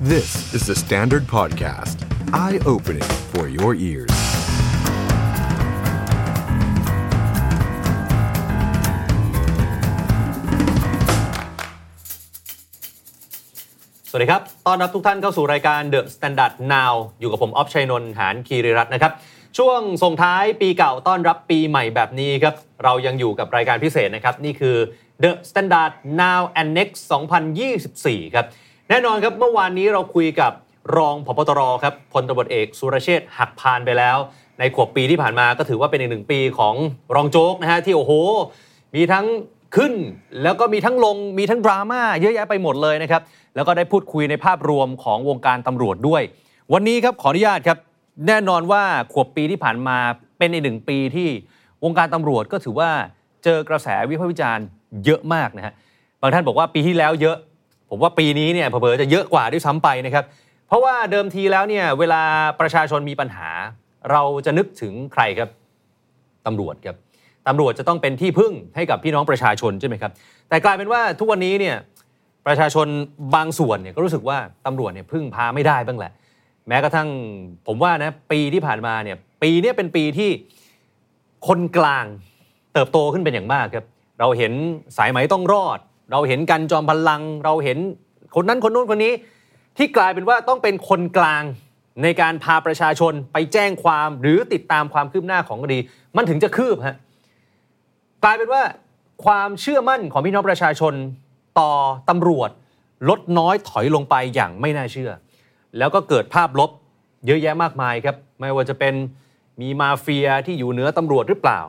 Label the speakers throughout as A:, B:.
A: This is the Standard Podcast. Eye opening for your ears.
B: สวัสดีครับ ต้อนรับทุกท่านเข้าสู่รายการ The Standard Now อยู่กับผม ออฟชัยนนท์ หานคีริรัตน์นะครับ ช่วงส่งท้ายปีเก่าต้อนรับปีใหม่แบบนี้ครับ เรายังอยู่กับรายการพิเศษนะครับ นี่คือ The Standard Now and Next 2024 ครับ แน่นอนครับเมื่อวานนี้เราคุยกับรองพบตรครับพลตบเอกสุรเชษฐ์หักพานไปแล้ว ในขวบปีที่ผ่านมาก็ถือว่าเป็นอีกหนึ่งปีของรองโจ๊กนะฮะที่โอ้โห มีทั้งขึ้นแล้วก็มีทั้งลงมีทั้งดราม่าเยอะแยะไปหมดเลยนะครับ แล้วก็ได้พูดคุยในภาพรวมของวงการตำรวจด้วย วันนี้ครับขออนุญาตครับ แน่นอนว่าขวบปีที่ผ่านมาเป็นอีกหนึ่งปีที่วงการตำรวจก็ถือว่าเจอกระแสวิพากษ์วิจารณ์เยอะมากนะฮะบางท่านบอกว่าปีที่แล้วเยอะ ผมว่าปีนี้เนี่ยเผลอๆจะเยอะกว่าด้วยซ้ำไปนะครับ เพราะว่าเดิมทีแล้วเนี่ยเวลาประชาชนมีปัญหา เราจะนึกถึงใครครับ ตำรวจครับตำรวจจะต้องเป็นที่พึ่งให้กับพี่น้องประชาชนใช่ไหมครับ แต่กลายเป็นว่าทุกวันนี้เนี่ยประชาชนบางส่วนเนี่ยก็รู้สึกว่าตำรวจเนี่ยพึ่งพาไม่ได้บ้างแหละ แม้กระทั่งผมว่านะปีที่ผ่านมาเนี่ยปีเนี้เป็นปีที่คนกลางเติบโตขึ้นเป็นอย่างมากครับเราเห็นสายไหมต้องรอด เราเห็นกันจอมพลัง เราเห็นคนนั้นคนนู้นคนนี้ ที่กลายเป็นว่าต้องเป็นคนกลางในการพาประชาชนไปแจ้งความหรือติดตามความคืบหน้าของคดี มันถึงจะคืบฮะกลายเป็นว่าความเชื่อมั่นของพี่น้องประชาชนต่อตำรวจ ลดน้อยถอยลงไปอย่างไม่น่าเชื่อ แล้วก็เกิดภาพลบเยอะแยะมากมายครับ ไม่ว่าจะเป็นมีมาเฟียที่อยู่เหนือตำรวจหรือเปล่า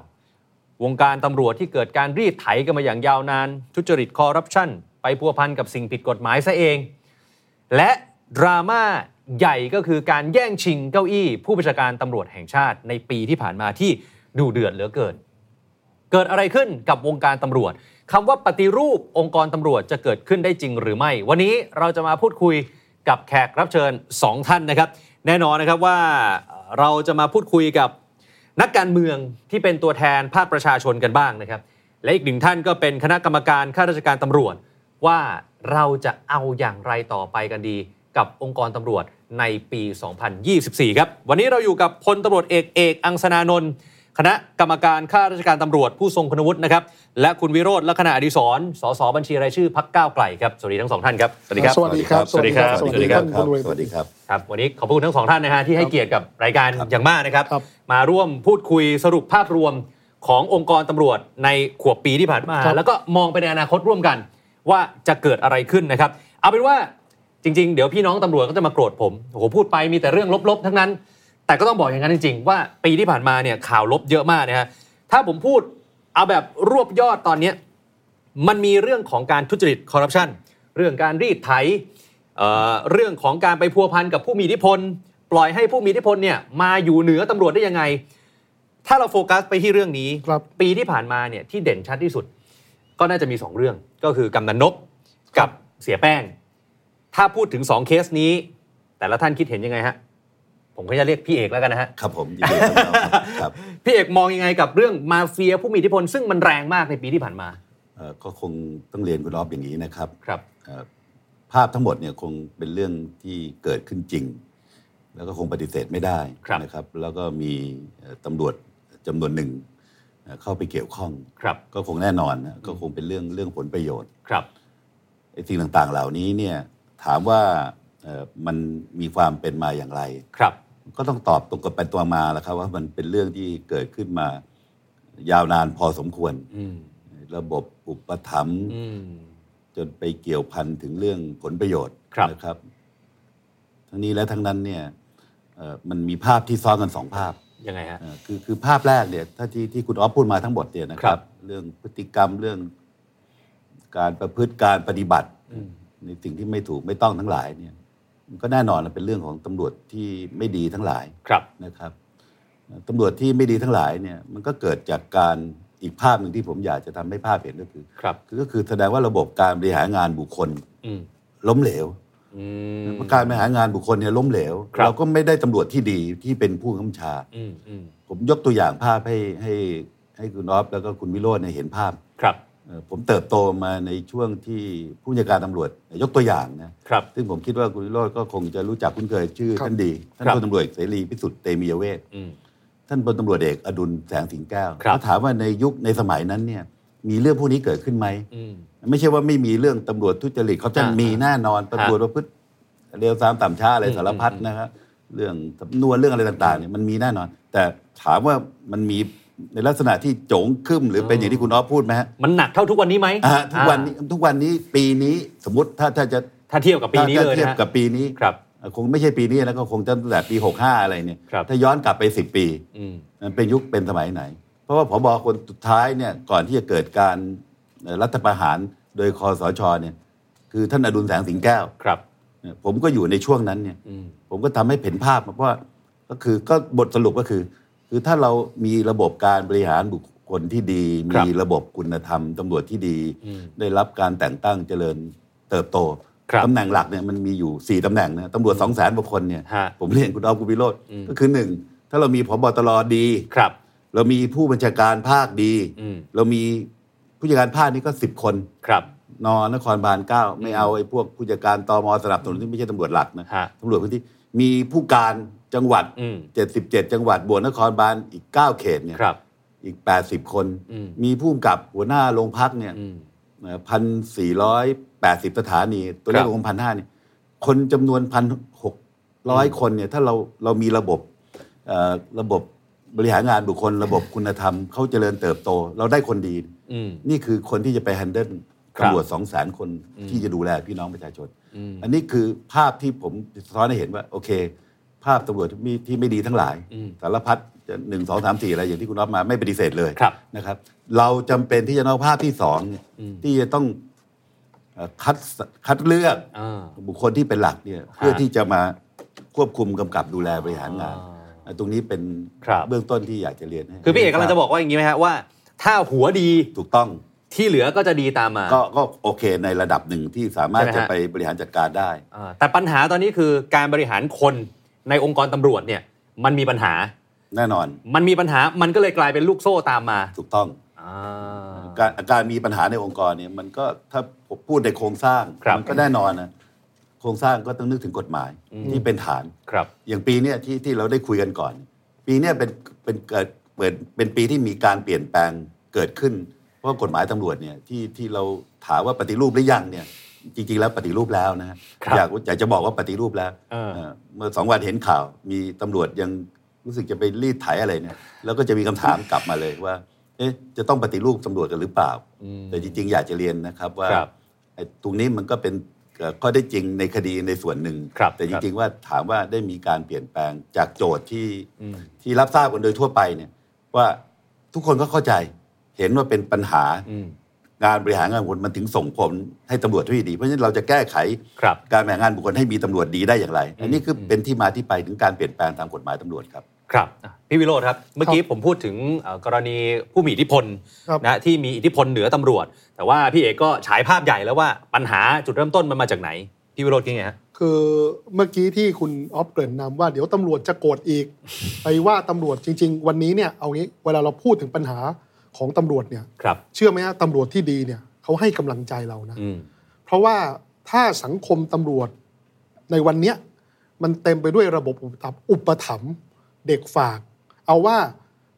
B: วงการตำรวจที่เกิดการรีดไถกันมาอย่างยาวนาน ทุจริตคอร์รัปชันไปพัวพันกับสิ่งผิดกฎหมายซะเอง และดราม่าใหญ่ก็คือการแย่งชิงเก้าอี้ผู้บัญชาการตำรวจแห่งชาติในปีที่ผ่านมาที่ดูเดือดเหลือเกิน เกิดอะไรขึ้นกับวงการตำรวจคำว่าปฏิรูปองค์กรตำรวจจะเกิดขึ้นได้จริงหรือไม่ วันนี้เราจะมาพูดคุยกับแขกรับเชิญ 2 ท่านนะครับ แน่นอนนะครับว่าเอ่อเราจะมาพูดคุยกับ นักการเมืองที่เป็นตัวแทนภาคประชาชนกันบ้างนะครับ และอีกหนึ่งท่านก็เป็นคณะกรรมการข้าราชการตำรวจ ว่าเราจะเอาอย่างไรต่อไปกันดี กับองค์กรตำรวจในปี 2024 ครับ วันนี้เราอยู่กับพลตำรวจเอกเอกอังสนานนท์คณะกรรมการข้าราชการตำรวจผู้ทรงคุณวุฒินะครับ และคุณวิโรธลักษณะอดิศรสสบัญชีรายชื่อพักก้าวไกลครับสวัสดีทั้งสองท่านครับ
C: สวัสดีครับ
D: สวัสดีครับ
C: สวัสดีครับ
D: สวัสดีครับ
C: สวัสดีครับ
B: ครับวันนี้ขอบพระคุณทั้งสองท่านนะฮะที่ให้เกียรติกับรายการอย่างมากนะครับ
C: ครับ
B: มาร่วมพูดคุยสรุปภาพรวมขององค์กรตำรวจในขวบปีที่ผ่านมา
C: ครับ
B: แล้วก็มองไปในอนาคตร่วมกัน ว่าจะเกิดอะไรขึ้นนะครับ เอาเป็นว่าจริง ๆ เดี๋ยวพี่น้องตำรวจก็จะมาโกรธผมโอ้โหพูดไปมีแต่เรื่องลบๆ ทั้งนั้น แต่ก็ต้องบอกอย่างนั้นจริง ๆ ว่าปีที่ผ่านมาเนี่ยข่าวลบเยอะมากนะฮะถ้าผมพูดเอาแบบรวบยอดตอนเนี้ย มันมีเรื่องของการทุจริตคอร์รัปชันเรื่องการรีดไถเอ่อเรื่องของการไปพัวพันกับผู้มีอิทธิพล ปล่อยให้ผู้มีอิทธิพลเนี่ยมาอยู่เหนือตำรวจได้ยังไง ถ้าเราโฟกัสไปที่เรื่องนี้
C: ครับ
B: ปีที่ผ่านมาเนี่ยที่เด่นชัดที่สุด ก็น่าจะมี 2 เรื่องก็คือกำนันนกกับเสียแป้ง ถ้าพูดถึง 2 เคสนี้ แต่ละท่านคิดเห็นยังไงฮะ ผมก็จะเรียกพี่เอกแล้วกันนะฮะ
D: ครับผมยินดีต้อนรับครับครับ
B: พี่เอกมองยังไงกับเรื่องมาเฟียผู้มีอิทธิพลซึ่งมันแรงมากในปีที่ผ่านมา
D: เอ่อก็คงต้องเรียนคุณออฟอย่างนี้นะครับ
B: ครับ
D: เอ่อภาพทั้งหมดเนี่ยคงเป็นเรื่องที่เกิดขึ้นจริง แล้วก็คงปฏิเสธไม่ได้นะครับ แล้วก็มีเอ่อตำรวจจำนวนหนึ่งเอ่อเข้าไปเกี่ยวข้อง
B: ครับ
D: ก็คงแน่นอนนะก็คงเป็นเรื่องเรื่องผลประโยชน์
B: ครับ
D: ไอ้สิ่งต่างๆ เหล่านี้เนี่ยถามว่าเอ่อมันมีความเป็นมาอย่างไร
B: ครับ
D: ก็ต้องตอบตรงกันไปตัวมาแล้วครับว่ามันเป็นเรื่องที่เกิดขึ้นมายาวนานพอสมควร
B: อืม
D: ระบบอุปถัมภ์
B: อืม
D: จนไปเกี่ยวพันถึงเรื่องผลประโยชน์
B: ครับ
D: นะครับ ทั้งนี้และทั้งนั้นเนี่ยเอ่อมันมีภาพที่ซ้อนกันสองภาพ
B: ยังไงฮะ
D: เอ่อคือคือภาพแรกเนี่ยถ้าที่ที่คุณออฟพูดมาทั้งหมดเนี่ยนะค
B: ครั
D: รับ บ เรื่องพฤติกรรมเรื่องการประพฤติการปฏิบัติ
B: อืม
D: ในสิ่งที่ไม่ถูกไม่ต้องทั้งหลายเนี่ย มันก็แน่นอนนะเป็นเรื่องของตำรวจที่ไม่ดีทั้งหลาย
B: ครับ
D: นะครับตำรวจที่ไม่ดีทั้งหลายเนี่ยมันก็เกิดจากการอีกภาพหนึ่งที่ผมอยากจะทำให้ภาพเห็นก็คือ
B: ครับ
D: ก็คือแสดงว่าระบบการบริหารงานบุคคล
B: อืม
D: ล้มเหลว
B: อืม
D: เพราะการบริหารงานบุคคลเนี่ยล้มเหลว
B: ครับ
D: เราก็ไม่ได้ตำรวจที่ดีที่เป็นผู้กำชา
B: อืมอืม
D: ผมยกตัวอย่างภาพให้ให้ให้คุณนอฟแล้วก็คุณวิโรจน์เนี่ยเห็นภาพ
B: ครับ
D: เอ่อผมเติบโตมาในช่วงที่ผู้บัญชาการตำรวจยกตัวอย่างนะครับ ซึ่งผมคิดว่าคุณวิโรจน์ก็คงจะรู้จักคุ้นเคยชื่อ
C: ครับ
D: ท่านดี ท่าน
B: ครับ
D: พลตำรวจเอกเสรีพิสุทธิ์เตมียเวท
B: อืม
D: ท่านพลตำรวจเอกอดุลแสงสิงแก้ว
B: ครับ
D: เขาถามว่าในยุคในสมัยนั้นเนี่ยมีเรื่องพวกนี้เกิดขึ้นไหม
B: อืม
D: ไม่ใช่ว่าไม่มีเรื่องตำรวจทุจริตเขาจะ
B: อ่ามี
D: มีแน่นอนตำรวจประพฤติเร็วตามต่ำช้าอะไร
B: อืม
D: สารพัด
B: อืม
D: นะครับเรื่องสำนวนเรื่องอะไรต่างๆเนี่ยมันมีแน่นอน แต่ถามว่ามันมีในลักษณะที่โจงครึ้มหรือเป็นอย่างที่คุณอ๊อฟพูดไหมฮะ
B: มันหนักเท่าทุกวันนี้ไหม
D: อ่าทุกวันนี้ทุกวันนี้ปีนี้สมมติถ้าถ้าจะ
B: ถ้าเทียบกับปีนี้
D: ถ้า
B: เลย
D: เทียบ
B: นะฮะ
D: กับปีนี้
B: ครับ
D: คงไม่ใช่ปีนี้แล้วก็คงตั้งแต่ปี 65 อะไรเนี่ย
B: ครับ
D: ถ้าย้อนกลับไป 10 ปี
B: อืม
D: มันเป็นยุคเป็นสมัยไหน เพราะว่าผบคนสุดท้ายเนี่ยก่อนที่จะเกิดการเอ่อรัฐประหารโดยคอสชเนี่ยคือท่านอดุลแสงสิงแก้ว
B: ครับ
D: เนี่ยผมก็อยู่ในช่วงนั้นเนี่ย
B: อืม
D: ผมก็ทำให้เห็นภาพมาเพราะว่าก็คือก็บทสรุปก็คือ คือถ้าเรามีระบบการบริหารบุคคลที่ดี
B: ครับ
D: มีระบบคุณธรรมตำรวจที่ดี
B: อืม
D: ได้รับการแต่งตั้งเจริญเติบโต
B: ครับ
D: ตำแหน่งหลักเนี่ยมันมีอยู่ 4ตำแหน่งนะตำรวจ2 0 0 0 0กว่าคนเนี่ย
B: ฮะ
D: ผมเรียนคุณออฟกุณวิโรธ
B: อืม
D: ก็คือหนึ่งถ้าเรามีพบตรดี
B: ครับ
D: เรามีผู้บัญชาการภาคดี
B: อืม
D: เรามีผู้จัดการภาคนี่ก็สิบคน
B: ครับ
D: นอนนครบาลเก้าไม่เอาไอ้พวกผู้จัดการตมสนับสนุนที่ไม่ใช่ตำรวจหลักนะ
B: ฮะ
D: ตำรวจพื้นที่มีผู้การจังหวัด
B: อืม
D: เจ็ดสิบเจ็ดจังหวัดบวกนครบาลอีกเก้าเขตเนี่ย
B: ครับ
D: อีกแปดสิบคน
B: อืม
D: มีผู้กำกับหัวหน้าโรงพักเนี่ย
B: อืม
D: พันสี่ร้อยแปดสิบสถานี ตัวเล
B: ครั
D: ข
B: บ
D: ของพันห้าเนี่ยคนจำนวนพันหกร้อยคนเนี่ยถ้าเราเรามีระบบเอ่อระบบบริหารงานบุคคล ระบบคุณธรรมเขาเจริญเติบโต เราได้คนดี
B: อืม
D: นี่คือคนที่จะไปแฮนเดิล
B: ครับ
D: ตำรวจสองแสนคนที่จะดูแลพี่น้องประชาชน
B: อืม
D: อันนี้คือภาพที่ผมสะท้อนให้เห็นว่า โอเค ภาพตำรวจที่มีที่ไม่ดีทั้งหลาย สารพัดจะหนึ่งสองสามสี่อะไรอย่างที่คุณรับมาไม่ปฏิเสธเลย
B: ครับ
D: นะครับ เราจำเป็นที่จะเอาภาพที่สองเนี่ยที่จะต้องเอ่อคัดสคัดเลือก
B: อ่า
D: บุคคลที่เป็นหลักเนี่ยเพื่อที่จะมาควบคุมกำกับดูแลบริหารงานอ่ะตรงนี้เป็น
B: ครับ
D: เบื้องต้นที่อยากจะเรียนให้
B: คือพี่เอกกำลังจะบอกว่าอย่างนี้ไหมฮะว่า ถ้าหัวดี
D: ถูกต้อง
B: ที่เหลือก็จะดีตามมา
D: ก็ก็โอเคในระดับหนึ่งที่สามารถ
B: ใช่ไหม
D: จะ
B: ฮะ
D: ไปบริหารจัดการได้
B: อ่าแต่ปัญหาตอนนี้คือการบริหารคนในองค์กรตำรวจเนี่ย มันมีปัญหา
D: แน่นอน
B: มันมีปัญหามันก็เลยกลายเป็นลูกโซ่ตามมา
D: ถูกต้อง
B: อ่า
D: การการมีปัญหาในองค์กรเนี่ยมันก็ถ้าผมพูดในโครงสร้าง
B: ครับ
D: มัก็แน่นอนนะโครงสร้างก็ต้องนึกถึงกฎหมายที่เป็นฐาน
B: ครับ
D: อย่างปีเนี้ยที่ที่เราได้คุยกันก่อน ปีเนี้ยเป็นเป็นเกิดเปิดเป็นปีที่มีการเปลี่ยนแปลงเกิดขึ้น เพราะกฎหมายตำรวจเนี่ยที่ที่เราถามว่าปฏิรูปหรือยังเนี่ยจริงๆแล้วปฏิรูปแล้วนะฮะ
B: ครับ
D: อยากอยากจะบอกว่าปฏิรูปแล้ว
B: เออ
D: เอ่อเมื่อสองวันเห็นข่าว มีตำรวจยังรู้สึกจะไปรีดไถอะไรเนี่ยแล้วก็จะมีคำถามกลับมาเลยว่าเอ๊ะจะต้องปฏิรูปตำรวจกันหรือเปล่า
B: อืม
D: แต่จริงๆ อยากจะเรียนนะครับว่า
B: ครับ
D: ไอ้ตรงนี้มันก็เป็นเอ่อข้อได้จริงในคดีในส่วนหนึ่ง
B: ครับ
D: แต่จ
B: ครับ
D: ริงๆ ว่าถามว่าได้มีการเปลี่ยนแปลงจากโจทย์ที่
B: อืม
D: ที่รับทราบกันโดยทั่วไปเนี่ยว่าทุกคนก็เข้าใจเห็นว่าเป็นปัญหา
B: อืม
D: งานบริหารงานบุคคลมันถึงส่งผลให้ตำรวจที่ดี เพราะฉะนั้นเราจะแก้ไข
B: ครับ
D: การแบ่งงานบุคคลให้มีตำรวจดีได้อย่างไร อันนี้คืออ
B: ม
D: เป็นที่มาที่ไปถึงการเปลี่ยนแปลงตามกฎหมายตำรวจครับ
B: ครับอ่ะพี่วิโรธครับ เมื่อกี้ผมพูดถึงเอ่อกรณีผู้มีอิทธิพล
C: ครับ
B: นะที่มีอิทธิพลเหนือตำรวจ แต่ว่าพี่เอกก็ฉายภาพใหญ่แล้วว่าปัญหาจุดเริ่มต้นมันมาจากไหน พี่วิโรธคิดไงฮะ
C: คือเมื่อกี้ที่คุณออฟเกริ่นนำว่าเดี๋ยวตำรวจจะโกรธอีก ไปว่าตำรวจจริง ๆ วันนี้เนี่ยเอางี้เวลาเราพูดถึงปัญหาของตำรวจเนี่ย
B: ครับ
C: เชื่อไหมฮะตำรวจที่ดีเนี่ยเขาให้กำลังใจเรานะ
B: อืม
C: เพราะว่าถ้าสังคมตำรวจในวันเนี้ยมันเต็มไปด้วยระบบอุปถัมภ์อุปถัมภ์เด็กฝาก เอาว่า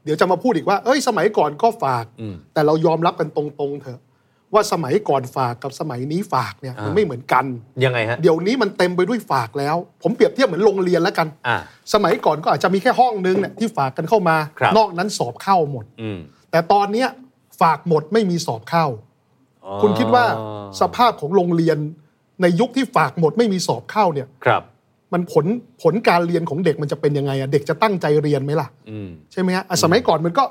C: เดี๋ยวจะมาพูดอีกว่า เอ้ย สมัยก่อนก็ฝาก
B: อืม
C: แต่เรายอมรับกันตรงๆเถอะว่าสมัยก่อนฝากกับสมัยนี้ฝากเนี่ยมัน
B: อ่า
C: ไม่เหมือนกัน
B: ยังไงฮะ
C: เดี๋ยวนี้มันเต็มไปด้วยฝากแล้ว ผมเปรียบเทียบเหมือนโรงเรียนแล้วกัน
B: อ่า
C: สมัยก่อนก็อาจจะมีแค่ห้องนึงเนี่ยที่ฝากกันเข้ามา
B: ครับ
C: นอกนั้นสอบเข้าหมด
B: อืม
C: แต่ตอนเนี้ยฝากหมดไม่มีสอบเข้า
B: อ๋อ
C: คุณคิดว่าสภาพของโรงเรียนในยุคที่ฝากหมดไม่มีสอบเข้าเนี่ย
B: ครับ
C: มันผลผลการเรียนของเด็กมันจะเป็นยังไงอะเด็กจะตั้งใจเรียนไหมล่ะ
B: อืม
C: ใช่ไหมฮะอ่ะสมัยก่อนมันก็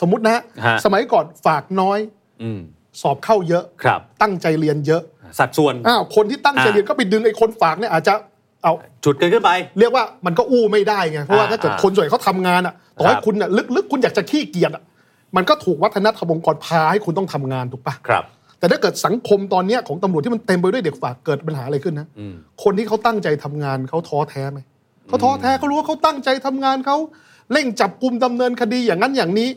C: สมมตินะฮะ
B: ฮะ
C: สมัยก่อนฝากน้อย
B: อืม
C: สอบเข้าเยอะ
B: ครับ
C: ตั้งใจเรียนเยอะ
B: สัดส่วน
C: อ้าวคนที่ตั้งใจเรียนก็ไปดึงไอ้คนฝากเนี่ยอาจจะเอา
B: จุดเกินขึ้นไป
C: เรียกว่ามันก็อู้ไม่ได้ไงเพราะว่า
B: อ่า
C: ถ้าเกิด
B: อ่า
C: คนส่วนใหญ่เขาทำงานอ่ะต่อให้
B: ครับ
C: คุณอ่ะลึกๆ คุณอยากจะขี้เกียจอ่ะมันก็ถูกวัฒนธรรมองค์กรพาให้คุณต้องทำงานถูกปะ
B: ครับ
C: แต่ถ้าเกิดสังคมตอนเนี้ยของตำรวจที่มันเต็มไปด้วยเด็กฝากเกิดปัญหาอะไรขึ้นนะ
B: อืม
C: คนที่เขาตั้งใจทำงานเขาท้อแท้ไหมเขาท้อแท้เขารู้ว่าเขาตั้งใจทำงานเขาเร่งจับกลุ่มดำเนินคดีอย่างนั้นอย่างนี้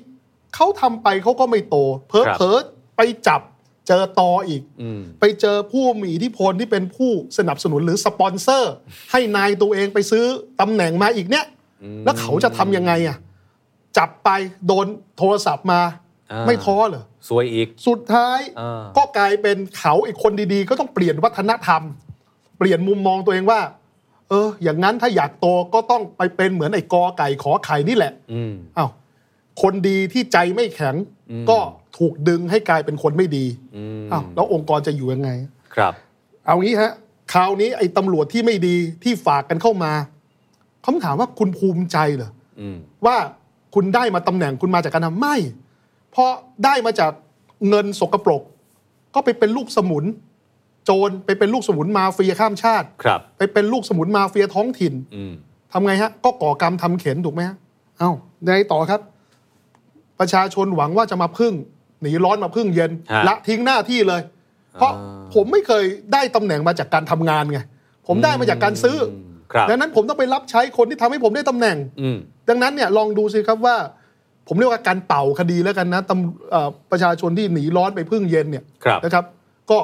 C: เขาทำไปเขาก็ไม่โต เพ้อ
B: ครับ
C: เพ้อไปจับ เจอตออีก
B: อืม
C: ไปเจอผู้มีอิทธิพลที่เป็นผู้สนับสนุนหรือสปอนเซอร์ ให้นายตัวเองไปซื้อตำแหน่งมาอีกเนี่ย แล้วเขาจะทำยังไงอ่ะ จับไปโดนโทรศัพท์มา
B: อ่า
C: ไม่ท้อเหรอ
B: ซวยอีก
C: สุดท้าย
B: อ่า
C: ก็กลายเป็นเขาไอ้คนดีๆ ก็ต้องเปลี่ยนวัฒนธรรม เปลี่ยนมุมมองตัวเองว่า เออ อย่างนั้นถ้าอยากโตก็ต้องไปเป็นเหมือนไอ้กอไก่ขอไข่นี่แหละ
B: อืม
C: อ้าวคนดีที่ใจไม่แข็ง ก็ถูกดึงให้กลายเป็นคนไม่ดี
B: อืม
C: อ้าวแล้วองค์กรจะอยู่ยังไง
B: ครับ
C: เอางี้ฮะคราวนี้ไอ้ตำรวจที่ไม่ดีที่ฝากกันเข้ามาคำถามว่าคุณภูมิใจเหรอ
B: อืม
C: ว่าคุณได้มาตำแหน่งคุณมาจากการทำไม่ เพราะได้มาจากเงินสกปรก ก็ไปเป็นลูกสมุน โจรไปเป็นลูกสมุนมาเฟียข้ามชาติ
B: ครับ
C: ไปเป็นลูกสมุนมาเฟียท้องถิ่น
B: อืม
C: ทำไงฮะ ก็ก่อกรรมทำเข็นถูกไหมฮะเอ้าในต่อครับ ประชาชนหวังว่าจะมาพึ่งหนีร้อนมาพึ่งเย็น
B: ฮะ
C: ละทิ้งหน้าที่เลย เพราะ
B: อ่า
C: ผมไม่เคยได้ตำแหน่งมาจากการทำงานไงผมได้มาจากการซื้ออ
B: มครับ
C: ดังนั้นผมต้องไปรับใช้คนที่ทำให้ผมได้ตำแหน่ง
B: อืม
C: ดังนั้นเนี่ยลองดูสิครับว่า ผมเรียกว่าการเป่าคดีแล้วกันนะตำเอ่อประชาชนที่หนีร้อนไปพึ่งเย็นเนี่ย
B: ครับ
C: นะครับ ก็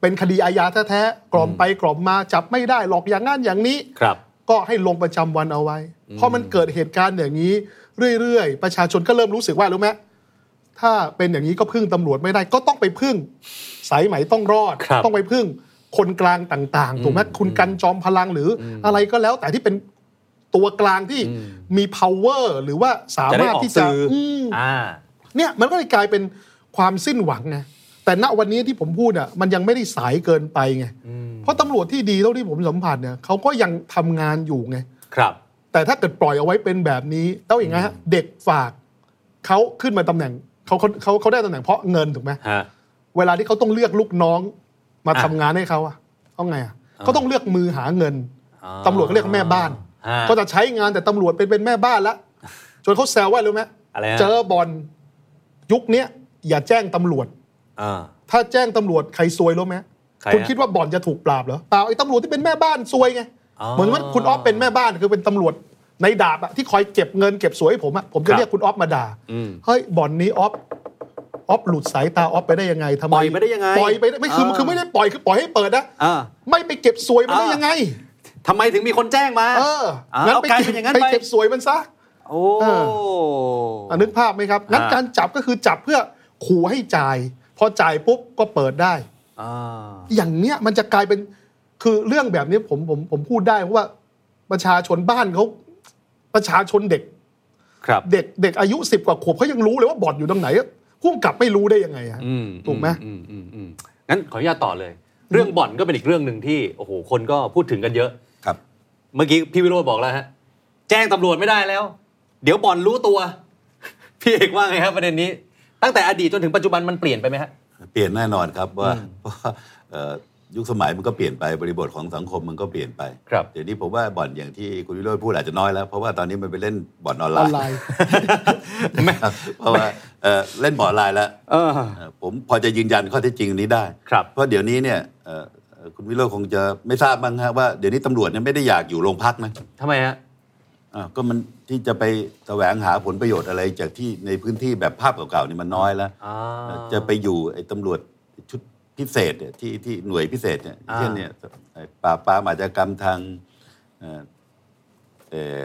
C: เป็นคดีอาญาแท้ๆกล่อมไปกล่อมมาจับไม่ได้หลอกอย่างงั้นอย่างนี้
B: ครับ
C: ก็ให้ลงประจำวันเอาไว้พอมันเกิดเหตุการณ์อย่างนี้ เรื่อยๆ ประชาชนก็เริ่มรู้สึกว่ารู้ไหมถ้าเป็นอย่างนี้ก็พึ่งตำรวจไม่ได้ ก็ต้องไปพึ่ง สายไหมต้องรอด
B: ครับ
C: ต้องไปพึ่งคนกลางต่างๆถูกไหมคุณกันจอมพลังหรือออะไรก็แล้ว แต่ที่เป็นตัวกลางที่มี power หรือว่าสา
B: จะได้
C: มารถ
B: ออก
C: ที่จะ
B: สื่ออื
C: ม
B: อ่า
C: เนี่ยมันก็เลยกลายเป็นความสิ้นหวังไงแต่ณวันนี้ที่ผมพูดอ่ะมันยังไม่ได้สายเกินไปไงเพราะตำรวจที่ดีเท่าที่ผมสัมผัสเนี่ยเขาก็ยังทำงานอยู่ไง
B: ครับ
C: แต่ถ้าเกิดปล่อยเอาไว้เป็นแบบนี้แล้วอย่างงี้ฮะเด็กฝากเขาขึ้นมาตำแหน่งเขาเขาเขาเขาได้ตำแหน่งเพราะเงินถูกไหม
B: ฮะ
C: เวลาที่เขาต้องเลือกลูกน้องมาทำงานให้เขาอ่ะเขาไงอ่ะเขาต้องเลือกมือหาเงิน
B: อ๋อ
C: ตำรวจเขาเรียกแม่บ้าน
B: ฮะ
C: ก็จะใช้งานแต่ตำรวจเป็นเป็นแม่บ้านละจนเขาแซวว่ารู้ไหม
B: อะไรฮะ
C: เจอบอลยุคเนี้ยอย่าแจ้งตำรวจ
B: อ่า
C: ถ้าแจ้งตำรวจใครซวยรู้ไหม
B: ใครฮะ
C: คุณคิดว่าบอลจะถูกปราบเหรอเปล่าไอ้ตำรวจที่เป็นแม่บ้านซวยไง
B: อ๋อ
C: เหมือนว่าคุณออฟเป็นแม่บ้านคือเป็นตำรวจในดาบอะที่คอยเก็บเงินเก็บสวยให้ผมอะผม
B: ครั
C: จะ
B: บ
C: เรียกคุณออฟมาด่า
B: อืม
C: เฮ้ยบอลนี้ออฟออฟหลุดสายตาออฟไปได้ยังไงทำไม
B: ปล่อยไปได้ยังไง
C: ปล่อยไปด้ไม่คือ
B: อ่า
C: คือไม่ได้ปล่อยคือปล่อยให้เปิดนะ
B: อ่า
C: ไม่ไปเก็บสวยมันได้
B: อ่ายั
C: ยังไง
B: ทำไมถึงมีคนแจ้งมา
C: เออ
B: อ่า
C: งั้
B: เอากลายเป็นอย่างนั้นไป
C: ไปเก็บสวยมันซะ
B: โอ้
C: เอ อะนึกภาพไหมครับ
B: ฮะ
C: งั้นการจับก็คือจับเพื่อขู่ให้จ่าย พอจ่ายปุ๊บก็เปิดได้
B: อ่า
C: อย่างเนี้ยมันจะกลายเป็นคือเรื่องแบบนี้ผมผมผมพูดได้เพราะว่าประชาชนบ้านเขาประชาชนเด็ก
B: ครับ
C: เด็กเด็กอายุสิบกว่าขวบเขายังรู้เลยว่าบ่อนอยู่ตรงไหนพุ่มกลับไม่รู้ได้ยังไงฮะ
B: อืม
C: ถูกไหม
B: อือืมอืมงั้นขออนุญาตต่อเลย เรื่องบ่อนก็เป็นอีกเรื่องหนึ่งที่โอ้โหคนก็พูดถึงกันเยอะ
D: ครับ
B: เมื่อกี้พี่วิโรจน์บอกแล้วฮะ แจ้งตำรวจไม่ได้แล้ว เดี๋ยวบ่อนรู้ตัว พี่เอกว่าไงครับประเด็นนี้ ตั้งแต่อดีตจนถึงปัจจุบันมันเปลี่ยนไปไหมฮะ
D: เปลี่ยนแน่นอนครับว่าเพราะว่าเอ่อยุคสมัยมันก็เปลี่ยนไปบริบทของสังคมมันก็เปลี่ยนไป
B: ครับ
D: เดี๋ยวนี้ผมว่าบ่อนอย่างที่คุณวิโรจน์พูดอาจจะน้อยแล้ว เพราะว่าตอนนี้มันไปเล่นบ่อนออนไล
C: ออน
D: น์
C: ไลน์
D: ครับเพราะว่าเอ่อเล่นบ่อนออนไลน์แล้ว
B: เออ
D: เอ่อผมพอจะยืนยันข้อเท็จจริงนี้ได้
B: ครับ
D: เพราะเดี๋ยวนี้เนี่ยเอ่อเอ่อคุณวิโรจน์คงจะไม่ทราบบ้างฮะว่าเดี๋ยวนี้ตำรวจเนี่ยไม่ได้อยากอยู่โรงพักนะ
B: ทำไมฮะ
D: อ่าก็มันที่จะไปแสวงหาผลประโยชน์อะไรจากที่ในพื้นที่แบบภาพเก่าๆนี่มันน้อยแล้ว
B: อ่า
D: จะไปอยู่ไอ้ตำรวจชุดพิเศษเนี่ยที่ที่หน่วยพิเศษเนี่ย
B: อ่า
D: เช่นเนี่ยไอ้ปราบปรามอาชญากรรมทางเอ่อเอ่อ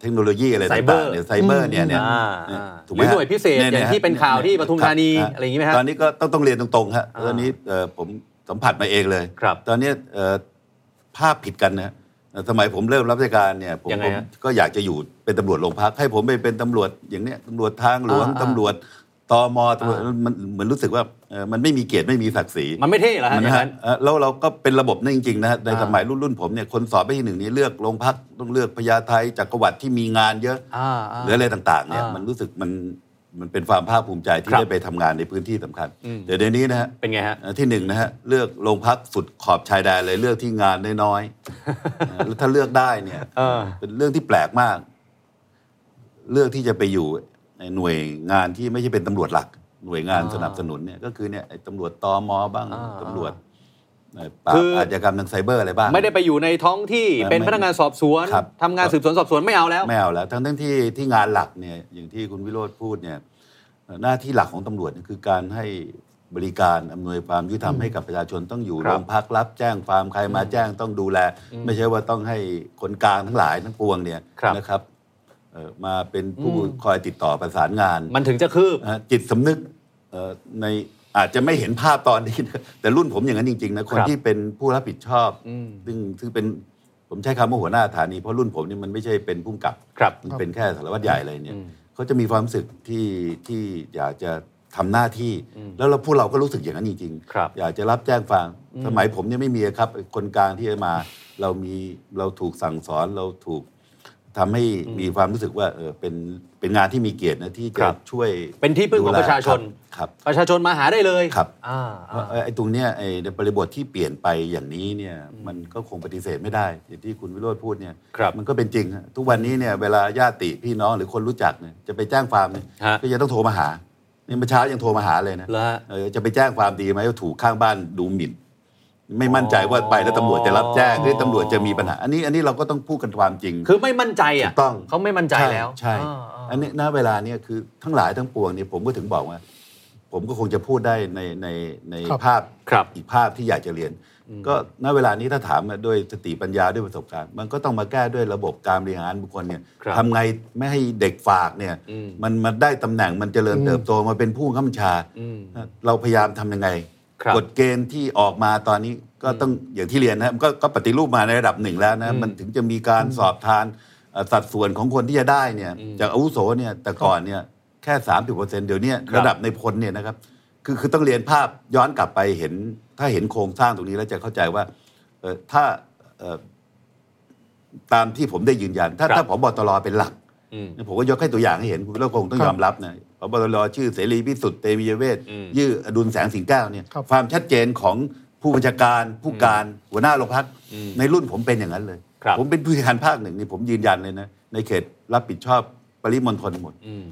D: เทคโนโลยีอะไรต่างๆเนี่ยไซเบอร์เนี่ยเนี่ย
B: อ่า
D: เนี่ย
B: อ่า
D: ถูก
B: ห
D: ไหม
B: รือ
D: ฮะ
B: หน่วยพิเศษ
D: นี่
B: อย่าง
D: ฮะ
B: ที่เป็นข่าวที่ปทุมธานี
D: คบ
B: อะไรอย่างนี้ไหมฮะ
D: ตอนนี้ก็ต้องต้องเรียนตรงๆฮะ
B: อ่า
D: ตอนนี้เอ่อผมสัมผัสมาเองเลย
B: ครับ
D: ตอนนี้เอ่อภาพผิดกันนะเอ่อสมัยผมเริ่มรับราชการเนี่ยผม
B: ยังไง
D: ผม
B: ฮะ
D: ก็อยากจะอยู่เป็นตำรวจโรงพักให้ผมไปเป็นตำรวจอย่างเนี้ยตำรวจทางหลวง
B: อ่าอ่า
D: ตำรวจ ตมตำรวจมันเหมือนรู้สึกว่าเอ่อมันไม่มีเกียรติไม่มีศักดิ์ศรี
B: มันไม่เท่เหรอฮะ
D: มั
B: อย่างนั้น
D: เอ่อแล้วเราก็เป็นระบบนั่นจริงๆนะฮะใน
B: อ่า
D: สมัยรุ่นรุ่นผมเนี่ยคนสอบไปที่หนึ่งนี้เลือกโรงพักต้องเลือกพญาไทจักรวรรดิที่มีงานเยอะ
B: อ่าอ่า
D: หรืออะไรต่างๆเนี่ย
B: อ่ามั
D: มันรู้สึกมันมันเป็นความภาคภูมิใจที่
B: ครับ
D: ได้ไปทำงานในพื้นที่สำคัญ
B: อืม
D: แต่เดี๋ยวนี้นะฮะ
B: เป็นไงฮะ
D: เอ่อที่หนึ่งนะฮะเลือกโรงพักสุดขอบชายแดนเลยเลือกที่งานน้อยๆ เอ่อแล้วถ้าเลือกได้เนี่ย
B: เออ
D: เป็นเรื่องที่แปลกมาก เลือกที่จะไปอยู่ในหน่วยงานที่ไม่ใช่เป็นตำรวจหลัก หน่วยงาน
B: อ่า
D: สนับสนุนเนี่ยก็คือเนี่ยไอ้ตำรวจตมบ้าง
B: อ่า
D: ตำรวจเอ่อปรา
B: คื
D: บ
B: ออ
D: อาชญากรรมทางไซเบอร์อะไรบ้าง
B: ไม่ได้ไปอยู่ในท้องที่
D: ไม่
B: เป็นพนักงานสอบสวน
D: ครับ
B: ทำงานสืบสวนสอบสวนไม่เอาแล้ว
D: ไม่เอาแล้วทั้งทั้งที่ที่งานหลักเนี่ยอย่างที่คุณวิโรธพูดเนี่ยเอ่อหน้าที่หลักของตำรวจเนี่ยคือการให้ บริการอำนวยความยุติธรรมให้กับประชาชนต้องอยู่
B: ครั
D: โร
B: บ
D: งพักรับแจ้งความใครมาแจ้งต้องดูแล ไม่ใช่ว่าต้องให้คนกลางทั้งหลายทั้งปวงเนี่ย
B: ครับ
D: นะครับเอ่อมาเป็นผู้
B: อืม
D: คอยติดต่อประสานงาน
B: มันถึงจะคืบ
D: เอ่อจิตสำนึกเอ่อในอาจจะไม่เห็นภาพตอนนี้นะแต่รุ่นผมอย่างนั้นจริงๆนะคน
B: ครับ
D: ที่เป็นผู้รับผิดชอบ
B: อืม
D: ซึ่งซึ่งเป็นผมใช้คำว่าหัวหน้าฐานีเพราะรุ่นผมนี่มันไม่ใช่เป็นผู้กำกับ
B: ครับ
D: มันเป็นแค่สารวัตรใหญ่เลยเนี่ย
B: อืม
D: เขาจะมีความรู้สึกที่ที่อยากจะทำหน้าที่ แล้วเราพวกเราก็รู้สึกอย่างนั้นจริง
B: ครับ
D: อยากจะรับแจ้งฟังสมัยผมเนี่ยไม่มีครับคนกลางที่จะมา เรามีเราถูกสั่งสอนเราถูกทำให้มีความรู้สึกว่าเออเป็นเป็นงานที่มีเกียรตินะที่
B: ค
D: จะ
B: รับ
D: ช่วย
B: เป็นที่พึ่งของ
D: ดูแล
B: ประชาชน
D: ครับ
B: ประชาชนมาหาได้เลย
D: ครับ
B: อ่า
D: เพราะ
B: อ่า
D: เอ่อไอ้ตรงเนี้ยไอ้ในบริบทที่เปลี่ยนไปอย่างนี้เนี่ยมันก็คงปฏิเสธไม่ได้ อย่างที่คุณวิโรธพูดเนี่ย
B: ครับ
D: มันก็เป็นจริงฮะทุกวันนี้เนี่ยเวลาญาติพี่น้องหรือคนรู้จักเนี่ยจะไปแจ้งความเนี่ย
B: ฮะ
D: ก็ยังต้องโทรมาหานี่เมื่อเช้ายังโทรมาหาเลยนะ
B: เหรอฮะ
D: เออจะไปแจ้งความดีไหมว่าถูกข้างบ้านดูหมิ่น ไม่มั่นใจว่าไปแล้วตำรวจจะรับแจ้งหรือตำรวจจะมีปัญหาอันนี้อันนี้เราก็ต้องพูดกันความจริง
B: คือไม่มั่นใจอ่ะ
D: ถูกต้อง
B: เขาไม่มั่นใจแล้ว
D: ใช่
B: าา
D: ใช่ อันนี้ณเวลาเนี่ยคือทั้งหลายทั้งปวงเนี่ยผมก็ถึงบอกว่า ผมก็คงจะพูดได้ในในใน
C: ครับ
D: ภาพ
B: ครับ
D: อีกภาพที่อยากจะเรียน ก็ณเวลานี้ถ้าถามมาด้วยสติปัญญาด้วยประสบการณ์ มันก็ต้องมาแก้ด้วยระบบการบริหารบุคคลเนี่ย
B: ครับ
D: ทำไงไม่ให้เด็กฝากเนี่ย
B: อืม
D: มันมาได้ตำแหน่งมันเจริญเติบโตมาเป็นผู้ข้ามชา
B: อืม
D: เราพยายามทำยังไง
B: ครับ
D: กฎเกณฑ์ที่ออกมาตอนนี้ก็ต้องอย่างที่เรียนนะก็ก็ปฏิรูปมาในระดับหนึ่งแล้วนะมันถึงจะมีการสอบทานเอ่อสัดส่วนของคนที่จะได้เนี่ยจากอาวุโสเนี่ยแต่ก่อนเนี่ยแค่สามสิบเปอร์เซ็นต์เดี๋ยวเนี้
B: ครับ
D: ระดับในพลเนี่ยนะครับคือคือต้องเรียนภาพย้อนกลับไปเห็นถ้าเห็นโครงสร้างตรงนี้แล้วจะเข้าใจว่าเอ่อถ้าเอ่อตามที่ผมได้ยืนยัน ถ้า
B: ครับ
D: ถ้าผบตรเป็นหลัก
B: อืม
D: ผมก็ยกให้ตัวอย่างให้เห็นคุณวิโรจน์คงต้อง
C: ครับ
D: ยอมรับนะพบตรชื่อเสรีพิสุทธิ์เตมียเวท
B: อืม
D: ยื่ออดุลแสงสิงแก้วเนี่ย
C: ครับ
D: ความชัดเจนของผู้บัญชาการผู้การหัวหน้าโรงพักในรุ่นผมเป็นอย่างนั้นเลย
B: ครับ
D: ผมเป็นผู้การภาคหนึ่งนี่ผมยืนยันเลยนะ ในเขตรับผิดชอบปริมณฑลหมด
B: อืม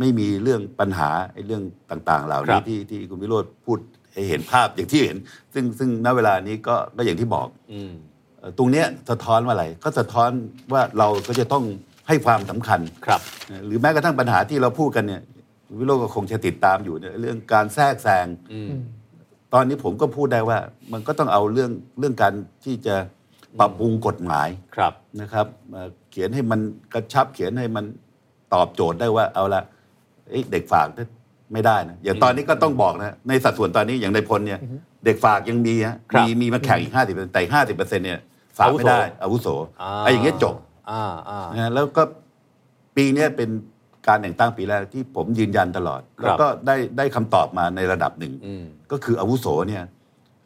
D: ไม่มีเรื่องปัญหาไอ้เรื่องต่าง ๆ เหล่า
B: ครั
D: นี้
B: บ
D: ที่ที่คุณวิโรจน์พูดให้เห็นภาพอย่างที่เห็น ซึ่งซึ่งณเวลานี้ก็ก็อย่างที่บอก
B: อืม
D: เอ่อตรงเนี้ยสะท้อนว่าอะไรก็สะท้อนว่าเราก็จะต้องให้ความสำคัญ
B: ครับ
D: นะหรือแม้กระทั่งปัญหาที่เราพูดกันเนี่ยวิโรจน์ก็คงจะติดตามอยู่เนี่ยเรื่องการแทรกแซง ตอนนี้ผมก็พูดได้ว่ามันก็ต้องเอาเรื่องเรื่องการที่จะปรับปรุงกฎหมาย
B: ครับ
D: นะครับเอ่อเขียนให้มันกระชับเขียนให้มันตอบโจทย์ได้ว่าเอาละเอ้ยเด็กฝากไม่ได้นะอย่างตอนนี้ก็ต้องบอกนะในสัดส่วนตอนนี้อย่างในพลเนี่ยเด็กฝากยังมีฮะ
B: ครับ
D: มีมีมาแข่งอีกห้าสิบเปอร์เซ็นต์แต่ห้าสิบเปอร์เซ็นต์เนี่ยฝากไม่ได้อาวุโส
B: า
D: ไอ้อย่างเงี้ยจบ
B: อ่าอ่า
D: นะแล้วก็ปีเนี้ยเป็นการแต่งตั้งปีแรกที่ผมยืนยันตลอด
B: ครับ
D: แล้วก็ได้ได้คำตอบมาในระดับหนึ่ง
B: อืม
D: ก็คืออาวุโสเนี่ย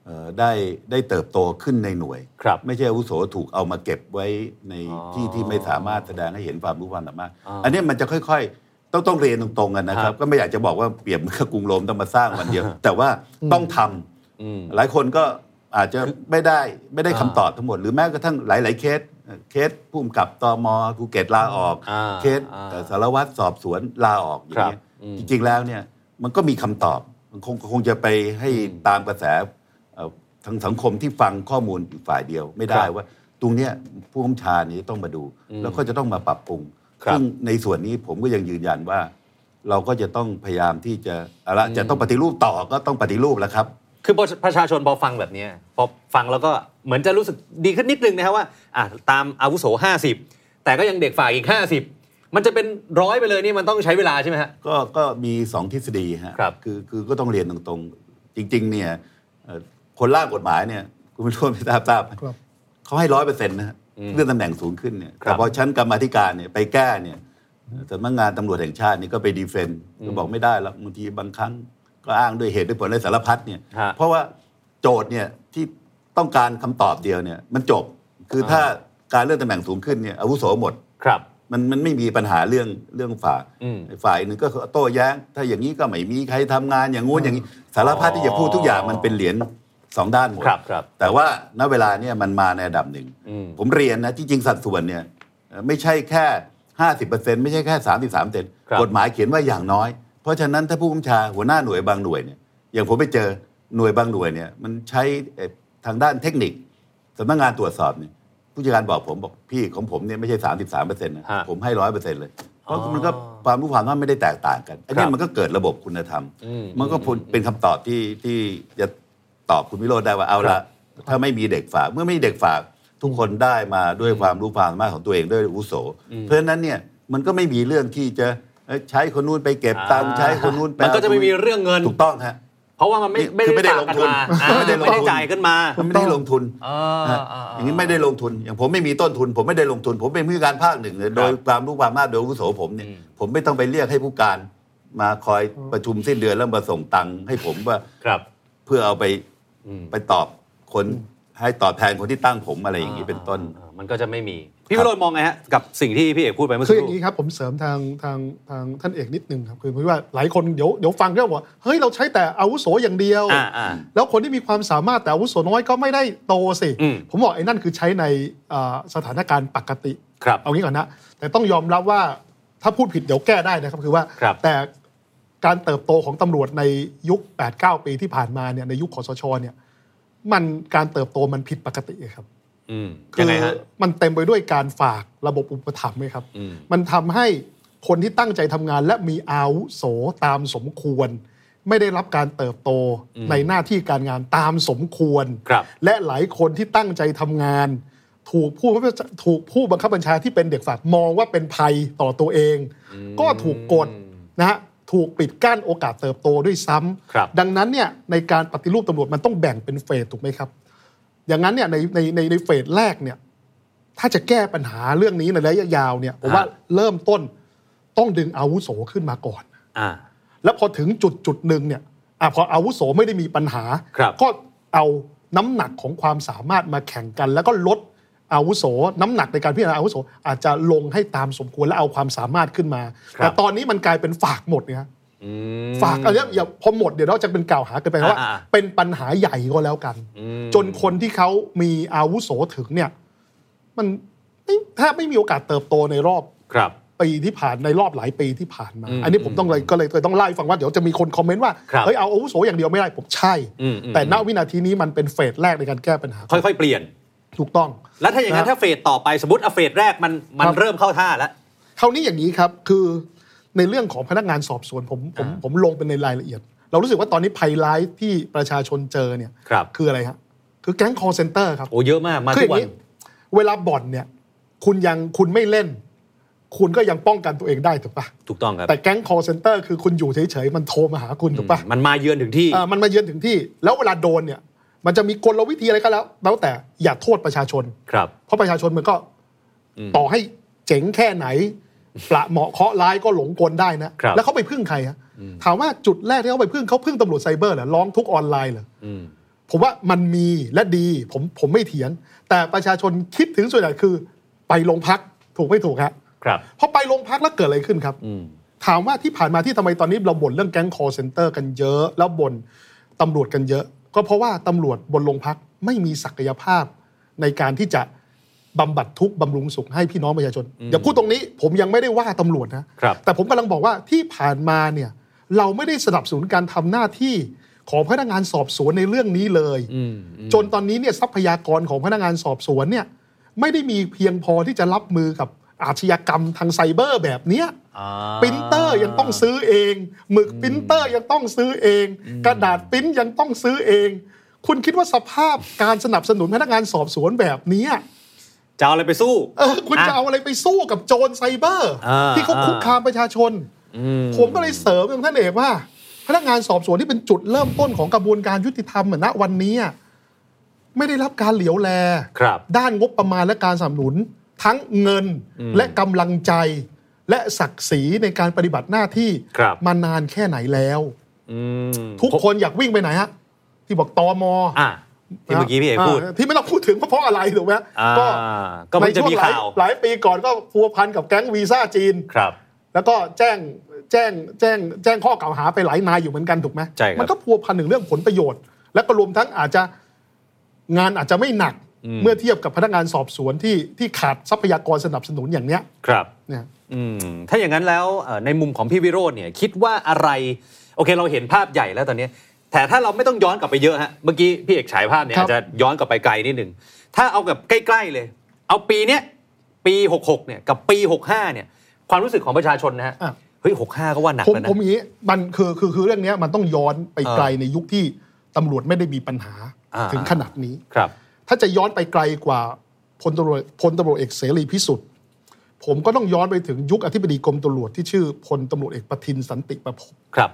D: เอ่อได้ได้เติบโตขึ้นในหน่วย
B: ครับ
D: ไม่ใช่อาวุโสถูกเอามาเก็บไว้ใน
B: อ๋อ
D: ที่ที่ไม่สามารถแสดงให้เห็นความรู้ความสามารถ
B: อ่า
D: อันเนี้ยมันจะค่อยๆ ต้องต้องเรียนตรงๆกันนะค
B: ครั
D: รับ
B: บ
D: ก็ไม่อยากจะบอกว่าเปรียบเหมือนกับกรุงโรมต้องมาสร้างวันเดียว แต่ว่าต้องทำ
B: อืม
D: หลายคนก็อาจจะไม่ได้ไม่ได้คำตอบทั้งหมด หรือแม้กระทั่งหลาย ๆ เคสเอ่อเคสผู้กำกับตมภูเก็ตลาออก
B: อ่า
D: เคส
B: อ่า
D: เอ่อสารวัตรสอบสวนลาออกอย่าง
B: ครั
D: เงี้
B: บ
D: ย
B: อืม
D: จริง ๆ แล้วเนี่ยมันก็มีคำตอบมันคงคงจะไปให้ตามกระแสเอ่อทางสังคมที่ฟังข้อมูลอีกฝ่ายเดียวไม่ได้
B: ครับ
D: ว่า ตรงเนี้ยผู้กำชานี้ต้องมาดู แล้วก็จะต้องมาปรับปรุง
B: ครับ
D: ซึ่งในส่วนนี้ผมก็ยังยืนยันว่า เราก็จะต้องพยายามที่จะเอาละจะต้องปฏิรูปต่อก็ต้องปฏิรูปแล้วครับ
B: คือประประชาชนพอฟังแบบเนี้ยพอฟังแล้วก็เหมือนจะรู้สึกดีขึ้นนิดนึงนะครับว่าอ่ะตามอาวุโส 50 แต่ก็ยังเด็กฝ่ายอีก 50 มันจะเป็นร้อยไปเลยนี่มันต้องใช้เวลาใช่ไหมฮะ
D: ก็ก็มีสองทฤษฎีฮะ
B: ครับ
D: คือคือก็ต้องเรียนตรงๆ จริง ๆ เนี่ยเอ่อคนร่างกฎหมายเนี่ยคุณผู้ชมไม่ทราบทราบ
C: ครับ
D: เขาให้ร้อยเปอร์เซ็นต์นะฮะเลื่อนตำแหน่งสูงขึ้นเนี่ย
B: ครับ
D: แต่พอชั้นกรรมาธิการเนี่ยไปแก้เนี่ยสำนักงานตำรวจแห่งชาตินี่ก็ไปดีเฟนต์ก็บอกไม่ได้แล้วบางทีบางครั้งก็อ้างด้วยเหตุด้วยผลอะไรสารพัดเนี่ย
B: ฮะ
D: เพราะว่าโจทย์เนี่ยที่ต้องการคำตอบเดียวเนี่ยมันจบคือถ้าการเลื่อนตำแหน่งสูงขึ้นเนี่ยอาวุโสหมด
B: ครับ
D: มันมันไม่มีปัญหาเรื่องเรื่องฝ่าย
B: อืม
D: ฝ่ายหนึ่งก็โต้แย้ง ถ้าอย่างนี้ก็ไม่มีใครทำงานอย่างงู้นอย่างนี้ สารพัดที่จะพูดทุกอย่างมันเป็นเหรียญสองด้านหมด
B: ครับครับ
D: แต่ว่าณเวลาเนี่ยมันมาในระดับหนึ่ง
B: อืม
D: ผมเรียนนะที่จริงสัดส่วนเนี่ยเอ่อไม่ใช่แค่ 50%ไม่ใช่แค่ 33เ็
B: ครับ
D: กฎหมายเขียนว่าอย่างน้อย เพราะฉะนั้นถ้าผู้บัญชาหัวหน้าหน่วยบางหน่วยเนี่ยอย่างผมไปเจอหน่วยบางหน่วยเนี่ยมันใช้เอ่อทางด้านเทคนิคสำนักงานตรวจสอบเนี่ยผู้จัดการบอกผมบอกพี่ของผมเนี่ยไม่ใช่ 33เปอร์เซ็นต์นะ
B: ฮะ
D: ผมให้ร้อยเปอร์เซ็นต์เลย เพราะมันก็ความรู้ความน่าไม่ได้แตกต่างกันอัน
B: ค
D: นี้
B: รับ
D: มันก็เกิดระบบคุณธรรม
B: อืม
D: มันก็พูดเป็นคำตอบที่ที่จะตอบคุณวิโรจน์ได้ว่าเอา
B: ครั
D: ละ
B: บ
D: ถ้าไม่มีเด็กฝากเมื่อไม่มีเด็กฝากทุกคนได้มาด้วยความรู้ความสามารถของตัวเองด้วยอาวุโส เพราะฉะนั้นเนี่ยมันก็ไม่มีเรื่องที่จะเอ้ยใช้คนนู้นไปเก็บตังค์ใช้คนนู้นไป
B: มันก็จะไม่มีเรื่องเงิน
D: ถูกต้องฮะ
B: เพราะว่ามันไม่
D: นี่คือไม่ได้
B: ฝากกั
D: ลงทุน
B: มาอ่า
D: ไม่
B: ไม่
D: ได้ลงทุน
B: ได้จ่ายกันมา
D: ผมไม่ได้ลงทุน
B: อ่า
D: ฮะ
B: อ่าอ่า
D: อย่างนี้ไม่ได้ลงทุน อย่างผมไม่มีต้นทุน ผมไม่ได้ลงทุน ผมเป็นผู้การภาคหนึ่งเลยโดยความรู้ความสามารถโดยอาวุโสผมเนี่ย
B: อืม
D: ผมไม่ต้องไปเรียกให้ผู้การมาคอยประชุมสิ้นเดือนแล้วมาส่งตังค์ให้ผมว่า
B: ครับ
D: เพื่อเอาไป
B: อืม
D: ไปตอบคนให้ตอบแทนคนที่ตั้งผมอะไรอย่างนี้เป็นต้น
B: อ่ามันก็จะไม่มี พี่วิโรจน์มองไงฮะ กับสิ่งที่พี่เอกพูดไปเมื่อสั
C: คื
B: ก
C: ออ
B: ค
C: ย่าง
B: รู่
C: นี้ครับผมเสริมทางทางทางท่านเอกนิดนึงครับคือผมว่าหลายคนเดี๋ยวเดี๋ยวฟังก็บอกว่าเฮ้ยเราใช้แต่อาวุโสอย่างเดียว
B: อ่าอ่า
C: แล้วคนที่มีความสามารถแต่อาวุโสน้อยก็ไม่ได้โตสิ
B: อืม
C: ผมบอกไอ้นั่นคือใช้ในเอ่อสถานการณ์ปกติ
B: ครับ
C: เอางี้ก่อนนะ แต่ต้องยอมรับว่าถ้าพูดผิดเดี๋ยวแก้ได้นะครับ คือว่า
B: ครับ
C: แต่การเติบโตของตำรวจในยุค 8-9 ปีที่ผ่านมาเนี่ยในยุคคอสชเนี่ยมันการเติบโตมันผิดปกติครับ
B: ืม
C: คื
B: ยัง
C: อ
B: ไงฮะ
C: มันเต็มไปด้วยการฝากระบบอุปถัมภ์ไหมครับ
B: อืม
C: มันทำให้คนที่ตั้งใจทำงาน และมีอาวุโสตามสมควร ไม่ได้รับการเติบโตในหน้าที่การงานตามสมควร
B: ครับ
C: และหลายคนที่ตั้งใจทำงาน ถูกผู้ถูกผู้บังคับบัญชาที่เป็นเด็กฝากมองว่าเป็นภัยต่อตัวเอง ก็ถูกกดนะฮะถูกปิดกั้นโอกาสเติบโตด้วยซ้ำ
B: ครับ
C: ดังนั้นเนี่ยในการปฏิรูปตำรวจมันต้องแบ่งเป็นเฟสถูกไหมครับ อย่างนั้นเนี่ยในในในในเฟสแรกเนี่ยถ้าจะแก้ปัญหาเรื่องนี้ในระยะยาวเนี่ยผมว่า
B: ฮะ
C: เริ่มต้นต้องดึงอาวุโสขึ้นมาก่อน
B: อ่า
C: แล้วพอถึงจุดจุดหนึ่งเนี่ยอะพออาวุโสไม่ได้มีปัญหา
B: ครับ
C: ก็เอาน้ำหนักของความสามารถมาแข่งกัน แล้วก็ลดอาวุโส น้ำหนักในการพิจารณาอาวุโส อาจจะลงให้ตามสมควรและเอาความสามารถขึ้นมา แต่ตอนนี้มันกลายเป็นฝากหมดเนี่ยฮะ
B: อืม
C: ฝากอันเนี้ยอย่าพอหมดเดี๋ยวเราจะเป็นกล่าวหากันไปว่า
B: อ่า
C: เป็นปัญหาใหญ่ก็แล้วกัน
B: อืม
C: จนคนที่เขามีอาวุโสถึงเนี่ย มันไม่แทบไม่มีโอกาสเติบโตในรอบ
B: ครับ
C: ปีที่ผ่านในรอบหลายปีที่ผ่านมา
B: อืม
C: อันนี้ผมต้องเลยก็เลยเลยต้องไล่าให้ฟังว่าเดี๋ยวจะมีคนคอมเมนต์ว่า
B: ครับ
C: เฮ้ยเอาอาวุโสอย่างเดียวไม่ได้ผมใช่
B: อืมอืม
C: แต่ณวินาทีนี้มันเป็นเฟสแรกในการแก้ปัญหา
B: ค่อยๆ เปลี่ยน
C: ถูกต้อง
B: แล้วถ้าอย่างนั้น
C: นะ
B: ถ้าเฟสต่อไปสมมติเอาเฟสแรกมันมัน
C: ครับ
B: เริ่มเข้าท่าแล้ว
C: คราวนี้อย่างนี้ครับคือในเรื่องของพนักงานสอบสวนผมผม
B: อ่า
C: ผมลงเป็นในรายละเอียด เรารู้สึกว่าตอนนี้ภัยร้ายที่ประชาชนเจอเนี่ย
B: ครับ
C: คืออะไรฮะคือแก๊งคอร์เซนเตอร์ครับ
B: โอ้เยอะมากมา
C: คือ
B: ทุ
C: อก ย่าง
B: วัน
C: นี้เวลาบ่อนเนี่ย คุณยังคุณไม่เล่น คุณก็ยังป้องกันตัวเองได้ถูกปะ
B: ถูกต้องครับ
C: แต่แก๊ง call center คือคุณอยู่เฉยๆ มันโทรมาหาคุณถูกปะ
B: อืมมันมาเยือนถึงที่
C: เอ่อมันมาเยือนถึงที่ แล้วเวลาโดนเนี่ย มันจะมีกลวิธีอะไรก็แล้ว แล้วแต่อย่าโทษประชาชน
B: ครับ
C: เพราะประชาชนมันก็
B: อืม
C: ต่อให้เจ๋งแค่ไหน ประเหมาะเคาะร้ายก็หลงกลได้นะ
B: ครับ
C: แล้วเขาไปพึ่งใครฮะถามว่าจุดแรกที่เขาไปพึ่งเขาพึ่งตำรวจไซเบอร์เหรอร้องทุกข์ออนไลน์เหรอ
B: อืม
C: ผมว่ามันมีและดีผมผมไม่เถียง แต่ประชาชนคิดถึงส่วนใหญ่คือไปโรงพักถูกไม่ถูกฮะ
B: ครับ
C: พอไปโรงพักแล้วเกิดอะไรขึ้นครับ
B: อืม
C: ถามว่าที่ผ่านมาที่ทำไมตอนนี้เราบ่นเรื่องแก๊ง call center กันเยอะ แล้วบ่นตำรวจกันเยอะ ก็เพราะว่าตำรวจบนโรงพักไม่มีศักยภาพในการที่จะบำบัดทุกข์บำรุงสุขให้พี่น้องประชาชน อย่าพูดตรงนี้ ผมยังไม่ได้ว่าตำรวจนะครับ แต่ผมกำลังบอกว่าที่ผ่านมาเนี่ยเราไม่ได้สนับสนุนการทำหน้าที่ของพนักงานสอบสวนในเรื่องนี้เลย
B: อืม
C: จนตอนนี้เนี่ยทรัพยากรของพนักงานสอบสวนเนี่ยไม่ได้มีเพียงพอที่จะรับมือกับอาชญากรรมทางไซเบอร์แบบเนี้ย
B: อ่า
C: ปรินเตอร์ยังต้องซื้อเองหมึกปรินเตอร์ยังต้องซื้อเอง กระดาษปริ้นยังต้องซื้อเอง คุณคิดว่าสภาพการสนับสนุนพนักงานสอบสวนแบบเนี้ย
B: จะเอาอะไรไปสู้
C: เออคุณจะเอาอะไรไปสู้กับโจรไซเบอร์
B: อ่า
C: ที่เขาคุกคามประชาชน
B: อืม
C: ผมก็เลยเสริมกับท่านเอกว่า พนักงานสอบสวนที่เป็นจุดเริ่มต้นของกระบวนการยุติธรรมอะณวันนี้อะไม่ได้รับการเหลียวแล
B: ครับ
C: ด้านงบประมาณและการสนับสนุน ทั้งเงินและกำลังใจ และศักดิ์ศรีในการปฏิบัติหน้าที่
B: ครับ
C: มานานแค่ไหนแล้ว
B: อืม
C: ทุกคนอยากวิ่งไปไหนฮะ ที่บอกตอม
B: อ่ะที่เมื่อกี้พี่เอกพูด
C: าที่ไม่ต้องพูดถึงว่าเพราะอะไรถูกไหม
B: อ่า
C: ก็
B: ก็เพิ่งจะมี
C: หลาย
B: ข่าว
C: หลายปีก่อนก็พัวพันกับแก๊งวีซ่าจีน
B: ครับ
C: แล้วก็แจ้งแจ้งแจ้งแจ้งข้อกล่าวหาไปหลายนายอยู่เหมือนกันถูกไหม
B: ใช่ครับ
C: มันก็พัวพันถึงเรื่องผลประโยชน์ และก็รวมทั้งอาจจะงานอาจจะไม่หนัก
B: อืม
C: เมื่อเทียบกับพนักงานสอบสวนที่ที่ขาดทรัพยากรสนับสนุนอย่างเนี้ย
B: ครับ
C: เนี่ย
B: อืมถ้าอย่างนั้นแล้วเอ่อในมุมของพี่วิโรจน์เนี่ยคิดว่าอะไร โอเคเราเห็นภาพใหญ่แล้วตอนเนี้ยแต่ถ้าเราไม่ต้องย้อนกลับไปเยอะฮะเมื่อกี้พี่เอกฉายภาพเนี่ยอาจจะย้อนกลับไปไกลนิดหนึ่งถ้าเอากับใกล้ ๆเลย เอาปีเนี้ยปี 66เนี่ยกับปี 65เนี่ย ความรู้สึกของประชาชนนะฮะ
C: อ่ะ
B: เฮ้ยหกห้าก็ว่าหนัก
C: ผม
B: แล้วนะ
C: ผมอย่างนี้มันคือคือคือเรื่องเนี้ยมันต้องย้อนไป
B: เออ
C: ไกลในยุคที่ตำรวจไม่ได้มีปัญหา
B: อ่า
C: ถึงขนาดนี้
B: ครับ
C: ถ้าจะย้อนไปไกลกว่าพลตำรวจพลตำรวจเอกเสรีพิสุทธิ์ผมก็ต้องย้อนไปถึงยุคอธิบดีกรมตำรวจที่ชื่อพลตำรวจเอกประทินสันติประพบ
B: ครับ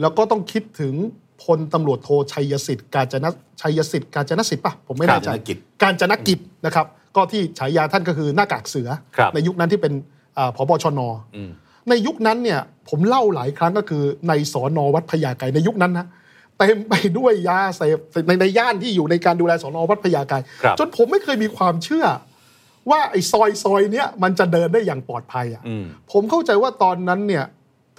C: แล้วก็ต้องคิดถึงพลตำรวจโทชัยสิทธิ์กาญจนชัยสิทธิ์กาญจนสิทธิ์ป่ะผมไม่แน่ใจ
D: กาญจนกิจ
C: กาญจนกิจนะครับ ก็ที่ฉายาท่านก็คือหน้ากากเสือ
B: ครับ
C: ในยุคนั้นที่เป็นอ่าผบชน
B: อืม
C: ในยุคนั้นเนี่ยผมเล่าหลายครั้งก็คือในสอนอวัดพญาไกรในยุคนั้นนะเต็มไปด้วยยาเสพในในย่านที่อยู่ในการดูแลสอนอวัดพญาไกร
B: ครับ
C: จนผมไม่เคยมีความเชื่อ ว่าไอ้ซอยซอยเนี้ยมันจะเดินได้อย่างปลอดภัยอ่ะ
B: อืม
C: ผมเข้าใจว่าตอนนั้นเนี่ย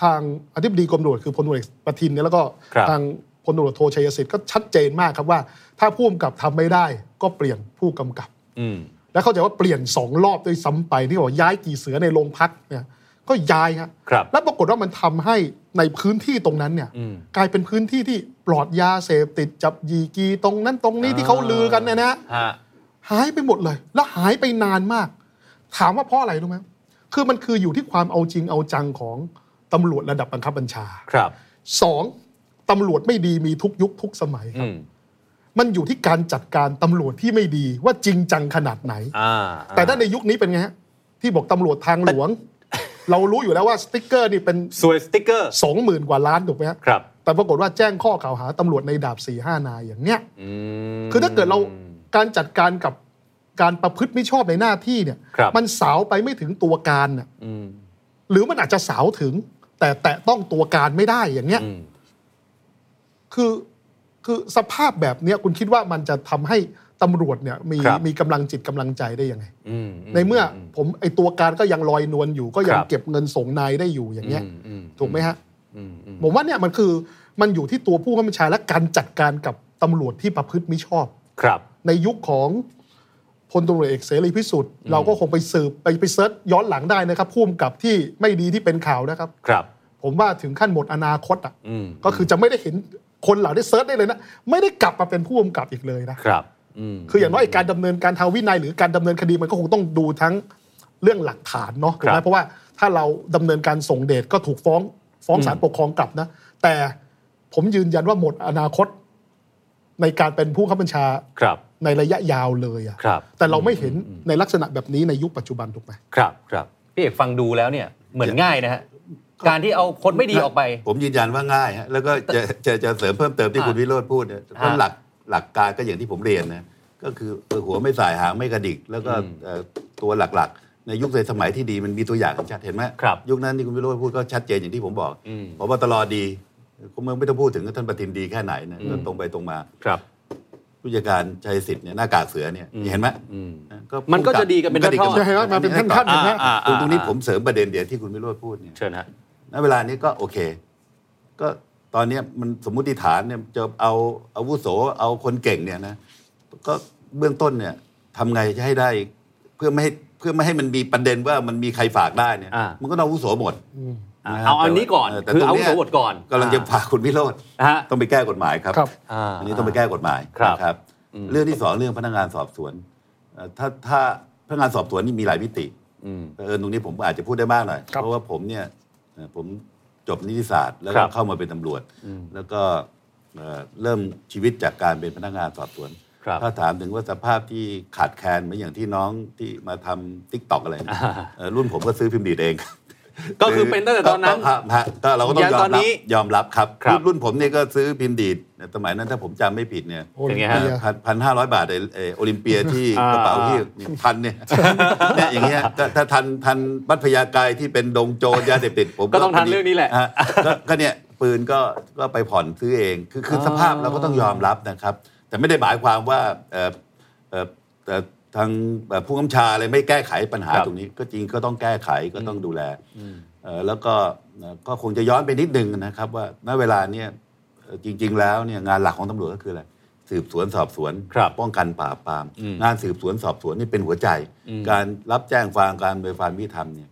C: ทางอธิบดีกรมตำรวจคือพลตำรวจเอกประทินเนี่ยแล้วก็
B: ครับ
C: ทางพลตำรวจโทชัยสิทธิ์ก็ชัดเจนมากครับว่า ถ้าผู้กำกับทำไม่ได้ก็เปลี่ยนผู้กำกับ
B: อืม
C: และเข้าใจว่าเปลี่ยนสองรอบด้วยซ้ำไปที่บอกย้ายกี่เสือในโรงพักเนี่ยก็ย้ายฮะ
B: ครับ
C: แล้วปรากฏว่ามันทำให้ในพื้นที่ตรงนั้นเนี่ย
B: อืม
C: กลายเป็นพื้นที่ที่ปลอดยาเสพติดจับยีกีตรงนั้นตรงนี้ที่เขาลือกันเนี่ยนะ
B: ฮะ
C: หายไปหมดเลย และหายไปนานมาก ถามว่าเพราะอะไรรู้ไหมคือมันคืออยู่ที่ความเอาจริงเอาจังของตำรวจระดับบังคับบัญชา
B: ครับ
C: สองตำรวจไม่ดีมีทุกยุคทุกสมัยค
B: อื
C: รับ
B: ม
C: มันอยู่ที่การจัดการตำรวจที่ไม่ดีว่าจริงจังขนาดไหน
B: อ่า
C: แต่ถ้าในยุคนี้เป็นไงฮะที่บอกตำรวจทางหลวง เรารู้อยู่แล้วว่าสติ๊กเกอร์นี่เป็น
B: สวยสติ๊กเกอร์
C: สองหมื่นกว่าล้านถูกไหมฮะ
B: ครับ
C: แต่ปรากฏว่าแจ้งข้อกล่าวหาตำรวจในดาบสี่ห้านายอย่างเนี้ย
B: อืม
C: คือถ้าเกิดเราการจัดการกับการประพฤติไม่ชอบในหน้าที่เนี่ย
B: ครับ
C: มันสาวไปไม่ถึงตัวการน่ะ
B: อืม
C: หรือมันอาจจะสาวถึง แต่แตะต้องตัวการไม่ได้อย่างเงี้ย
B: อืม
C: คือคือสภาพแบบเนี้ยคุณคิดว่ามันจะทำให้ตำรวจเนี่ยมี
B: ครับ
C: มีกำลังจิตกำลังใจได้ยังไง
B: อืม
C: ในเมื่ออผมไอตัวการก็ยังลอยนวลอยู่ก็ยัง
B: ครับ
C: เก็บเงินส่งนายได้อยู่อย่างเงี้ย
B: อืมอื
C: ถูกไหมฮะ
B: อืมอืม
C: ผมว่าเนี่ยมันคือมันอยู่ที่ตัวผู้บังคับบัญชาและการจัดการกับตำรวจที่ประพฤติมิชอบ
B: ครับ
C: ในยุคของพลตำรวจเอกเสรีพิสุทธิ์เราก็คงไปสืบไปไปเซิร์ชย้อนหลังได้นะครับพุ่มกับที่ไม่ดีที่เป็นข่าวนะครับ
B: ครับ
C: ผมว่าถึงขั้นหมดอนาคตอ่ะ
B: อืม
C: ก็คือจะไม่ได้เห็นคนเหล่านี้เซิร์ชได้เลยนะ ไม่ได้กลับมาเป็นผู้กำกับอีกเลยนะครับ
B: อืม
C: คืออย่างน้อยไอ้การดำเนินการทางวินัยหรือการดำเนินคดีมันก็คงต้องดูทั้งเรื่องหลักฐานเนาะถูกไห
B: ครั
C: ม
B: บ
C: เพราะว่าถ้าเราดำเนินการส่งเดชก็ถูกฟ้องฟ้องศาลปกครองกลับนะ แต่ผมยืนยันว่าหมดอนาคต ในการเป็นผู้บังคับบัญชา
B: ครับ
C: ในระยะยาวเลยอ่ะ
B: ครับ
C: แต่เราไม่เห็นในลักษณะแบบนี้ในยุคปัจจุบันถูกไหม
B: ครับ ครับ พี่เอกฟังดูแล้วเนี่ย เหมือนง่ายนะฮะ การที่เอาคนไม่ดีออกไป
D: ผมยืนยันว่าง่ายฮะแล้วก็จะจะจะเสริมเพิ่มเติมที่
B: อ่า
D: คุณวิโรธพูดเนี่ยเพราะ
B: ฮะ
D: หลักหลักการก็อย่างที่ผมเรียนนะก็คือเออหัวไม่สายหางไม่กระดิก แล้วก็
B: อืม
D: เอ่อตัวหลักๆ ในยุคในสมัยที่ดีมันมีตัวอย่างชัดเห็นไหม
B: ครับ
D: ยุคนั้นที่คุณวิโรธพูดก็ชัดเจนอย่างที่ผมบอก
B: อืม
D: พบตรดีคุณเมืองไม่ต้องพูดถึงท่านประทินดีแค่ไหนนะก็ตรงไปตรงมา
B: ครับ
D: ผู้จัดการชัยสิทธิ์เนี่ยหน้ากากเสือเนี่ยเห็นไหม
B: อืม
D: พู
B: มันก็จะดีกันเป็น
D: มัดี
B: ทอดๆ
C: ใช่ไหมมันเป็นขั้นๆ
B: อ่าอ่า
D: ตรง
B: อ่า
D: ตรงนี้ผมเสริมประเด็นเดียวที่คุณวิโรธพูดเนี่ย
B: เชิญฮะ
D: ณเวลานี้ก็โอเค ก็ตอนเนี้ยมันสมมุติฐานเนี่ยจะเอาอาวุโสเอาคนเก่งเนี่ยนะก็เบื้องต้นเนี่ยทำไงจะให้ได้เพื่อไม่ให้เพื่อไม่ให้มันมีประเด็นว่ามันมีใครฝากได้เนี่ย
B: อ่ามั
D: มันก็ต้องอาวุโสหมด
B: อ่า
D: ะครับ
B: เอาอันนี้ก่อน
D: แต่
B: คือ
D: ตร
B: เอา
D: งนี้ย
B: สวดก่อน
D: กำลังจะฝากคุณวิโรธ
B: ฮะ
D: ต้องไปแก้กฎหมายครับ
C: ครับ
B: อ่า
D: อันนี้ต้องไปแก้กฎหมาย
B: ครับ
D: นะครับ
B: อืม
D: เรื่องที่สองเรื่องพนักงานสอบสวนเอ่อถ้าถ้าพนักงานสอบสวนนี่มีหลายมิติ
B: อืม
D: เออตรงนี้ผมอาจจะพูดได้มากหน่อย
C: ครับ
D: เพราะว่าผมเนี่ยเอ่อผมจบนิติศาสตร์แล้ว
B: ครั
D: ก็
B: บ
D: เข้ามาเป็นตำรวจ
B: อืม
D: แล้วก็เอ่อเริ่มชีวิตจากการเป็นพนักงานสอบสวน
B: ครับ
D: ถ้าถามถึงว่าสภาพที่ขาดแคลนเหมือนอย่างที่น้องที่มาทำทิกตอกอะไรเนี่ยเอ่อรุ่นผมก็ซื้อพิมพ์ดีดเอง
B: ก็คือเป็นตั้งแต่ตอนนั้น
D: ก็ก็ฮะก็เราก็ต้อง
B: ยัน
D: ยอ
B: ตอ
D: ม
B: น
D: รั
B: นี้
D: บยอมรับครับ
B: ครับ
D: รุ่นรุ่นผมเนี่ยก็ซื้อพิมพ์ดีดสมัยนั้นถ้าผมจำไม่ผิดเนี่ย
C: โอ้ย
B: เป็นไงฮะ
C: เบียร์
D: พันห้าร้อยบาทไอ้ไอ้โอลิมเปียที่
B: อ่าก
D: ระเป๋าที่เนี่ยพันเนี่ยเนี่ยอย่างเงี้ยถ้าถ้าทันทันบัตพยากายที่เป็นดงโจรยาเสพติดผม
B: ก็ต้องทันเรื่องนี้แหละ
D: ฮก็ ก็เนี่ยปืนก็ก็ไปผ่อนซื้อเองคือคือสภาพเราก็ต้องยอมรับนะครับ แต่ไม่ได้หมายความว่าเอ่อเอ่อเอ่อทางเอ่อผู้กำชาอะไรไม่แก้ไขปัญหา
B: ครับ
D: ตรงนี้ ก็จริงก็ต้องแก้ไขก็ต้องดูแล เอ่อแล้วก็เอ่อก็คงจะย้อนไปนิดนึงนะครับว่าณเวลาเนี่ยเอ่อจริง ๆ แล้วเนี่ยงานหลักของตำรวจก็คืออะไรสืบสวนสอบสวน
B: ครับ
D: ป้องกันปราบปราม
B: อืม
D: งานสืบสวนสอบสวนนี่เป็นหัวใจ
B: อืม
D: การรับแจ้งความการโดยความยุติธรรมเนี่ย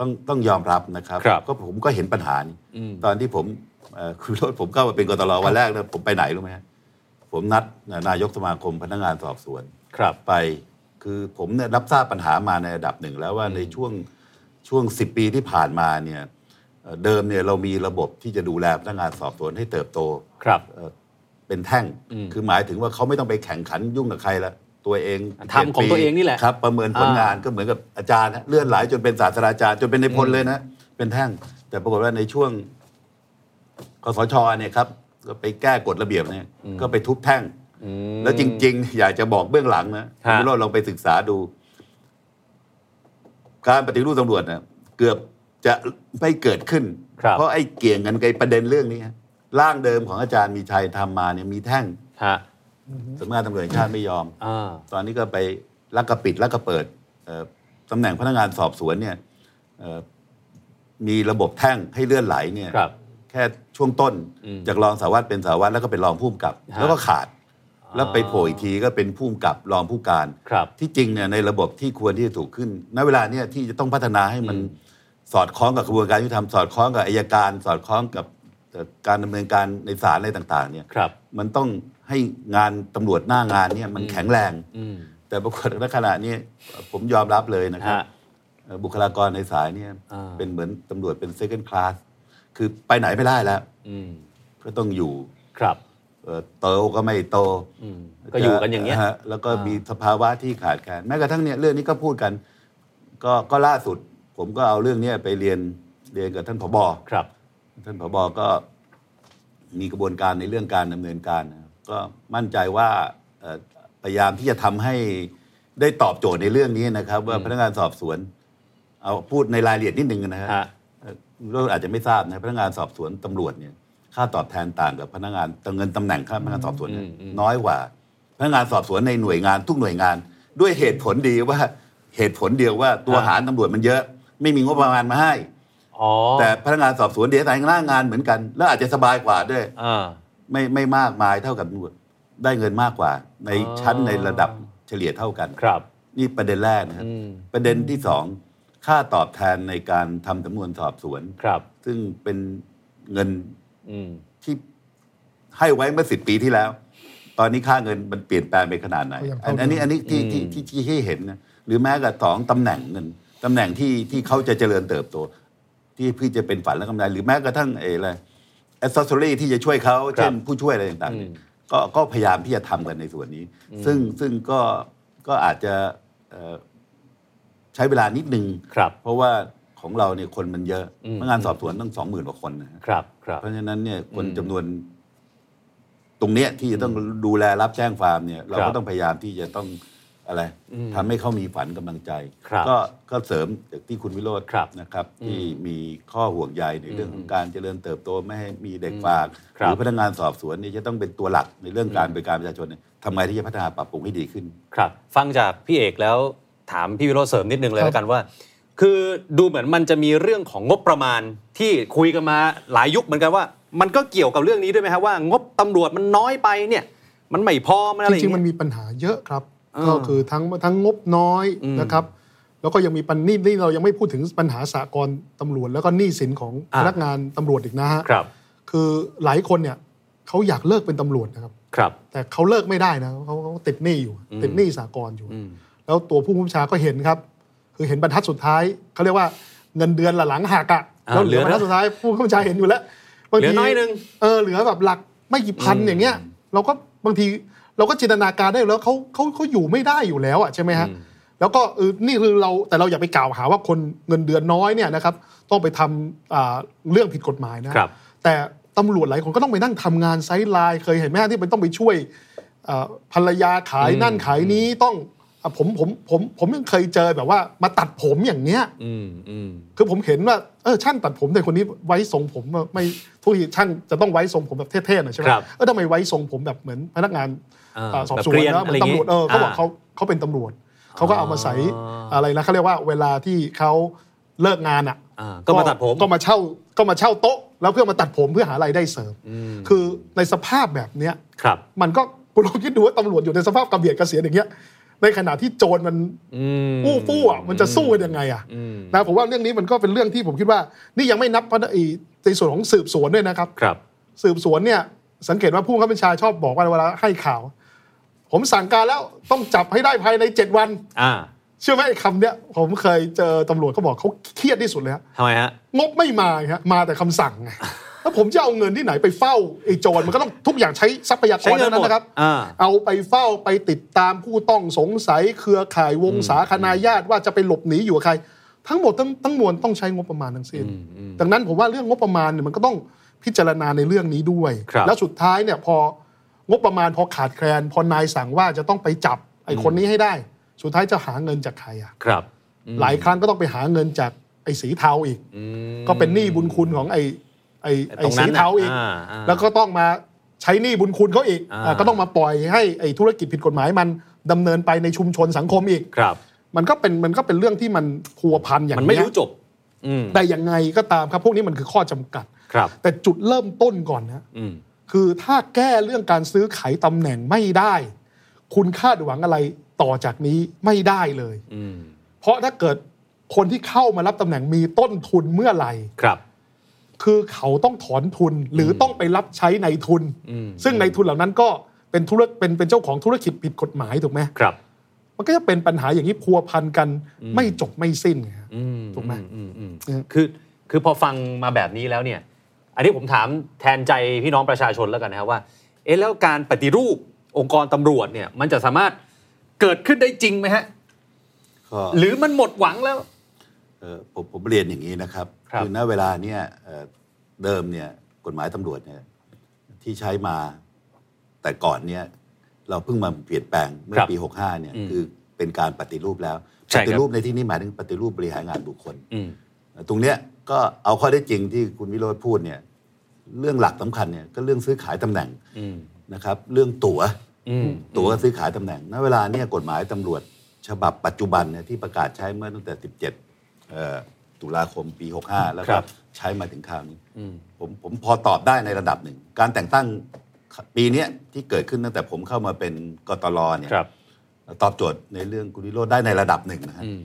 D: ต้องต้องยอมรับนะครับ
B: ครับ
D: ก็ผมก็เห็นปัญหานี้
B: อืม
D: ตอนที่ผมเอ่อคุณวิโรถผมเข้ามาเป็นกตลวันแรกนะผมไปไหนรู้ไหมฮะผมนัดนายกสมาคมพนักงานสอบสวน
B: ครับ
D: ไปคือผมเนี่ยรับทราบปัญหามาในระดับหนึ่งแล้วว่าในช่วง ช่วง 10 ปีที่ผ่านมาเนี่ยเอ่อเดิมเนี่ยเรามีระบบที่จะดูแลพนักงานสอบสวนให้เติบโต
B: ครับ
D: เอ่อเป็นแท่ง
B: อืม
D: คือหมายถึงว่าเขาไม่ต้องไปแข่งขันยุ่งกับใครละ ตัวเอง
B: ทำของตัวเองนี่แหละ
D: ครับ ประเมินผ
B: อ่าง
D: ลานก็เหมือนกับอาจารย์นะเลื่อนไหลจนเป็นศาสตราจารย์จนเป็นในพลเลยนะ เป็นแท่ง แต่ปรากฏว่าในช่วงคสชเนี่ยครับก็ไปแก้กฎระเบียบเนี่ยก็ไปทุบแท่ง แล้วจริง ๆ อยากจะบอกเบื้องหลังนะ
B: ฮะ
D: คุณวิโรจน์ลองไปศึกษาดู การปฏิรูปตำรวจนะเกือบจะไม่เกิดขึ้น
B: ครับ
D: เพราะไอ้เกี่ยงกันไกประเด็นเรื่องนี้ฮะร่างเดิมของอาจารย์มีชัยทำมาเนี่ยมีแท่ง
B: ฮะ
D: สำนักงานตำรวจแห่งชาติไม่ยอม
B: อ่า
D: ตอนนี้ก็ไปลักกระปิดลักกระเปิดเอ่อตำแหน่งพนักงานสอบสวนเนี่ยเอ่อมีระบบแท่งให้เลื่อนไหลเนี่ย
B: ครับ
D: แค่ช่วงต้น
B: อืม
D: จากรองสารวัตรเป็นสารวัตรแล้วก็เป็นรองผู้กำกับ
B: ฮะ
D: แล้วก็ขาด แล้วไปโผล่อีกทีก็เป็นผู้กำกับรองผู้การ
B: ครับ
D: ที่จริงเนี่ยในระบบที่ควรที่จะถูกขึ้น ณ เวลาเนี่ยที่จะต้องพัฒนาให้มันสอดคล้องกับกระบวนการยุติธรรม สอดคล้องกับอายการ สอดคล้องกับเอ่อการดำเนินการในศาลอะไรต่าง ๆ เนี่ย
B: ครับ
D: มันต้องให้งานตำรวจหน้างานเนี่ยมันแข็งแรง
B: อืม
D: แต่ปรากฏณขณะนี้ผมยอมรับเลยนะครับ
B: ฮะ
D: เอ่อบุคลากรในสายเนี่ย
B: อ่า
D: เป็นเหมือนตำรวจเป็น second class คือไปไหนไม่ได้แล้ว
B: อืม
D: ก็ต้องอยู่
B: ครับ
D: เอ่อโตก็ไม่โต
B: อืมก็อยู่กันอย่างเงี้ย
D: ฮะแล้วก็
B: อ่ามี
D: มีสภาวะที่ขาดแคลนแม้กระทั่งเนี่ยเรื่องนี้ก็พูดกัน ก็ก็ล่าสุด ผมก็เอาเรื่องเนี้ยไปเรียนเรียนกับท่านผบ
B: ครับ
D: ท่านผบก็มีกระบวนการในเรื่องการดำเนินการนะครับก็มั่นใจว่าเอ่อพยายามที่จะทำให้ได้ตอบโจทย์ในเรื่องนี้นะครับ ว่าพนักงานสอบสวน เอาพูดในรายละเอียดนิดนึงนะฮะ
B: ฮะ
D: เอ่อเราอาจจะไม่ทราบนะพนักงานสอบสวนตำรวจเนี่ยค่าตอบแทนต่างกับพนักงานเงินตำแหน่งค่าพนักงานสอบสวนเนี่ย
B: อืมอืม
D: น้อยกว่า พนักงานสอบสวนในหน่วยงานทุกหน่วยงาน ด้วยเหตุผลดีว่าเหตุผลเดียวว่าตัวหารตำรวจมันเยอะ ไม่มีงบประมาณมาให้
B: อ๋อ
D: แต่พนักงานสอบสวนเดี๋ยวแต่งหน้างานเหมือนกัน แล้วอาจจะสบายกว่าด้วย
B: อ่า
D: ไม่ไม่มากมายเท่ากับตำรวจได้เงินมากกว่า ใน
B: อ๋อ
D: ชั้นในระดับเฉลี่ยเท่ากัน
B: ครับ
D: นี่ประเด็นแรกนะครับ
B: อืม
D: ประเด็นที่สองค่าตอบแทนในการทำสำนวนสอบสวน
B: ครับ
D: ซึ่งเป็นเงิน
B: อืม
D: ที่ให้ไว้เมื่อสิบปีที่แล้ว ตอนนี้ค่าเงินมันเปลี่ยนแปลงไปขนาดไหน
C: ก็ยัง
D: อั
C: เท่าน เดิม
D: อันนี้อันนี้ที่
B: อืม
D: ที่ที่ที่ให้เห็นนะหรือแม้กระทั่งสองตำแหน่งเงินตำแหน่งที่ที่เขาจะเจริญเติบโต ที่เพี่อจะเป็นฝันและกำไร หรือแม้กระทั่งเอออะไรแอสซอรี่ที่จะช่วยเขาเช่นผู้ช่วยอะไรต่างๆเนี่ยก็ก็พยายามที่จะทำกันในส่วนนี้ ซึ่งซึ่งก็ก็อาจจะเอ่อใช้เวลานิดนึง
B: ครับ
D: เพราะว่าของเราเนี่ยคนมันเยอะ
B: อืม
D: พนักงานสอบสวนต้องสองหมื่นกว่าคนนะฮะ
B: ครับครับ
D: เพราะฉะนั้นเนี่ยคน
B: อืม
D: จำนวนตรงเนี้ยที่จะต้องดูแลรับแจ้งความเนี่ย เรา
B: ครั
D: ก็
B: บ
D: ต้องพยายามที่จะต้องอะไร
B: อืม
D: ทำให้เขามีฝันกำลังใจ
B: ครับ
D: ก็ก็เสริมจากที่คุณวิโรธ
B: ครับ
D: นะครับ
B: อืม
D: ที่มีข้อห่วงใยในเรื่องของการเจริญเติบโตไม่ให้มีเด็กฝาก
B: ค
D: ห
B: รับ
D: รือพนักงานสอบสวนเนี่ยจะต้องเป็นตัวหลักในเรื่องการบริการประชาชนเนี่ยทำไงที่จะพัฒนาปรับปรุงให้ดีขึ้น
B: ครับ ฟังจากพี่เอกแล้วถามพี่วิโรจน์เสริมนิดนึงเลย
C: ครับ
B: แล้วกันว่า คือดูเหมือนมันจะมีเรื่องของงบประมาณที่คุยกันมาหลายยุคเหมือนกันว่า มันก็เกี่ยวกับเรื่องนี้ด้วยไหมครับว่า งบตำรวจมันน้อยไปเนี่ย มันไม่พอมันอะไรอ
C: จริ
B: ย่าง
C: งๆ มัน
B: เงี้ย
C: มีปัญหาเยอะครับ
B: เออ
C: ก็คือทั้งทั้งงบน้อย
B: อืม
C: นะครับ แล้วก็ยังมีปัญนี่นี่เรายังไม่พูดถึงปัญหาสากลตำรวจ แล้วก็หนี้สินของ
B: อ่า
C: พนักงานตำรวจอีกนะฮะ
B: ครับ
C: คือหลายคนเนี่ยเขาอยากเลิกเป็นตำรวจนะครับ
B: ครับ
C: แต่เขาเลิกไม่ได้นะเขาเขาติดหนี้อยู่
B: อืม
C: ติดหนี้สากลอยู่
B: อืม
C: แล้วตัวผู้บัญชาก็เห็นครับ คือเห็นบรรทัดสุดท้ายเขาเรียกว่าเงินเดือนละหลังหักอะ
B: อ่า
C: แล้วเหลือบรรทัดสุดท้ายผู้บัญชาเห็นอยู่แล้วบาง
B: เหลื
C: ที
B: อน้อยนึง
C: เออเหลือแบบหลักไม่กี่พันอย่างเงี้ย เราก็บางทีเราก็จินตนาการได้อยู่แล้วเขาเขาเขาอยู่ไม่ได้อยู่แล้วอะใช่ไหมฮะ
B: อืม
C: แล้วก็เออนี่คือเราแต่เราอย่าไปกล่าวหาว่าคนเงินเดือนน้อยเนี่ยนะครับ ต้องไปทำอ่าเรื่องผิดกฎหมายนะ
B: ครับ
C: แต่ตำรวจหลายคนก็ต้องไปนั่งทำงานไซด์ไลน์เคยเห็นไหมฮะที่มันต้องไปช่วยเอ่อภรรยาขาย
B: อืม
C: นั่นขายนี้ต้องอ่ะผมผมผมผมยังเคยเจอแบบว่ามาตัดผมอย่างเนี้ย
B: อืมอืม
C: คือผมเห็นว่าเออช่างตัดผมแต่คนนี้ไว้ทรงผมอะไม่ทุกทีช่างจะต้องไว้ทรงผมแบบเท่ๆหน่อยใช่ไหม
B: ครับ
C: เออทำไมไว้ทรงผมแบบเหมือนพนักงาน
B: อ่า
C: อ่าสอบ
B: แบบ
C: สวน
B: เกรียน
C: นะเหมือน
B: อะไรอย่างงี้
C: ตำรวจเออเขาบอก
B: อ่า
C: เขาเขาเป็นตำรวจเขาก็เอามาใส่อะไรนะเขาเรียกว่าเวลาที่เขาเลิกงานอ่ะ
B: อ่าก็มาตัดผม
C: ก็มาเช่าก็มาเช่าโต๊ะ แล้วเพื่อมาตัดผมเพื่อหารายได้เสริม
B: ม
C: คือในสภาพแบบเนี้ย
B: ครับ
C: มันก็คุณลองคิดดูว่าตำรวจอยู่ในสภาพกระเบียดกระเสียนอย่างเงี้ยในขณะที่โจรมัน
B: อืม
C: อู้ฟู่อ่ะมันจะสู้กันยังไงอ่ะ
B: อืม
C: นะผมว่าเรื่องนี้มันก็เป็นเรื่องที่ผมคิดว่า นี่ยังไม่นับว่าไอ้ในส่วนของสืบสวนด้วยนะครับ
B: ครับ
C: สืบสวนเนี่ย สังเกตว่าผู้ข้าบัญชาชอบบอกว่าเวลาให้ข่าว ผมสั่งการแล้วต้องจับให้ได้ภายใน 7 วัน
B: อ่า
C: เชื่อไหมไอ้คำเนี้ยผมเคยเจอตำรวจเขาบอกเขาเครียดที่สุดเลยฮะ
B: ทำไมฮะ
C: งบไม่มาฮะมาแต่คำสั่งไงแล้วผมจะเอาเงินที่ไหนไปเฝ้าไอ้โจรมันก็ต้องทุกอย่างใช้ทรัพยาก
B: ใช้
C: ร
B: เงิน
C: ทั้ง
B: หมด
C: นั้นนะครับ
B: อ่า
C: เอาไปเฝ้าไปติดตามผู้ต้องสงสัยเครือข่ายวงสาคนาญาติว่าจะไปหลบหนีอยู่กับใคร ทั้งหมดทั้งทั้งมวลต้องใช้งบประมาณทั้งสิ้นดังนั้นผมว่าเรื่องงบประมาณเนี่ยมันก็ต้องพิจารณาในเรื่องนี้ด้วย
B: ครับ
C: แล้วสุดท้ายเนี่ยพองบประมาณพอขาดแคลน พอนายสั่งว่าจะต้องไปจับไอ้คนนี้ให้ได้ สุดท้ายจะหาเงินจากใครอ่ะ
B: ครับ
C: หลายครั้งก็ต้องไปหาเงินจากไอ้สีเทาอีก ก็เป็นหนี้บุญคุณของไอ้ไอ้ไอ้
B: ตรงนั้
C: สี
B: นน่ะ
C: เทาอีก
B: อ่าอ่า
C: แล้วก็ต้องมาใช้หนี้บุญคุณเขาอีก
B: อ่า
C: อ่าก็ต้องมาปล่อยให้ไอ้ธุรกิจผิดกฎหมายมันดำเนินไปในชุมชนสังคมอีก
B: ครับ
C: มันก็เป็นมันก็เป็นเรื่องที่มันพัวพันอย่าง
B: มัน
C: เนี้
B: ไม่
C: ย
B: รู้จบ อืม
C: แต่ยังไงก็ตามครับพวกนี้มันคือข้อจำกัด
B: ครับ
C: แต่จุดเริ่มต้นก่อนนะ
B: อืม
C: คือถ้าแก้เรื่องการซื้อขายตำแหน่งไม่ได้ คุณคาดหวังอะไรต่อจากนี้ไม่ได้เลย
B: อืม
C: เพราะถ้าเกิดคนที่เข้ามารับตำแหน่งมีต้นทุนเมื่อไหร่
B: ครับ
C: คือเขาต้องถอนทุนหรือต้องไปรับใช้ในทุน
B: อืม
C: ซึ่งในทุนเหล่านั้นก็เป็นธุรเป็นเป็นเจ้าของธุรกิจผิดกฎหมายถูกไหม
B: ครับ
C: มันก็จะเป็นปัญหาอย่างนี้พัวพันกันไม่จบไม่สิ้นไงฮะ
B: อื
C: ถูกไหม
B: อืมอืม
C: อืม
B: คือคือพอฟังมาแบบนี้แล้วเนี่ย อันนี้ผมถามแทนใจพี่น้องประชาชนแล้วกันนะครับว่า เอ๊ะแล้วการปฏิรูปองค์กรตำรวจเนี่ย มันจะสามารถเกิดขึ้นได้จริงไหมฮะ
D: ก็
B: หรือมันหมดหวังแล้ว
D: เอ่อผมผมเรียนอย่างนี้นะครับ
B: ครับ
D: ณณเวลาเนี่ยเอ่อเดิมเนี่ยกฎหมายตำรวจเนี่ยที่ใช้มาแต่ก่อนเนี่ยเราเพิ่งมาเปลี่ยนแปลงเมื่อปี 65เนี่ยคือเป็นการปฏิรูปแล้ว
B: ใช่ค
D: ป
B: รับ
D: ฏิรูปในที่นี้หมายถึงปฏิรูปบริหารงานบุคคล
B: อืม
D: ตรงเนี้ยก็เอาข้อได้จริงที่คุณวิโรจน์พูดเนี่ยเรื่องหลักสำคัญเนี่ยก็เรื่องซื้อขายตำแหน่ง
B: อืม
D: นะครับ เรื่องตั๋ว
B: อืม
D: ตั๋วซื้อขายตำแหน่ง ณ เวลาเนี่ยกฎหมายตำรวจฉบับปัจจุบันเนี่ยที่ประกาศใช้เมื่อตั้งแต่ 17เอ่อตุลาคมปี 65 แล้ว
B: ค
D: ก็
B: รับ
D: ใช้มาถึงคราวนี้
B: อืม
D: ผมผมพอตอบได้ในระดับหนึ่ง การแต่งตั้งปีเนี้ยที่เกิดขึ้นตั้งแต่ผมเข้ามาเป็นกตลเนี่ย
B: ครับ
D: ตอบโจทย์ในเรื่องคุณวิโรจน์ได้ในระดับหนึ่งนะฮะ
B: อืม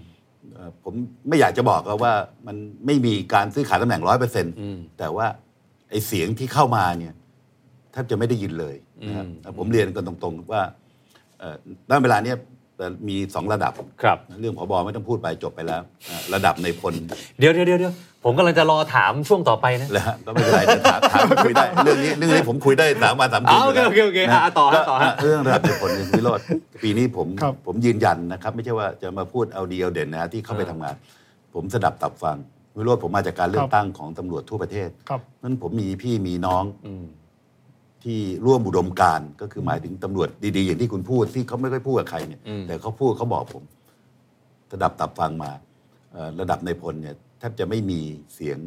D: เอ่อผมไม่อยากจะบอกว่ามันไม่มีการซื้อขายตำแหน่งร้อยเปอร์เซ็นต์
B: อืม
D: แต่ว่าไอ้เสียงที่เข้ามาเนี่ยแทบจะไม่ได้ยินเลยนะครับ
B: อืม
D: อ่ะผมเรียนกันตรงๆว่าเอ่อณเวลาเนี้ยเอ่อมีสองระดับ
B: ครับ
D: เรื่องผบไม่ต้องพูดไปจบไปแล้วอ่ะระดับในพล
B: เดี๋ยวเดี๋ยวเดี๋ยวเดี๋ยวผมกำลังจะรอถามช่วงต่อไปนะ
D: แล้วฮะก็ไม่เป็นไรจะถามถามคุย ได้ เรื่องนี้เรื่องนี้ผมคุยได้สามวันสามคืน
B: อ่ะโอเค
D: ยู่แล้ว
B: โอเคโอเคอ่ะ
D: นะ
B: อ่ะต่อฮะ
D: ก็
B: ต่อฮะ
D: เรื่องระดับในพลเนี่ยวิโรจน์ปีนี้ผม
C: ครับ
D: ผมยืนยันนะครับ ไม่ใช่ว่าจะมาพูดเอาดีเอาเด่นนะที่เข้าไปทำงาน ผมสดับตับฟังวิโรจน์ผมมาจากการเลือกตั้งของตำรวจทั่วประเทศ
C: ครับ
D: นั้นผมมีพี่มีน้อง
B: อืม
D: ที่ร่วมอุดมการณ์ก็คือหมายถึงตำรวจดีๆ อย่างที่คุณพูดที่เขาไม่ค่อยพูดกับใครเนี่ย
B: อืม
D: แต่เขาพูดเขาบอกผมระดับตับฟังมาเอ่อระดับในพลเนี่ยแทบจะไม่มีเสียง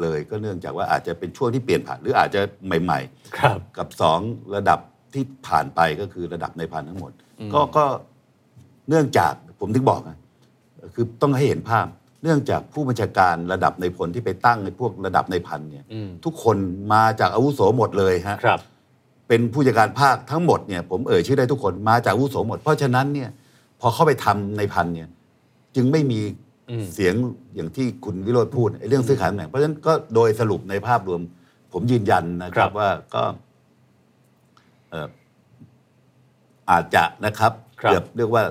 D: เลยก็เนื่องจากว่าอาจจะเป็นช่วงที่เปลี่ยนผ่านหรืออาจจะใหม่
B: ครับ
D: ๆ กับสองระดับที่ผ่านไปก็คือระดับในพันทั้งหมด ก็ก็เนื่องจากผมถึงบอกนะคือต้องให้เห็นภาพ เนื่องจากผู้บัญชาการระดับในพลที่ไปตั้งในพวกระดับในพันเนี่ย
B: อืม
D: ทุกคนมาจากอาวุโสหมดเลยฮะ
B: ครับ
D: เป็นผู้จัดการภาคทั้งหมดเนี่ยผมเอ่ยชื่อได้ทุกคนมาจากอาวุโสหมด เพราะฉะนั้นเนี่ยพอเข้าไปทำในพันเนี่ยจึงไม่มี
B: อืม
D: เสียงอย่างที่คุณวิโรธพูดไอ้เรื่องซื้อขายตำแหน่งเพราะฉะนั้นก็โดยสรุปในภาพรวม ผมยืนยันนะครับว่าก็เอ่ออาจจะนะครับ
B: ครับ
D: เกืบเรียกว่า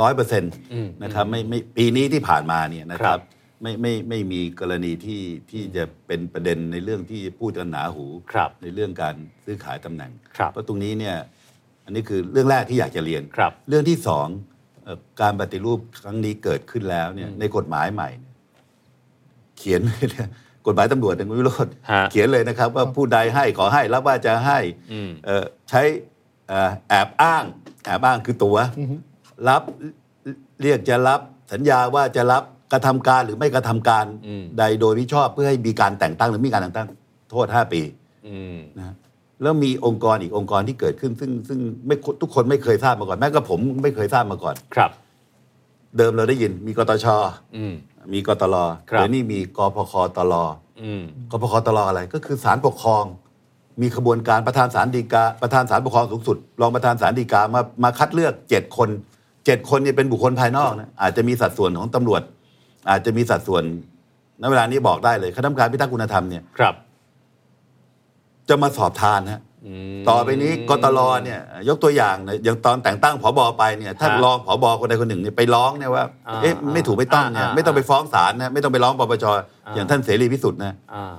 D: ร้อยเปอร์เซ็นต์
B: อืม
D: นะครับไม่ไม่ปีนี้ที่ผ่านมาเนี่ยนะครับ ไม่ไม่ไม่มีกรณีที่ที่จะเป็นประเด็นในเรื่องที่พูดกันหนาหู
B: ครับ
D: ในเรื่องการซื้อขายตำแหน่ง
B: ครับ
D: เพราะตรงนี้เนี่ยอันนี้คือเรื่องแรกที่อยากจะเรียน
B: ครับ
D: เรื่องที่สองเอ่อการปฏิรูปครั้งนี้เกิดขึ้นแล้วเนี่ยในกฎหมายใหม่เนี่ยเขียน กฎหมายตำรวจในยคุณวิโรธ
B: ฮะ
D: เขียนเลยนะครับ ว่าผู้ใดให้ขอให้รับว่าจะให้
B: อืม
D: เอ่อใช้เอ่อแอบอ้าง แอบอ้างคือตัวรับเรียกจะรับสัญญาว่าจะรับกระทำการหรือไม่กระทำการใดโดยมิชอบเพื่อให้มีการแต่งตั้งหรือมีการแต่งตั้งโทษห้าปี
B: อืม
D: นะฮะแล้วมีองค์กรอีกองค์กรที่เกิดขึ้น ซึ่งซึ่งไม่ทุกคนไม่เคยทราบมาก่อน แม้กระผมไม่เคยทราบมาก่อน
B: ครับ
D: เดิมเราได้ยินมีกตช
B: อืม
D: มีกตล
B: ครับ
D: เดี๋ยวนี้มีกพคตล
B: อืม
D: กพคตลอะไรก็คือศาลปกครอง มีขบวนการประธานศาลฎีกาประธานศาลปกครองสูงสุด รองประธานศาลฎีกามามาคัดเลือกเจ็ดคนเจ็ดคนเนี่ยเป็นบุคคลภายนอกนะอาจจะมีสัดส่วนของตำรวจ อาจจะมีสัดส่วนณเวลานี้บอกได้เลยคณะกรรมการพิทักษ์คุณธรรมเนี่ย
B: ครับ
D: จะมาสอบทานฮะต่อไปนี้กตลเนี่ยยกตัวอย่างนะอย่างตอนแต่งตั้งผบไปเนี่ยถ้า
B: ฮะ
D: รองผบคนใดคนหนึ่งเนี่ยไปร้องเนี่ยว่า
B: อ่า
D: เอ๊ะไม่ถูกไม่ต้องเนี่ย
B: อ่า
D: ไม่ต้องไปฟ้องศาลนะไม่ต้องไปร้องปปช
B: า
D: อย่างท่านเสรีพิสุทธิ์นะ
B: อ่า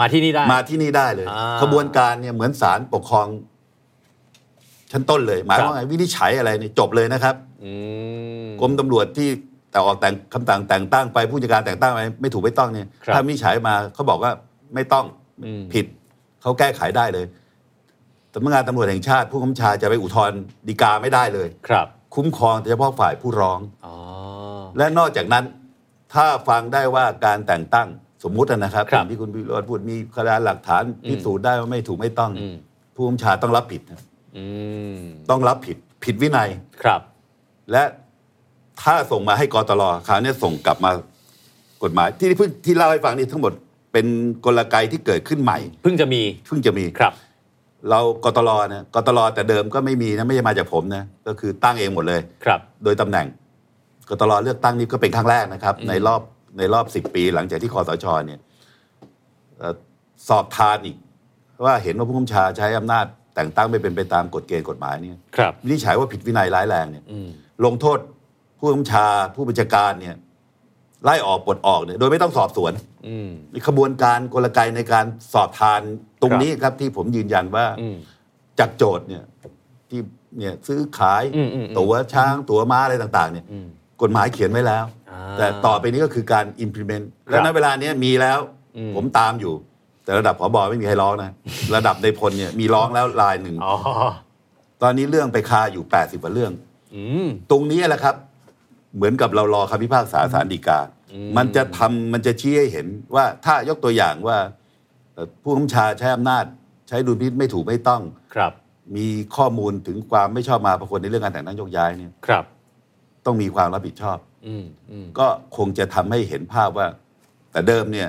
B: มาที่นี่ได้
D: มาที่นี่ได้เลย
B: อ่า
D: ขบวนการเนี่ยเหมือนศาลปกครอง ชั้นต้นเลย หมายความว่าไงวินิจฉัยอะไรเนี่ยจบเลยนะครับ
B: อืม
D: กรมตำรวจที่แต่ออกแต่งคำต่างแต่งตั้งไปผู้จัดการแต่งตั้งไปไม่ถูกไม่ต้องเนี่ย
B: ครับ
D: ถ้าวินิจฉัยมาเขาบอกว่าไม่ต้อง
B: อืม
D: ผิดเขาแก้ไขได้เลยสำนักงานตำรวจแห่งชาติ ผู้กำกับชาจะไปอุทธรณ์ฎีกาไม่ได้เลย
B: ครับ
D: คุ้มครองเฉพาะฝ่ายผู้ร้อง
B: อ๋อ
D: และนอกจากนั้น ถ้าฟังได้ว่าการแต่งตั้งสมมุตินะครับ
B: ครับ
D: อย่างที่คุณพิโรธพูดมีพยานหลักฐานพิสูจน์ได้ว่าไม่ถูกไม่ต้อง
B: อืม
D: ผู้บัญชาต้องรับผิดนะ
B: อืม
D: ต้องรับผิด ผิดวินัย
B: ครับ
D: และถ้าส่งมาให้กตลคราวนี้ส่งกลับมากฎหมาย ที่เพิ่งที่เล่าให้ฟังนี่ทั้งหมดเป็นกลไกที่เกิดขึ้นใหม่
B: เพิ่งจะมี
D: เพิ่งจะมี
B: ครับ
D: เรากตลนะกตลแต่เดิมก็ไม่มีนะไม่ได้มาจากผมนะก็คือตั้งเองหมดเลย
B: ครับ
D: โดยตำแหน่งกตลเลือกตั้งนี่ก็เป็นครั้งแรกนะครับ
B: อืม
D: ในรอบในรอบสิบปีหลังจากที่คอสชเนี่ยเอ่อสอบทานอีก ว่าเห็นว่าผู้บัญชาใช้อำนาจ แต่งตั้งไม่เป็นไปตามกฎเกณฑ์กฎหมายเนี่ย
B: ครับ
D: วินิจฉัยว่าผิดวินัยร้ายแรงเนี่ย
B: อืม
D: ลงโทษผู้บัญชาผู้บัญชาการเนี่ยไล่ออกปลดออกเนี่ยโดยไม่ต้องสอบสวน
B: อืม
D: ขบวนการกลไกในการสอบทานตรงนี้ครับที่ผมยืนยันว่า
B: อืม
D: จากโจทย์เนี่ยที่เนี่ยซื้อขาย
B: อืมอืมอืม
D: ตั๋วช้างตั๋วม้าอะไรต่าง ๆเนี่ย
B: อืม
D: กฎหมายเขียนไว้แล้ว
B: อ่า
D: แต่ต่อไปนี้ก็คือการ implement และ
B: ค
D: ณ
B: รับ
D: เวลาเนี้ยมีแล้ว
B: อืม
D: ผมตามอยู่ แต่ระดับผบไม่มีใครร้องนะ ระดับในพลเนี่ยมีร้องแล้วลายหนึ่ง
B: อ๋อ
D: ตอนนี้เรื่องไปคาอยู่ 80กว่าเรื่อง
B: อืม
D: ตรงนี้แหละครับ เหมือนกับเรารอคำพิพากษาศาลฎีกา
B: อืม
D: มันจะทำมันจะชี้ให้เห็นว่าถ้ายกตัวอย่างว่าเอ่อผู้กำกับชาใช้อำนาจ ใช้ดุลพินิจไม่ถูกไม่ต้อง
B: ครับ
D: มีข้อมูลถึงความไม่ชอบมาปรากฏในเรื่องการแต่งตั้งโยกย้ายเนี่ย
B: ครับ
D: ต้องมีความรับผิดชอบ
B: อืมอืม
D: ก็คงจะทำให้เห็นภาพว่า แต่เดิมเนี่ย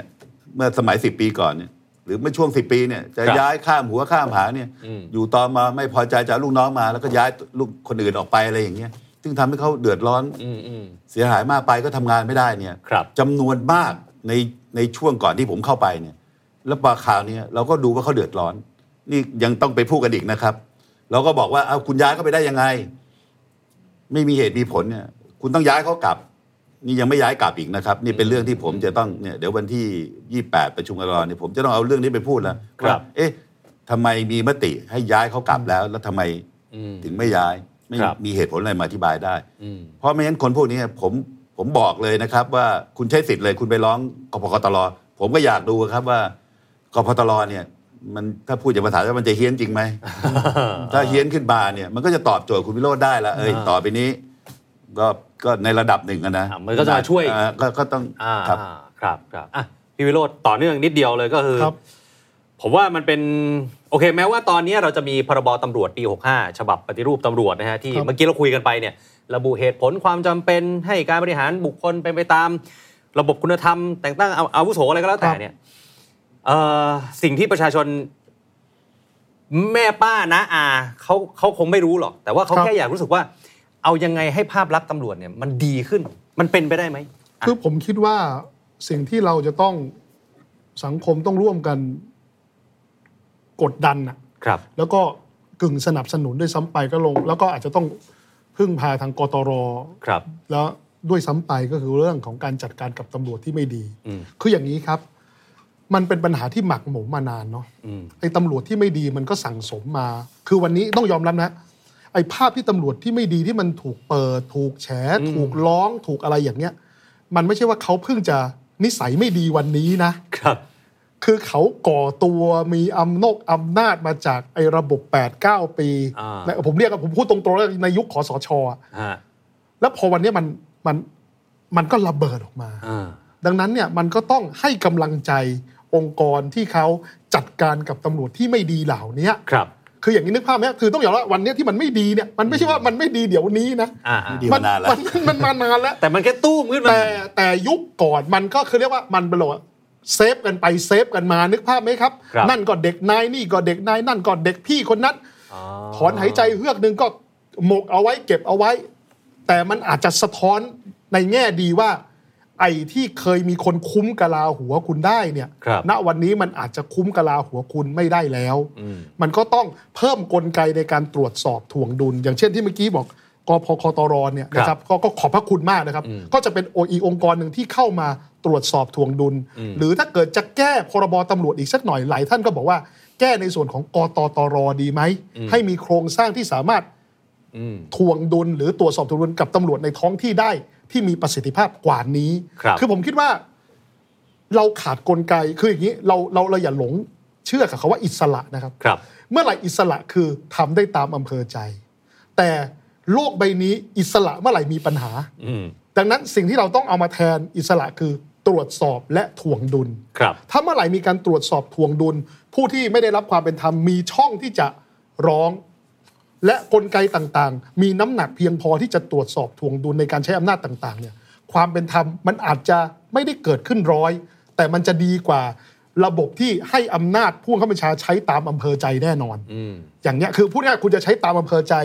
D: เมื่อสมัย 10 ปีก่อนเนี่ยหรือเมื่อช่วง 10 ปีเนี่ยจะย้ายข้ามหัวข้ามหางเนี่ยอยู่ต่อมาไม่พอใจจะเอาลูกน้องมา แล้วก็ย้ายลูกคนอื่นออกไปอะไรอย่างเงี้ยซึ่งทำให้เขาเดือดร้อน
B: อืมอืม
D: เสียหายมากไปก็ทำงานไม่ได้เนี่ย
B: ครับ
D: จำนวนมากในในช่วงก่อนที่ผมเข้าไปเนี่ยแล้วปาข่าวเนี่ยเราก็ดูว่าเขาเดือดร้อน นี่ยังต้องไปพูดกันอีกนะครับ เราก็บอกว่าเอาคุณย้ายเขาไปได้ยังไง ไม่มีเหตุมีผลเนี่ย คุณต้องย้ายเขากลับ นี่ยังไม่ย้ายกลับอีกนะครับ นี่เป็นเรื่องที่ผมจะต้องเนี่ยเดี๋ยววันที่ 28 ประชุมกรเนี่ยผมจะต้องเอาเรื่องนี้ไปพูดแล้ว
B: ครับ
D: ว่าเอ๊ะทำไมมีมติให้ย้ายเขากลับแล้ว แล้วทำไม
B: อืม
D: ถึงไม่ย้าย ไม่
B: ครับ
D: มีเหตุผลอะไรมาอธิบายได้
B: อืม
D: เพราะไม่งั้นคนพวกนี้ผมผมบอกเลยนะครับ ว่าคุณใช้สิทธิ์เลยคุณไปร้องกพกตลผมก็อยากดูครับว่ากพกตลเนี่ยมันถ้าพูดอย่างภาษาแล้วมันจะเฮี้ยนจริง ไหม ถ้าเฮี้ยนขึ้นมาเนี่ยมันก็จะตอบโจทย์คุณวิโรธได้ละเอ้ย
B: อ่า
D: ต่อไปนี้ ก็ก็ในระดับหนึ่งอะนะ
B: อ่ะมันก็จะมาช่วย
D: อ่ก็ก็ต้อง
B: อ่า
D: ครับ
B: อ่าครับครับอ่ะพี่วิโรธต่อเนื่องนิดเดียวเลยก็คือ
C: ครับ
B: ผมว่ามันเป็นโอเคแม้ว่าตอนนี้เราจะมีพรบตำรวจปี 65 ฉบับปฏิรูปตำรวจนะฮะที่
C: ครับ
B: เมื่อกี้เราคุยกันไปเนี่ยระบุเหตุผลความจำเป็นให้การบริหารบุคคลเป็นไปตาม ระบบคุณธรรม แต่งตั้งเอาอาวุโสอะไรก็แล้วแต่เนี่ยเอ่อสิ่งที่ประชาชนแม่ป้านะอาเขาเขาคงไม่รู้หรอก แต่ว่าเขาแค่อยากรู้สึกว่า เอายังไงให้ภาพลักษณ์ตำรวจเนี่ยมันดีขึ้นมันเป็นไปได้ไหมอ่ะ
C: คือผมคิดว่าสิ่งที่เราจะต้องสังคมต้องร่วมกันกดดันน่ะ
B: ครับ
C: แล้วก็กึ่งสนับสนุนด้วยซ้ำไปก็ลง แล้วก็อาจจะต้องพึ่งพาทางกตร
B: ครับ
C: แล้วด้วยซ้ำไปก็คือเรื่องของการจัดการกับตำรวจที่ไม่ดี
B: อืม
C: คืออย่างนี้ครับ มันเป็นปัญหาที่หมักหมมมานานเนาะ
B: อืม
C: ไอ้ตำรวจที่ไม่ดีมันก็สั่งสมมา คือวันนี้ต้องยอมรับนะ ไอ้ภาพที่ตำรวจที่ไม่ดีที่มันถูกเปิด ถูกแฉ ถูกร้อง ถูกอะไรอย่างเงี้ย มันไม่ใช่ว่าเขาเพิ่งจะนิสัยไม่ดีวันนี้นะ
B: ครับ
C: คือเขาก่อตัวมีอำนกอำนาจมาจากไอ้ระบบ 8-9 ปี
B: า
C: ในผมเรียกอะผมพูดตรงๆแล้วในยุคขอสชอะ
B: ฮะ
C: แล้วพอวันนี้มันมันมันก็ระเบิดออกมา
B: อ่า
C: ดังนั้นเนี่ยมันก็ต้องให้กำลังใจองค์กรที่เขาจัดการกับตำรวจที่ไม่ดีเหล่านี้
B: ครับ
C: คืออย่างนี้นึกภาพไหมคือต้องอย่าว่าวันเนี้ยที่มันไม่ดีเนี่ยมันไม่ใช่ว่ามันไม่ดีเดี๋ยวนี้นะ
B: อ่า
D: ไม่ดี มานานแล้ว
C: มันมันมานานแล้ว
B: แต่มันแค่ตู้มขึ้นมา
C: แต่แต่ยุคก่อนมันก็คือเรียกว่ามันเป็นแบบเซฟกันไปเซฟกันมานึกภาพไหมครับ
B: ครับ
C: นั่นก็เด็กนายนี่ก็เด็กนายนั่นก็เด็กพี่คนนั้น
B: อ๋อ
C: ถอนหายใจเฮือกหนึ่งก็หมกเอาไว้เก็บเอาไว้ แต่มันอาจจะสะท้อนในแง่ดีว่า อ ไอ้ที่เคยมีคนคุ้มกะลาหัวคุณได้เนี่ย
B: ครับ
C: ณวันนี้มันอาจจะคุ้มกะลาหัวคุณไม่ได้แล้ว
B: อืม
C: มันก็ต้องเพิ่มกลไกในการตรวจสอบถ่วงดุล อย่างเช่นที่เมื่อกี้บอกกพคตรเนี่ยนะค
B: ครั
C: รับบ ก็ก็ขอบพระคุณมากนะครับ ก็จะเป็นโออีองค์กรหนึ่งที่เข้ามาตรวจสอบถ่วงดุล หรือถ้าเกิดจะแก้พรบตำรวจอีกสักหน่อยหลายท่านก็บอกว่า แก้ในส่วนของกตตรดีไหม
B: อืม
C: ให้มีโครงสร้างที่สามารถ
B: อืม
C: ทวงดุลหรือตรวจสอบทวงดุลกับตำรวจในท้องที่ได้ที่มีประสิทธิภาพกว่านี้
B: ครับ
C: อผมคิดว่า เราขาดกลไกคืออย่างนี้ เราเราเราอย่าหลงเชื่อกับคาว่าอิสระนะครับ
B: ครับ
C: เมื่อไหร่อิสระคือทำได้ตามอำเภอใจ แต่โลกใบนี้อิสระเมื่อไหร่มีปัญหา
B: อืม
C: ดังนั้นสิ่งที่เราต้องเอามาแทนอิสระคือตรวจสอบและทวงดุล
B: ครับ
C: ถ้าเมื่อไหร่มีการตรวจสอบทวงดุล ผู้ที่ไม่ได้รับความเป็นธรรมมีช่องที่จะร้อง และกลไกต่างๆ มีน้ำหนักเพียงพอที่จะตรวจสอบทวงดุลในการใช้อำนาจต่างๆเนี่ยความเป็นธรรมมันอาจจะไม่ได้เกิดขึ้นร้อย แต่มันจะดีกว่าระบบที่ให้อำนาจผู้ข้าบัญชาใช้ตามอำเภอใจแน่นอน
B: อืม
C: อย่างเนี้ยคือพูดง่ายๆคุณจะใช้ตามอำเภอใจ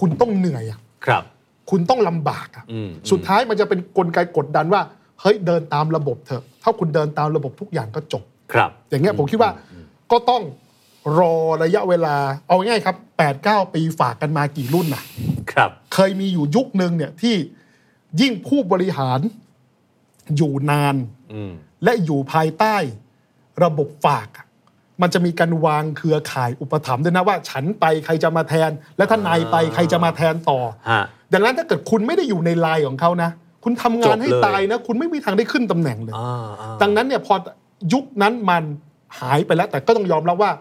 C: คุณต้องเหนื่อยอะ
B: ครับ
C: คุณต้องลำบากอะ
B: อืม
C: สุดท้ายมันจะเป็นกลไกกดดันว่าเฮ้ยเดินตามระบบเถอะ ถ้าคุณเดินตามระบบทุกอย่างก็จบ
B: ครับ
C: อย่างเงี้ยผมคิดว่าก็ต้องรอระยะเวลาเอาง่ายๆครับ 8 9 ปีฝากกันมากี่รุ่นน่ะ
B: ครับ
C: เคยมีอยู่ยุคหนึ่งเนี่ยที่ยิ่งผู้บริหารอยู่นาน
B: อืม
C: และอยู่ภายใต้ระบบฝากอะมันจะมีการวางเครือข่ายอุปถัมภ์ด้วยนะว่า ฉันไปใครจะมาแทน และท่านนายไปใครจะมาแทนต่อ
B: ฮะ
C: ดังนั้นถ้าเกิดคุณไม่ได้อยู่ในไลน์ของเขานะ คุณทำงานให้
B: จบเลย
C: ตายนะ คุณไม่มีทางได้ขึ้นตำแหน่งเลย
B: อ่าอ่า
C: ดังนั้นเนี่ยพอยุคนั้นมันหายไปแล้ว แต่ก็ต้องยอมรับว่า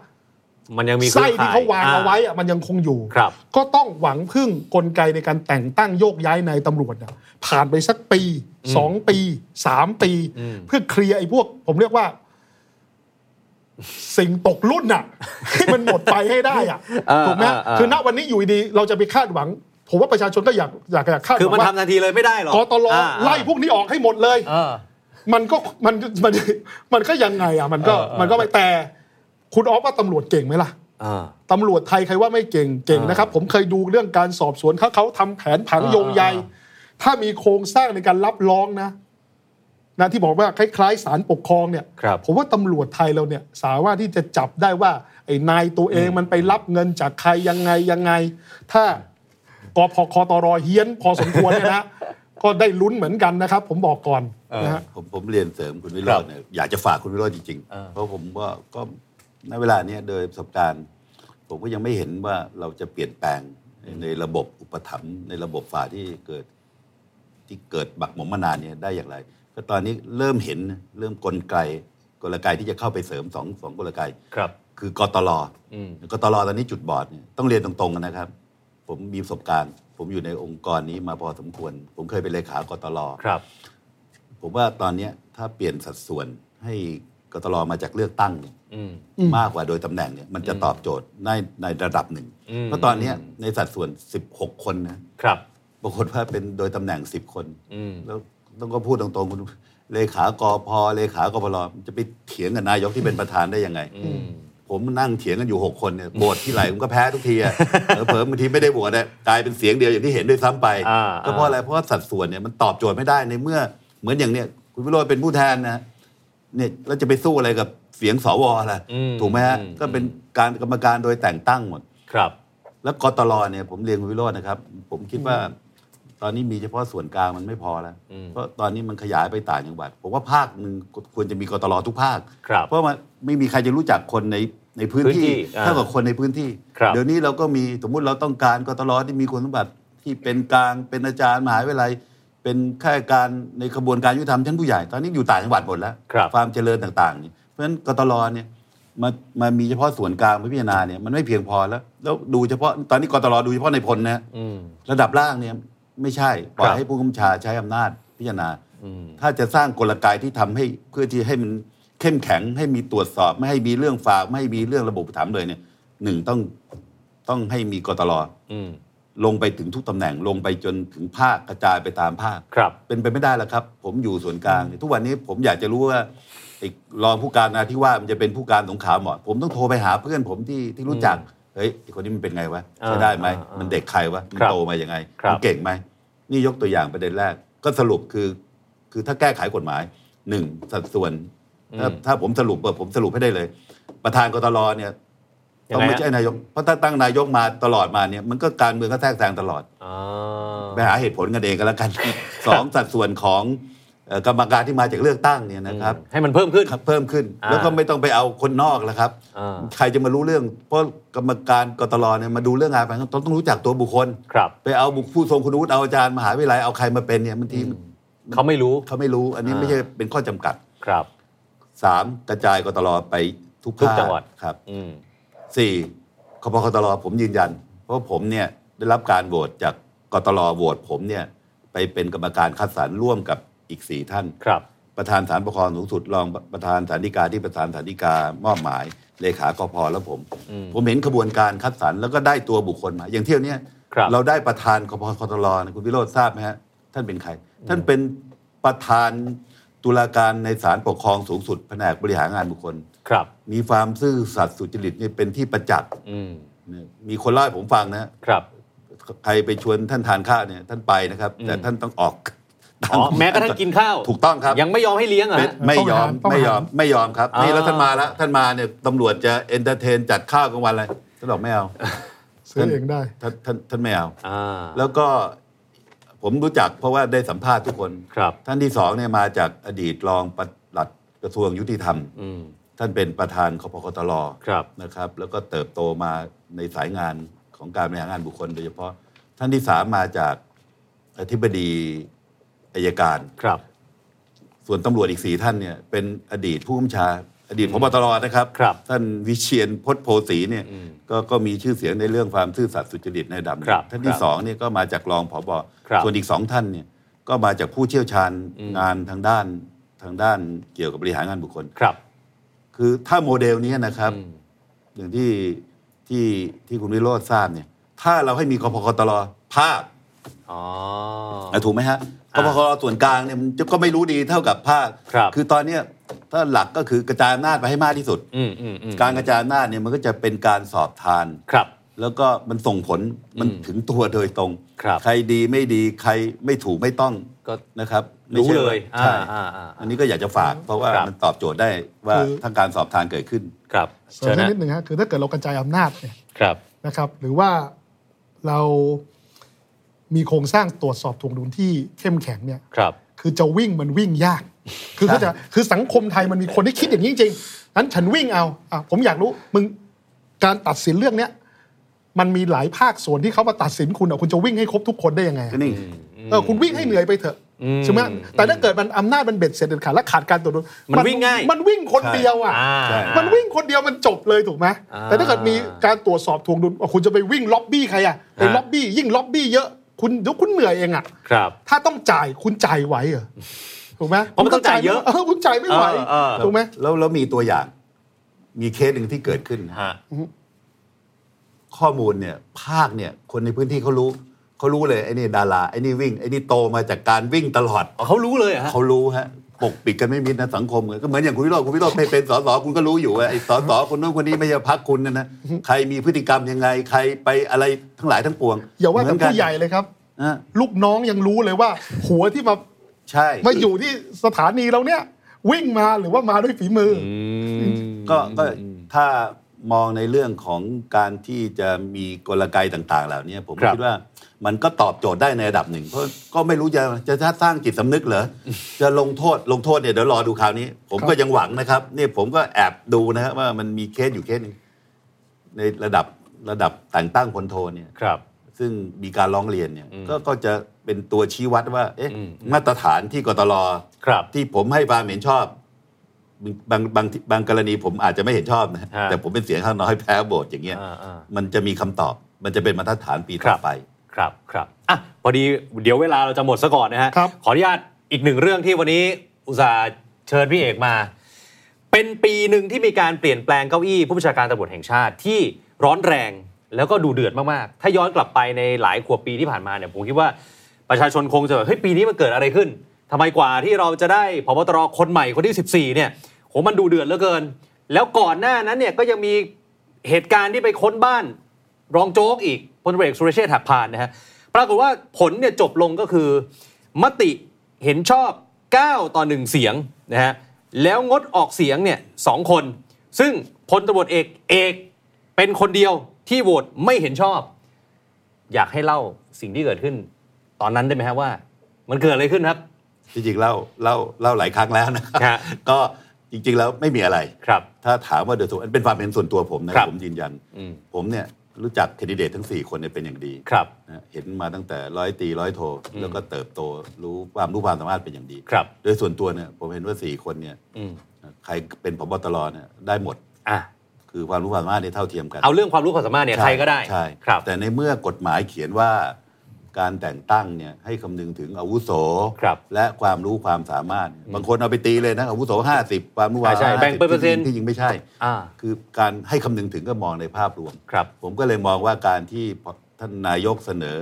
B: มันยังมี
C: ไส้
B: ครือ
C: ที่
B: ย
C: เขาวางเอาไว้
B: อ่
C: อะมันยังคงอยู่
B: ครับ
C: ก็ต้องหวังพึ่งกลไกในการแต่งตั้งโยกย้ายในายตำรวจอะผ่านไปสักปีสองปีสามปี
B: อืม
C: เพื่อเคลียร์ไอ้พวก ผมเรียกว่า สิ่งตกรุ่นน่ะ ให้มันหมดไปให้ได้อ่ะ
B: เออ
C: ถูกไหม
B: เออเออ
C: คือณวันนี้อยู่ดีๆเราจะไปคาดหวัง ผมว่าประชาชนก็อยากอยากอยากคาดห
B: คือ
C: วัง
B: มัน
C: ว่า
B: ทำทันทีเลยไม่ได้หรอก
C: กตล
B: อ่า
C: ไล่พวกนี้ออกให้หมดเลย
B: เออ
C: มันก็มันมันมันก็ยังไงอ่ะมันก็
B: เออเออ
C: มันก็ไม่แต่ คุณออฟว่าตำรวจเก่งไหมล่ะ
B: อ่า
C: ตำรวจไทยใครว่าไม่เก่งเก่ง
B: เออ
C: นะครับ ผมเคยดูเรื่องการสอบสวนเขาเขาทำแผนผัง
B: เออ
C: โยงใย
B: เออเอ
C: ถ้ามีโครงสร้างในการรับร้องนะนะที่บอกว่าคล้ายๆสารปกครองเนี่ย
B: ครับ
C: ผมว่าตำรวจไทยเราเนี่ยสามารถที่จะจับได้ว่า ไอ้นายตัวเองมันไปรับเงินจากใครยังไงยังไง ถ้ากพคตรเฮี้ยนพอสมควร เนี่ยนะ ก็ได้ลุ้นเหมือนกันนะครับ ผมบอกก่อน
B: เออ
C: นะฮะ
D: ผมผมเรียนเสริมคุณวิโรจน์เนี่ยอยากจะฝากคุณวิโรจน์จริง
B: เออ
D: ๆ เพราะผมว่าก็ณเวลาเนี้ยโดยประสบการณ์ ผมก็ยังไม่เห็นว่าเราจะเปลี่ยนแปลงในในระบบอุปถัมภ์ในระบบฝ่ายที่เกิด ที่เกิดบักหมมมานานเนี่ยได้อย่างไร ก็ตอนนี้เริ่มเห็นเริ่มกลไกกลไกที่จะเข้าไปเสริมสองสองกลไก
B: ครับ
D: คือกตล
B: อืม
D: กตลตอนนี้จุดบอดเนี่ยต้องเรียนตรงๆกันนะครับ ผมมีประสบการณ์ ผมอยู่ในองค์กรนี้มาพอสมควร ผมเคยเป็นเลขากตล
B: ครับ
D: ผมว่าตอนเนี้ยถ้าเปลี่ยนสัดส่วนให้กตลมาจากเลือกตั้งเนี่ย
B: อืม
C: อืม
D: มากกว่าโดยตำแหน่งเนี่ยมันจะตอบโจทย์ในในระดับหนึ่ง
B: อืม
D: เพราะตอนเนี้ยในสัดส่วน 16 คนนะครับ ปรากฏว่าเป็นโดยตำแหน่ง 10 คน
B: อืม
D: แล้วต้องก็พูดตรงๆคุณเลขากพเลขากพลจะไปเถียงกับนายกที่เป็นประธานได้ยังไง
B: อืม
D: ผมนั่งเถียงกันอยู่ 6 คนเนี่ยโหวตที่ไหนผมก็แพ้ทุกทีอะเผลอๆบางทีไม่ได้โหวตอะกลายเป็นเสียงเดียวอย่างที่เห็นด้วยซ้ำไป
B: อ่า
D: ก็เพราะอะไรเพราะว่าสัดส่วนเนี่ยมันตอบโจทย์ไม่ได้ในเมื่อเหมือนอย่างเนี่ยคุณวิโรจน์เป็นผู้แทนนะเนี่ยเราจะไปสู้อะไรกับเสียงสวล่ะ
B: อืม
D: ถูกไหมฮะ
B: อืม
D: ก็เป็นการกรรมการโดยแต่งตั้งหมด
B: ครับ
D: แล้วกตลเนี่ยผมเรียนคุณวิโรจน์นะครับ ผมคิดว่า ตอนนี้มีเฉพาะส่วนกลางมันไม่พอแล้ว
B: อืม
D: เพราะตอนนี้มันขยายไปต่างจังหวัด ผมว่าภาคหนึ่งควรจะมีกตลทุกภาค
B: ครับ
D: เพราะมันไม่มีใครจะรู้จักคนในในพื้น
B: พื้นที่
D: ที่
B: อ่า
D: เท่ากับคนในพื้นที่
B: ครับ
D: เดี๋ยวนี้เราก็มีสมมุติเราต้องการกตลที่มีคุณสมบัติที่เป็นกลางเป็นอาจารย์มหาวิทยาลัย เป็นข้าราชการในขบวนการยุติธรรมชั้นผู้ใหญ่ ตอนนี้อยู่ต่างจังหวัดหมดแล้ว
B: ครับ
D: ความเจริญต่างๆนี่เพราะฉะนั้นกตลเนี่ยมามามีเฉพาะส่วนกลางไว้พิจารณาเนี่ยมันไม่เพียงพอแล้ว แล้วดูเฉพาะตอนนี้กตลดูเฉพาะในพลนะ
B: อืม
D: ระดับล่างเนี่ยไม่ใช่ปล่อยให้ผู้กำกับชาใช้อำนาจพิจารณา
B: อืม
D: ถ้าจะสร้างกลไกที่ทำให้เพื่อที่ให้มันเข้มแข็งให้มีตรวจสอบ ไม่ให้มีเรื่องฝากไม่ให้มีเรื่องระบบอุปถัมภ์เลยเนี่ยหนึ่งต้องต้องให้มีกตล
B: อืม
D: ลงไปถึงทุกตำแหน่งลงไปจนถึงภาคกระจายไปตามภาค
B: ครับ
D: เป็นไปไม่ได้หรอกครับ ผมอยู่ส่วนกลางเนี่ยทุกวันนี้ผมอยากจะรู้ว่าไอ้รองผู้การนาที่ว่าสมันจะเป็นผู้การสงขลาหมอผมต้องโทรไปหาเพื่อนผมที่ที่รู้จักเฮ้ยไอ้คนนี้มันเป็นไงวะ
B: อ่า
D: ใช้ได้ไหม
B: อ่ามั
D: มันเด็กใครวะมัน
B: ครับ
D: โตมายังไง
B: ครับ
D: มันเก่งไหมนี่ยกตัวอย่างประเด็นแรก ก็สรุปคือ คือถ้าแก้ไขกฎหมายหนึ่งสัดส่วนถ้าถ้าผมสรุปเออผมสรุปให้ได้เลย ประธานกตลเนี่ย
B: ยั
D: ต้อง
B: งไง
D: ไม่
B: ฮะ
D: ใช่นายกเพราะถ้าตั้งนายกมาตลอดมาเนี่ยมันก็การเมืองก็แทรกแซงตลอด
B: อ๋อ
D: ไปหาเหตุผลกันเองก็แล้วกัน สองสัดส่วนของเอ่อกรรมการที่มาจากเลือกตั้งเนี่ยนะครับ
B: อืมให้มันเพิ่มขึ้น
D: ครับเพิ่มขึ้น
B: อ่า
D: แล้วก็ไม่ต้องไปเอาคนนอกแล้วครับ
B: อ่า
D: ใครจะมารู้เรื่อง เพราะกรรมการกตลเนี่ยมาดูเรื่องงานไปต้องต้องรู้จักตัวบุคคล
B: ครับ
D: ไปเอาบุคผู้ทรงคุณวุฒิเอาอาจารย์มหาวิทยาลัยเอาใครมาเป็นเนี่ยบางที
B: เขาไม่รู้
D: เขาไม่รู้ อันนี้
B: อ่า
D: ไม่ใช่เป็นข้อจำกัด
B: ครับ
D: สามกระจายกตลไปทุก
B: ทุก
D: ภาค
B: จังหวัด
D: ครับ
B: อืม
D: สี่คพกตลผมยืนยัน เพราะผมเนี่ยได้รับการโหวตจากกตลโหวตผมเนี่ยไปเป็นกรรมการคัดสรรร่วมกับอีกสี่ท่าน
B: ครับ
D: ประธานศาลปกครองสูงสุดรองประธานศาลฎีกาที่ประธานศาลฎีกามอบหมายเลขากพแล้วผม
B: อืม
D: ผมเห็นขบวนการคัดสรรแล้วก็ได้ตัวบุคคลมา อย่างเที่ยวเนี้ย
B: ครับ
D: เราได้ประธานกพคตรนะคุณวิโรธทราบไหมฮะท่านเป็นใคร ท่านเป็นประธานตุลาการในศาลปกครองสูงสุดแผนกบริหารงานบุคคล
B: ครับ
D: มีความซื่อสัตย์สุจริตเนี่ยเป็นที่ประจักษ์
B: อืม
D: นะมีคนเล่าให้ผมฟังนะฮะ
B: ครับ
D: ใครไปชวนท่านทานข้าวเนี่ยท่านไปนะครับแต่
B: อืม
D: ท่านต้องออกตา
B: อ๋อ แม้กระทั่งกินข้าว
D: ถูกต้องครับ
B: ยังไม่ยอมให้เลี้ยงเหรอ
D: ไม่
B: ฮะ
D: ไม่ยอม
C: ต้องหา
D: ไม่ยอมไม่ยอมครับ
B: อ่านี่
D: นี่แล้วท่านมาแล้วท่านมาเนี่ยตำรวจจะเอนเตอร์เทนจัดข้าวกลางวันอะไรท่านบอกไม่เอา
C: ซื้อเองได้
D: ท่านท่านท่านไม่เอา
B: อ่า
D: แล้วก็ผมรู้จักเพราะว่าได้สัมภาษณ์ทุกคน
B: ครับ
D: ท่านที่สองเนี่ยมาจากอดีตรองปลัดกระทรวงยุติธรรม
B: อืม
D: ท่านเป็นประธานคพคตร
B: ครับ
D: นะครับ แล้วก็เติบโตมาในสายงานของการบริหารงานบุคคลโดยเฉพาะ ท่านที่สามมาจากอธิบดีอายการ
B: ครับ
D: ส่วนตำรวจอีกสีท่านเนี่ยเป็นอดีตผู้บัญชา อดีตพบตรนะครับ
B: ครับ
D: ท่านวิเชียนพจน์โพสีเนี่ยก็ก็มีชื่อเสียงในเรื่องความซื่อสัตย์สุจริตในระดับหนึ่ง
B: ครับ
D: ท่านที่
B: ครับ
D: สองเนี่ยก็มาจากรองผบ
B: ครับ
D: ส่วนอีกสองท่านเนี่ยก็มาจากผู้เชี่ยวชาญ
B: อืม
D: งานทางด้านทางด้านเกี่ยวกับบริหารงานบุคคล
B: ครับ
D: คือถ้าโมเดลเนี้ยนะครับ
B: อืม
D: อย่างที่ที่ที่คุณวิโรธทราบเนี่ยถ้าเราให้มีกพคตรภาค
B: อ๋อ
D: นะถูกไหมฮะก
B: อ่า
D: พคส่วนกลางเนี่ยมันจะก็ไม่รู้ดีเท่ากับภาค
B: ครับ
D: อตอนเนี้ยถ้าหลักก็คือกระจายอำนาจไปให้มากที่สุด
B: ืมอืมอืม
D: การกระจายอำนาจเนี่ยมันก็จะเป็นการสอบทาน
B: ครับ
D: แล้วก็มันส่งผลมัน
B: อืม
D: ถึงตัวโดยตรง
B: ครับ
D: ใครดีไม่ดีใครไม่ถูกไม่ต้อง
B: ก็
D: นะครับไม่
B: รู้
D: ใช่
B: เลย
D: ว่าใช่
B: อ่าอ่าอ่า
D: อันนี้ก็อยากจะฝาก เพราะว่า
B: ครับ
D: มันตอบโจทย์ได้ว่า
C: คือ
D: ทั้งการสอบทานเกิดขึ้น
B: ครับ
C: เสริ
B: เชิ
C: ม
B: ญ
C: ให้
B: นะ
C: นิดหนึ่งฮะคือถ้าเกิดเรากระจายอำนาจเนี่ย
B: ครับ
C: นะครับหรือว่าเรามีโครงสร้างตรวจสอบทวงดุลที่เข้มแข็งเนี่ย
B: ครับ
C: คือจะวิ่งมันวิ่งยาก คือ
D: ใช่
C: เขาใจะคือสังคมไทยมันมีคนที่คิดอย่างนี้จริงๆนั้นฉันวิ่งเอาอ่ะผมอยากรู้มึงการตัดสินเรื่องเนี้ยมันมีหลายภาคส่วนที่เขามาตัดสินคุณอ่ะคุณจะวิ่งให้ครบทุกคนได้ยังไงอ่ะ
D: ก็นี่
C: เออคุณวิ่งให้เหนื่อยไปเถอะ
B: อืม
C: ใช่ไหมแต่ถ้าเกิดมันอำนาจมันเบ็ดเสร็จเด็ดขาดและขาดการตรวจดู
B: มันวิ่งง่าย
C: มันวิ่งคนเดียวอ่ะ
B: อ่า
C: มันวิ่งคนเดียวมันจบเลยถูกไหม
B: อ่า
C: แต่ถ้าเกิดมีการตรวจสอบทวงดุลอ่ะคุณจะไปวิ่งล็อบบี้ใครอ่ะไป
B: ฮะ
C: ล็อบบี้ยิ่งล็อบบี้เยอะ คุณเดี๋ยวคุณเหนื่อยเองอ่ะ
B: ครับ
C: ถ้าต้องจ่ายคุณจ่ายไหวเหรอถูกไหม
B: เพราะมันต้องจ่ายเยอะ
C: เออคุณจ่ายไม่ไหว
B: เออเออ
C: ถูกไหม
D: แล้วแล้วมีตัวอย่าง มีเคสหนึ่งที่เกิดขึ้นนะ
B: ฮะ
D: ข้อมูลเนี่ยภาคเนี่ยคนในพื้นที่เขารู้เขารู้เลยไอ้นี่ดาราไอ้นี่วิ่งไอ้นี่โตมาจากการวิ่งตลอด
B: อ๋อเขารู้เลยเหรอฮะ
D: เขารู้ฮะปกปิดกันไม่มิดนะสังคมก็เหมือนอย่างคุณวิโรจน์คุณวิโรจน์ไปเป็นสสคุณก็รู้อยู่ว่าไอ้สสคนนู้นคนนี้ไม่ใช่พักคุณนะนะใครมีพฤติกรรมยังไง ใครไปอะไรทั้งหลายทั้งปวง
C: อย่าว่าแต่
D: เหมืนกัน
C: ผู้ใหญ่เลยครับ
D: อ่ะ
C: ลูกน้องยังรู้เลยว่า หัวที่มา
D: ใช่
C: มาอยู่ที่สถานีเราเนี่ย วิ่งมาหรือว่ามาด้วยฝีมืออ
D: ก็ก็ถ้ามองในเรื่องของการที่จะมีกลไกต่าง ๆ เหล่านี้ผม
B: ครับ
D: คิดว่ามันก็ตอบโจทย์ได้ในระดับหนึ่งเพราะก็ไม่รู้จะจะสร้างจิตสำนึก เหรอ จะลงโทษลงโทษเนี่ยเดี๋ยวรอดูคราวนี้ ผมก็ยังหวังนะครับเนี่ยผมก็แอบดูนะครับว่ามันมีเคสอยู่เคสหนึ่งในระดับระดับแต่งตั้งคนโทเนี่ย
B: ครับ
D: ซึ่งมีการร้องเรียนเนี่ย
B: อืม
D: ก็ก็จะเป็นตัวชี้วัดว่า เอ๊ะ
B: อืม
D: มาตรฐานที่กตล
B: ครับ
D: ที่ผมให้ความเห็นชอบ บางบางบางกรณีผมอาจจะไม่เห็นชอบนะ
B: ฮะ
D: แต่ผมเป็นเสียงข้างน้อยแพ้โบสอย่างเงี้ย
B: อ่าอ่า
D: มันจะมีคำตอบ มันจะเป็นมาตรฐานปี
B: ค
D: ต่
B: รั
D: อบ ไป
B: ครับครับอ่ะพอดีเดี๋ยวเวลาเราจะหมดซะก่อนนะฮะ
C: ครับ
B: ขออนุญาตอีกหนึ่งเรื่องที่วันนี้อุตส่าห์เชิญพี่เอกมา เป็นปีหนึ่งที่มีการเปลี่ยนแปลงเก้าอี้ผู้บัญชาการตำรวจแห่งชาติที่ร้อนแรงแล้วก็ดูเดือดมาก ๆ ถ้าย้อนกลับไปในหลายขวบปีที่ผ่านมาเนี่ยผมคิดว่าประชาชนคงจะแบบเฮ้ยปีนี้มันเกิดอะไรขึ้นทำไมกว่าที่เราจะได้พบตรคนใหม่คนที่ 14 เนี่ยโหมันดูเดือดเหลือเกิน แล้วก่อนหน้านั้นเนี่ยก็ยังมีเหตุการณ์ที่ไปค้นบ้าน รองโจ๊กอีกพลตำรวจเอกสุรเชษฐ์หักพานนะฮะปรากฏว่าผลเนี่ยจบลงก็คือ มติเห็นชอบ 9 ต่อ 1 เสียงนะฮะแล้วงดออกเสียงเนี่ยสองคน ซึ่งพลตำรวจเอกเอกเป็นคนเดียวที่โหวตไม่เห็นชอบ อยากให้เล่าสิ่งที่เกิดขึ้น ตอนนั้นได้ไหมฮะว่า มันเกิดอะไรขึ้นครับ
D: ที่จริงเล่าเล่าเล่าหลายครั้งแล้วนะครั
B: ฮะ
D: บก็จริง ๆ แล้วไม่มีอะไร
B: ครับ
D: ถ้าถามว่าโดยส่วนอันเป็นความเห็นส่วนตัวผมนะครับ ผมยืนยัน
B: อืม
D: ผมเนี่ยรู้จักแคนดิเดตทั้ง 4 คนเนี่ยเป็นอย่างดี
B: ครับ
D: นะเห็นมาตั้งแต่ร้อยตรีร้อยโท
B: อืม
D: แล้วก็เติบโตรู้ความรู้ความสามารถเป็นอย่างดี
B: ครับ
D: โดยส่วนตัวเนี่ยผมเห็นว่า 4 คนเนี่ย
B: อืม
D: ใครเป็นพบตรเนี่ยได้หมด
B: อ่ะ
D: คือความรู้ความสามารถเนี่ยเท่าเทียมกัน
B: เอาเรื่องความรู้ความสามารถเนี่ยใครก็ได้
D: ใช่
B: ครับ
D: แต่ในเมื่อกฎหมายเขียนว่าการแต่งตั้งเนี่ยให้คำนึงถึงอาวุโส
B: ครับ
D: และความรู้ความสามารถ
B: อืม
D: บางคนเอาไปตีเลยนะอาวุโส 50 ความรู้ความ
B: อ่าใช่
D: สามารถ
B: แบ่งเป็นเปอร์เซ็นต์
D: ที่จริงไม่ใช่
B: อ่า
D: คือการให้คำนึงถึงก็มองในภาพรวม
B: ครับ
D: ผมก็เลยมองว่าการที่ท่านนายกเสนอ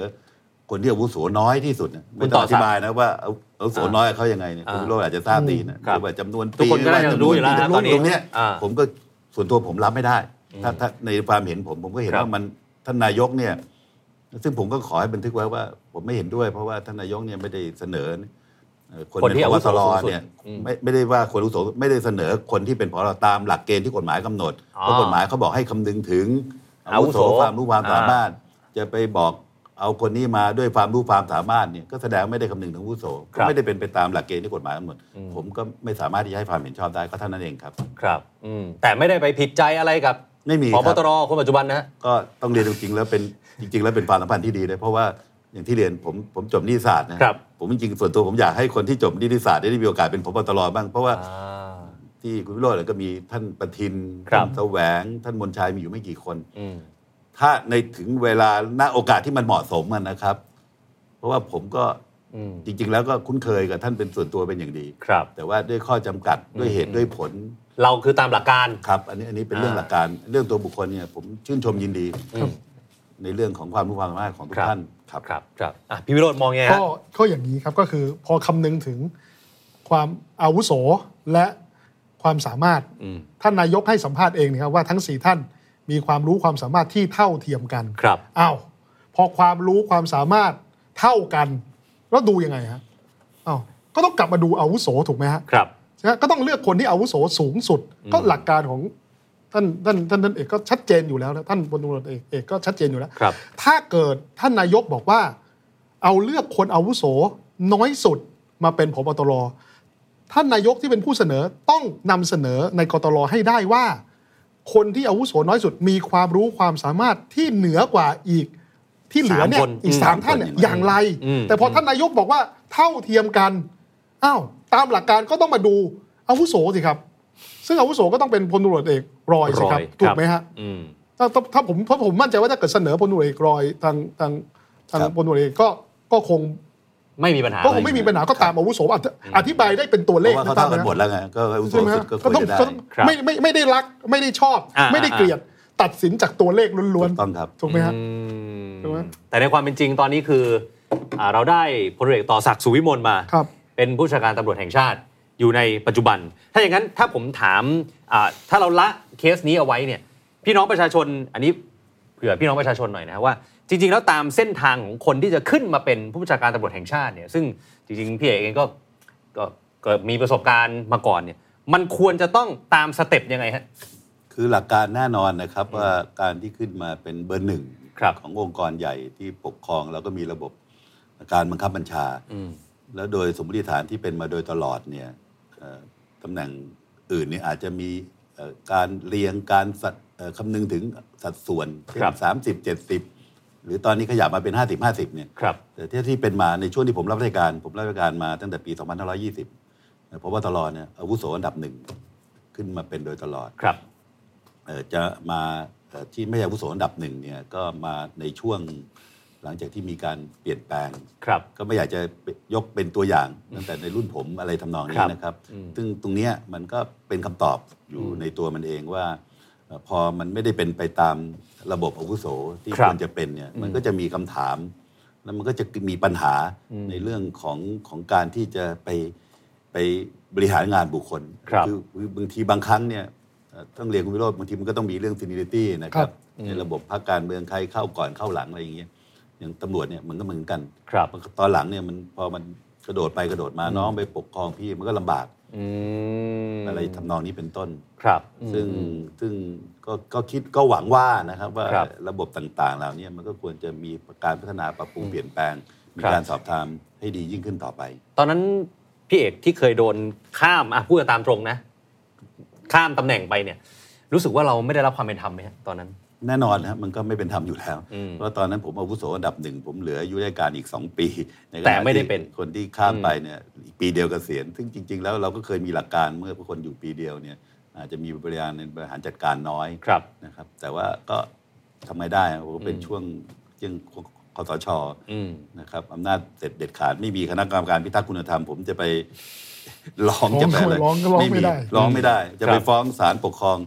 D: คนที่อาวุโสน้อยที่สุดเนี่ย
B: คุ
D: ไม่
B: ณ
D: ต้
B: ต่
D: อง
B: อ
D: อธิบายนะว่าเอาอาวุโสน้อยเขายังไงเนี่ย
B: อ่า
D: คุณวิโรจน์อาจจะทราบดีนะ
B: ครับ
D: หรือว่าจำนวนปี
B: ทุกคนก็น่าจะรู้อยู่แล้วนะ
D: จำน
B: ตอนนี้
D: ตรงเนี้ย
B: อ่า
D: ผมก็ส่วนตัวผมรับไม่ได้ ถ้า
B: อืม
D: ถ้าในความเห็นผมผมก็เห็น
B: ครับ
D: ว่ามันท่านนายกเนี่ย ซึ่งผมก็ขอให้บันทึกไว้ว่า ผมไม่เห็นด้วยเพราะว่าท่านนายกเนี่ยไม่ได้เสนอเอ่อคน
B: คน
D: เป็น
B: ที่
D: พ
B: อา
D: บ
B: วุโส
D: ตร
B: สูงสุด
D: เนี่ย
B: อืม
D: ไม่ไม่ได้ว่าคนอาวุโสไม่ได้เสนอคนที่เป็นพอตามหลักเกณฑ์ที่กฎหมายกำหนด
B: อ๋อ
D: เพราะกฎหมายเขาบอกให้คำนึงถึง
B: อา
D: อา
B: วุ
D: วุ
B: โส
D: โสความรู้ความ
B: อ่า
D: สามารถ จะไปบอกเอาคนนี้มาด้วยความรู้ความสามารถเนี่ยก็แสดงไม่ได้คำนึงถึงอาวุโส
B: ค
D: ก็
B: รับ
D: ไม่ได้เป็นไปตามหลักเกณฑ์ที่กฎหมายกำหนด
B: อืม
D: ผมก็ไม่สามารถที่จะให้ความเห็นชอบได้ก็เท่านั้นเองครับ
B: ครับอืมแต่ไม่ได้ไปผิดใจอะไรกับ
D: ไม่มี
B: พ
D: ค
B: บ
D: รับ
B: ตรคนปัจจุบันนะฮะ
D: ก็ต้องเรียนจริงๆแล้วเป็นจริง ๆ แล้วเป็นความสัมพันธ์ที่ดีนะเพราะว่าอย่างที่เรียนผมผมจบนิติศาสตร์นะครับ ผมจริงๆส่วนตัวผมอยากให้คนที่จบนิติศาสตร์ได้มีโอกาสเป็นพบตรบ้างเพราะว่า
B: อ่า
D: ที่คุณวิโรจน์เนี่ยก็มีท่านประทิน
B: ครับ
D: ท่านแสวง ท่านมนชัยมีอยู่ไม่กี่คน
B: อืม
D: ถ้าในถึงเวลาณโอกาสที่มันเหมาะสมอะนะครับ เพราะว่าผมก็
B: อืม
D: จริง ๆ แล้วก็คุ้นเคยกับท่านเป็นส่วนตัวเป็นอย่างดี
B: ครับ
D: แต่ว่าด้วยข้อจำกัดด้วยเหตุด้วยผล
B: เราคือตามหลักการ
D: ครับ อันนี้อันนี้เป็นเรื่อง
B: อ่า
D: หลักการเรื่องตัวบุคคลเนี่ยผมชื่นชมยินดี
B: อืม
D: ในเรื่องของความรู้ความสามารถของทุก
B: ครับ
D: ท่านครับ
B: ครับครับอ่ะพี่วิโรจน์มองไงฮะ
C: ก็ก็อย่างนี้ครับก็คือพอคำนึงถึงความอาวุโสและความสามารถ
B: อืม
C: ท่านนายกให้สัมภาษณ์เองนะครับว่าทั้งสี่ท่านมีความรู้ความสามารถที่เท่าเทียมกัน
B: ครับ
C: อ้าวพอความรู้ความสามารถเท่ากันแล้วดูยังไงฮะอ้าวก็ต้องกลับมาดูอาวุโสถูกไหมฮะ
B: ครับ
C: ใช่ไหมก็ต้องเลือกคนที่อาวุโสสูงสุด
B: อืม
C: ก็หลักการของท่านท่านท่านท่านเอกก็ชัดเจนอยู่แล้วนะท่านพลตำรวจเอกเอกก็ชัดเจนอยู่แล้ว
B: ครับ
C: ถ้าเกิดท่านนายกบอกว่า เอาเลือกคนอาวุโสน้อยสุดมาเป็นพบตรท่านนายกที่เป็นผู้เสนอต้องนำเสนอในกตรให้ได้ว่า คนที่อาวุโสน้อยสุดมีความรู้ความสามารถที่เหนือกว่าอีกที่เหลือเนี่
B: สามคน
C: ยอีก
B: อืม
C: สามท่านเนี่ยอย่างไร
B: อืม
C: แต่พออ
B: ม
C: ท่านนายกบอกว่าเท่าเทียมกันอ้าวตามหลักการก็ต้องมาดูอาวุโสสิครับ ซึ่งอาวุโสก็ต้องเป็นพลตำรวจเอกรอยสิครับ
B: รอยค
C: ถู
B: รั
C: ก
B: บ
C: ไหมฮะ
B: อืม
C: ถ้าถ้าถ้าผมเพราะผมมั่นใจว่าถ้าเกิดเสนอพลตำรวจเอกรอยทางทางทาง
D: ครับ
C: พลตำรวจเอกก็ก็คง
B: ไม่มีปัญหา
C: ก็ค
B: เล
C: ง
B: ย
C: ไม่มีปัญหาก็ตามอาวุโสอธิอธิบายได้เป็นตัว
D: เพ
C: เลข
D: ราะว่าเขาเท่ากัน
C: นะ
D: หมดแล้วไงก็อาวุโส
C: ใช่ไหม
D: สุ
C: ฮะ
D: ดก็คุ
C: ก็
D: ย
C: ต้อง
D: กันได้
C: ก็ต้อง
B: ครับ
C: ไม่ไม่ไม่ได้รักไม่ได้ชอบ
B: อ่า
C: ไม่ได้
B: อ่า
C: เกลียดตัดสินจากตัวเลขล้วน
D: ถูกต้องครับ
C: ๆถูกไหมฮะ
B: อืม
C: ถูกไหม
B: แต่ในความเป็นจริงตอนนี้คืออ่าเราได้พลเรือเอกต่อศักดิ์สุวิมลมา
C: ครับ
B: เป็นผู้บัญชาการตำรวจแห่งชาติอยู่ในปัจจุบัน ถ้าอย่างนั้นถ้าผมถามอ่าถ้าเราละเคสนี้เอาไว้เนี่ย พี่น้องประชาชนอันนี้เผื่อพี่น้องประชาชนหน่อยนะครับว่า จริง ๆ แล้วตามเส้นทางของคนที่จะขึ้นมาเป็นผู้บัญชาการตำรวจแห่งชาติเนี่ยซึ่งจริงๆพี่เอกเองก็ก็ก็มีประสบการณ์มาก่อนเนี่ยมันควรจะต้องตามสเต็ปยังไงฮะ
D: คือหลักการแน่นอนนะครับว่าการที่ขึ้นมาเป็นเบอร์หนึ่ง
B: ครับ
D: ขององค์กรใหญ่ที่ปกครองแล้วก็มีระบบการบังคับบัญชา แล้วโดยสมมติฐานที่เป็นมาโดยตลอดเนี่ยเอ่อตำแหน่งอื่นเนี่ยอาจจะมีเอ่อการเรียงการสัดเอ่อคำนึงถึงสัดส่วนเช่น
B: ครับ
D: สามสิบเจ็ดสิบหรือตอนนี้ขยับมาเป็นห้าสิบห้าสิบเนี่ย
B: ครับ
D: แต่ที่ที่เป็นมาในช่วงที่ผมรับราชการ ผมรับราชการมาตั้งแต่ปี 2520พบตรเนี่ยอาวุโสอันดับหนึ่งขึ้นมาเป็นโดยตลอด
B: ครับ
D: เอ่อจะมาเอ่อที่ไม่ใช่อาวุโสอันดับหนึ่งเนี่ยก็มาในช่วงหลังจากที่มีการเปลี่ยนแปลง
B: ครับ
D: ก็ไม่อยากจะยกเป็นตัวอย่างตั้งแต่ในรุ่นผมอะไรทำนองนี้
B: ครับ
D: นะครับ
B: อืม
D: ซึ่งตรงเนี้ยมันก็เป็นคำตอบอยู่
B: อืม
D: ในตัวมันเองว่าเอ่อพอมันไม่ได้เป็นไปตามระบบอาวุโสที่
B: ครั
D: ค
B: บ
D: วรจะเป็นเนี่ยมัน
B: อืม
D: ก็จะมีคำถาม แล้วมันก็จะมีปัญหา
B: อืม
D: ในเรื่องของของการที่จะไปไปบริหารงานบุคคล
B: ครับ
D: อคือบางทีบางครั้งเนี่ยเอ่อต้องเรียนคุณวิโรจน์บางทีมันก็ต้องมีเรื่องซีนิริตี้นะค
C: ครั
D: รับ บ
B: อืม
D: ในระบบพรรคการเมืองใครเข้าก่อนเข้าหลังอะไรอย่างเงี้ยอย่างตำรวจเนี่ยมันก็เหมือนกัน
B: ครับ
D: มันก็ตอนหลังเนี่ยมันพอมัน กระโดดไปกระโดดมาน้องไปปกครองพี่มันก็ลำบาก
B: อืม
D: อะไรทำนองนี้เป็นต้น
B: ครับ
D: ซึ่งซึ่งก็ก็คิดก็หวังว่านะครับว่า
B: ครับ
D: ระบบต่างๆ เหล่านี้มันก็ควรจะมีการพัฒนาปรับปรุงเปลี่ยนแปลง มี
B: ครับ
D: การสอบถามให้ดียิ่งขึ้นต่อไป
B: ตอนนั้นพี่เอกที่เคยโดนข้ามอ่ะพูดกันตามตรงนะ ข้ามตำแหน่งไปเนี่ย รู้สึกว่าเราไม่ได้รับความเป็นธรรมไหมฮะตอนนั้น
D: แน่นอนนะครับมันก็ไม่เป็นธรรมอยู่แล้ว
B: อืม
D: เพราะตอนนั้นผมอาวุโสอันดับหนึ่งผมเหลืออายุราชการอีก 2 ปีในขณะ
B: แต่ไม่ได้
D: ที่
B: เป็น
D: คนที่ข้าม
B: อืม
D: ไปเนี่ยอีกปีเดียวกเกษียณซึ่งจริง ๆ แล้วเราก็เคยมีหลักการเมื่อคนอยู่ปีเดียวเนี่ยอาจจะมีบริหารบริหารจัดการน้อย
B: ครับ
D: นะครับ แต่ว่าก็ทำไมได้ครับผมเป็น
B: อืม
D: ช่วงยังคอสช
B: อืม
D: นะครับอำนาจเด็ดเด็ดขาดไม่มีคณะกรรมการพิทักษ์คุณธรรม ผมจะไป ร้ อง
C: ร้อง
D: จะไปอะไร
C: ร้องก็ร้องไม่ได้
D: ร้องไม่ได้ จะไป
B: ครับ
D: ฟ้องศาลปกครอง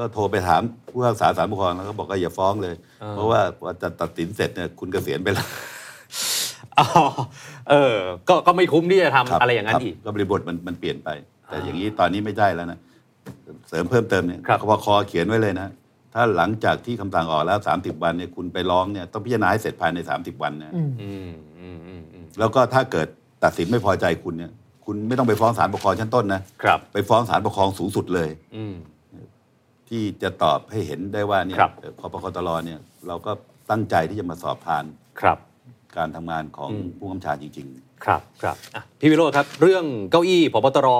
D: ก็โทรไปถามผู้พิพากษาศาลปกครองแล้วก็บอกว่าอย่าฟ้องเลย
B: อ่า
D: เพราะว่าจะตัดสินเสร็จเนี่ยคุณเกษียณไปแล้ว
B: อ๋อเออ ก็ก็ไม่คุ้มที่จะทำ
D: ครับ
B: อะไรอย่างนั้
D: คน บ
B: อีก
D: ก็บริบทมันมันเปลี่ยนไป แต่อย่างนี้ตอนนี้ไม่ได้แล้วนะ เสริมเพิ่มเติมเนี่ย
B: ครับ
D: คคเขียนไว้เลยนะ ถ้าหลังจากที่คำสั่งออกแล้ว 30 วันเนี่ยคุณไปร้องเนี่ยต้องพิจารณาให้เสร็จภายใน 30 วันนะ
C: อืม
B: อืมอืมอืมอืม
D: แล้วก็ถ้าเกิดตัดสินไม่พอใจคุณเนี่ย คุณไม่ต้องไปฟ้องศาลปกครองชั้นต้นนะ
B: ครับ
D: ไปฟ้องศาลปกครองสูงสุดเลย
B: อืม
D: ที่จะตอบให้เห็นได้ว่าเนี่ย
B: ครับ
D: เอ่อคอปคอตรเนี่ยเราก็ตั้งใจที่จะมาสอบทาน
B: ครับ
D: การทำงานของ
B: อืม
D: ผู้กำชาจริง
B: ครับครับอ่ะพี่วิโรธครับ เรื่องเก้าอี้พบตร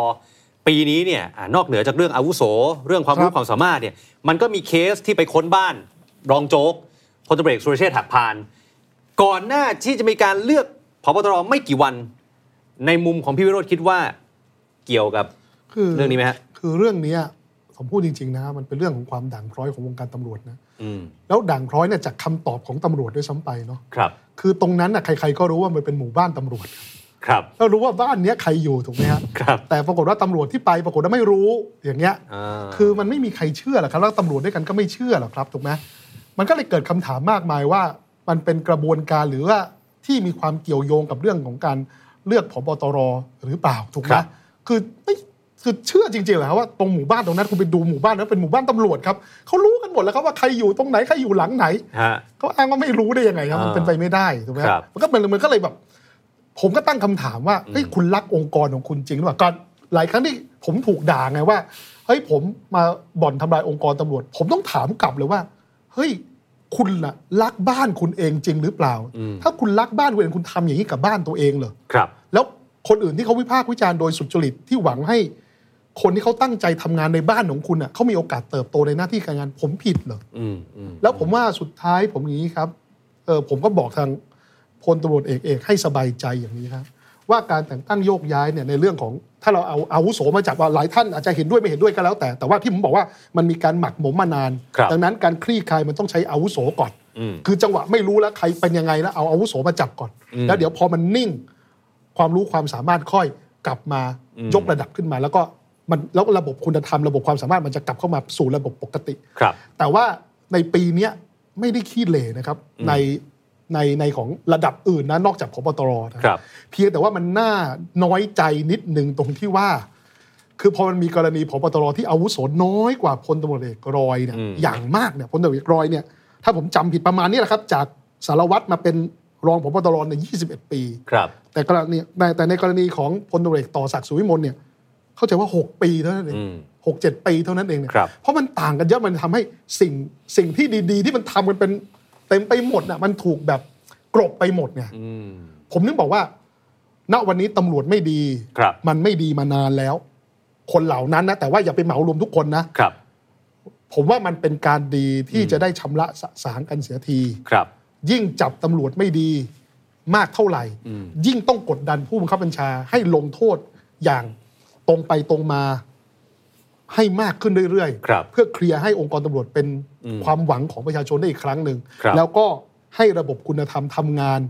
B: ปีนี้เนี่ยอ่ะนอกเหนือจากเรื่องอาวุโส เรื่องความรู้
C: ครับ
B: ความสามารถเนี่ย มันก็มีเคสที่ไปค้นบ้าน รองโจ๊กพลตำรวจเอกสุรเชษฐ์หักพาน ก่อนหน้าที่จะมีการเลือกพบตรไม่กี่วัน ในมุมของพี่วิโรธคิดว่าเกี่ยวกับ
C: คือ
B: เรื่องนี้ไหมฮะ
C: คือเรื่องเนี้ยผมพูดจริง ๆ นะ มันเป็นเรื่องของความด่างพร้อยของวงการตำรวจนะ
B: อืม
C: แล้วด่างพร้อยเนี่ยจากคำตอบของตำรวจด้วยซ้ำไปเนาะ
B: ครับ
C: คือตรงนั้นน่ะใครๆก็รู้ว่ามันเป็นหมู่บ้านตำรวจครับ
B: ครับ
C: แล้วรู้ว่าบ้านเนี้ยใครอยู่ถูกไหมฮะ
B: ครับ
C: แต่ปรากฏว่าตำรวจที่ไปปรากฏว่าไม่รู้อย่างเงี้ย
B: อ่า
C: คือมันไม่มีใครเชื่อหรอกครับแล้วตำรวจด้วยกันก็ไม่เชื่อหรอกครับถูกไหมมันก็เลยเกิดคำถามมากมายว่า มันเป็นกระบวนการหรือว่าที่มีความเกี่ยวโยงกับเรื่องของการเลือกผบตรหรือเปล่าถูก
B: ค
C: ไหม
B: รับ
C: คือไม่คือเชื่อจริงๆเหรอครับว่าตรงหมู่บ้านตรงนั้นคุณไปดูหมู่บ้านนั้นเป็นหมู่บ้านตำรวจครับเขารู้กันหมดแล้วครับว่าใครอยู่ตรงไหนใครอยู่หลังไหน
B: ฮะ
C: เขาอ้างว่าไม่รู้ได้ยังไงครับ
B: อ่ามั
C: มันเป็นไปไม่ได้ถูกไหม
B: ครับ
C: มันก็เป็นมันก็เลยแบบ ผมก็ตั้งคำถามว่าเฮ้ยคุณรักองค์กรของคุณจริงหรือเปล่าก่อนหลายครั้งที่ผมถูกด่าไงว่าเฮ้ยผมมาบ่อนทำลายองค์กรตำรวจ ผมต้องถามกลับเลยว่าเฮ้ยคุณล่ะรักบ้านคุณเองจริงหรือเปล่า
B: อืม
C: ถ้าคุณรักบ้านคุณเองคุณทำอย่างนี้กับบ้านตัวเองเหรอ
B: ครับ
C: แล้วคนอื่นที่เขาวิพากษ์วิจารณ์โดยสุจริตที่หวังให้ คนที่เขาตั้งใจทำงานในบ้านของคุณอ่ะเขามีโอกาสเติบโตในหน้าที่การงาน ผมผิดเหรอ
B: อืมอืม
C: แล้วผมว่าสุดท้ายผมอย่างนี้ครับเออผมก็บอกทางพลตำรวจเอกเอกให้สบายใจอย่างนี้ครับ ว่าการแต่งตั้งโยกย้ายเนี่ยในเรื่องของถ้าเราเอาอาวุโสมาจับว่าหลายท่านอาจจะเห็นด้วยไม่เห็นด้วยก็แล้วแต่ แต่ว่าที่ผมบอกว่ามันมีการหมักหมมมานาน ดังนั้นการคลี่คลายมันต้องใช้อาวุโสก่อน
B: อืม
C: คือจังหวะไม่รู้แล้วใครเป็นยังไงแล้วเอาอาวุโสมาจับก่อน
B: อืม
C: แล้วเดี๋ยวพอมันนิ่ง ความรู้ความสามารถค่อยกลับมา
B: อืม
C: ยกระดับขึ้นมา แล้วก็มันแล้วระบบคุณธรรมระบบความสามารถมันจะกลับเข้ามาสู่ระบบปกติ
B: ครับ
C: แต่ว่าในปีเนี้ยไม่ได้ขี้เหร่นะครับ
B: อืม
C: ในในในของระดับอื่นนะนอกจากพบตรนะครับ เพียงแต่ว่ามันน่าน้อยใจนิดหนึ่งตรงที่ว่า คือพอมันมีกรณีพบตรที่อาวุโสน้อยกว่าพลตำรวจเอกรอยเนี่ย
B: อืม
C: อย่างมากเนี่ยพลตำรวจเอกรอยเนี่ยถ้าผมจำผิดประมาณนี้แหละครับ จากสารวัตรมาเป็นรองพบตรในย21 ปี
B: ครับ
C: แต่กรณีแต่แต่ในกรณีของพลตำรวจเอกต่อศักดิ์สุวิมลเนี่ยเข้าใจว่า 6 ปีเท่านั้นเอง
B: อืม
C: หกเจ็ดปีเท่านั้นเองเนี่ย
B: ครับ
C: เพราะมันต่างกันเยอะมันทำให้สิ่งสิ่งที่ดีๆ ที่มันทำกันเป็นเต็มไปหมดน่ะมันถูกแบบกรบไปหมดไง
B: อืม
C: ผมนึกบอกว่า ณวันนี้ตำรวจไม่ดี
B: ครับ
C: มันไม่ดีมานานแล้ว คนเหล่านั้นนะแต่ว่าอย่าไปเหมารวมทุกคนนะครับ ผมว่ามันเป็นการดีที่จะได้ชำระสะสางกันเสียที
B: ครับ
C: ยิ่งจับตำรวจไม่ดีมากเท่าไหร่
B: อืม
C: ยิ่งต้องกดดันผู้บังคับบัญชาให้ลงโทษอย่างตรงไปตรงมาให้มากขึ้นเรื่อย
B: ครับ
C: เพื่อเคลียร์ให้องค์กรตำรวจเป็น
B: อืม
C: ความหวังของประชาชนได้อีกครั้งหนึ่ง
B: ครับ
C: แล้วก็ให้ระบบคุณธรรมทำงาน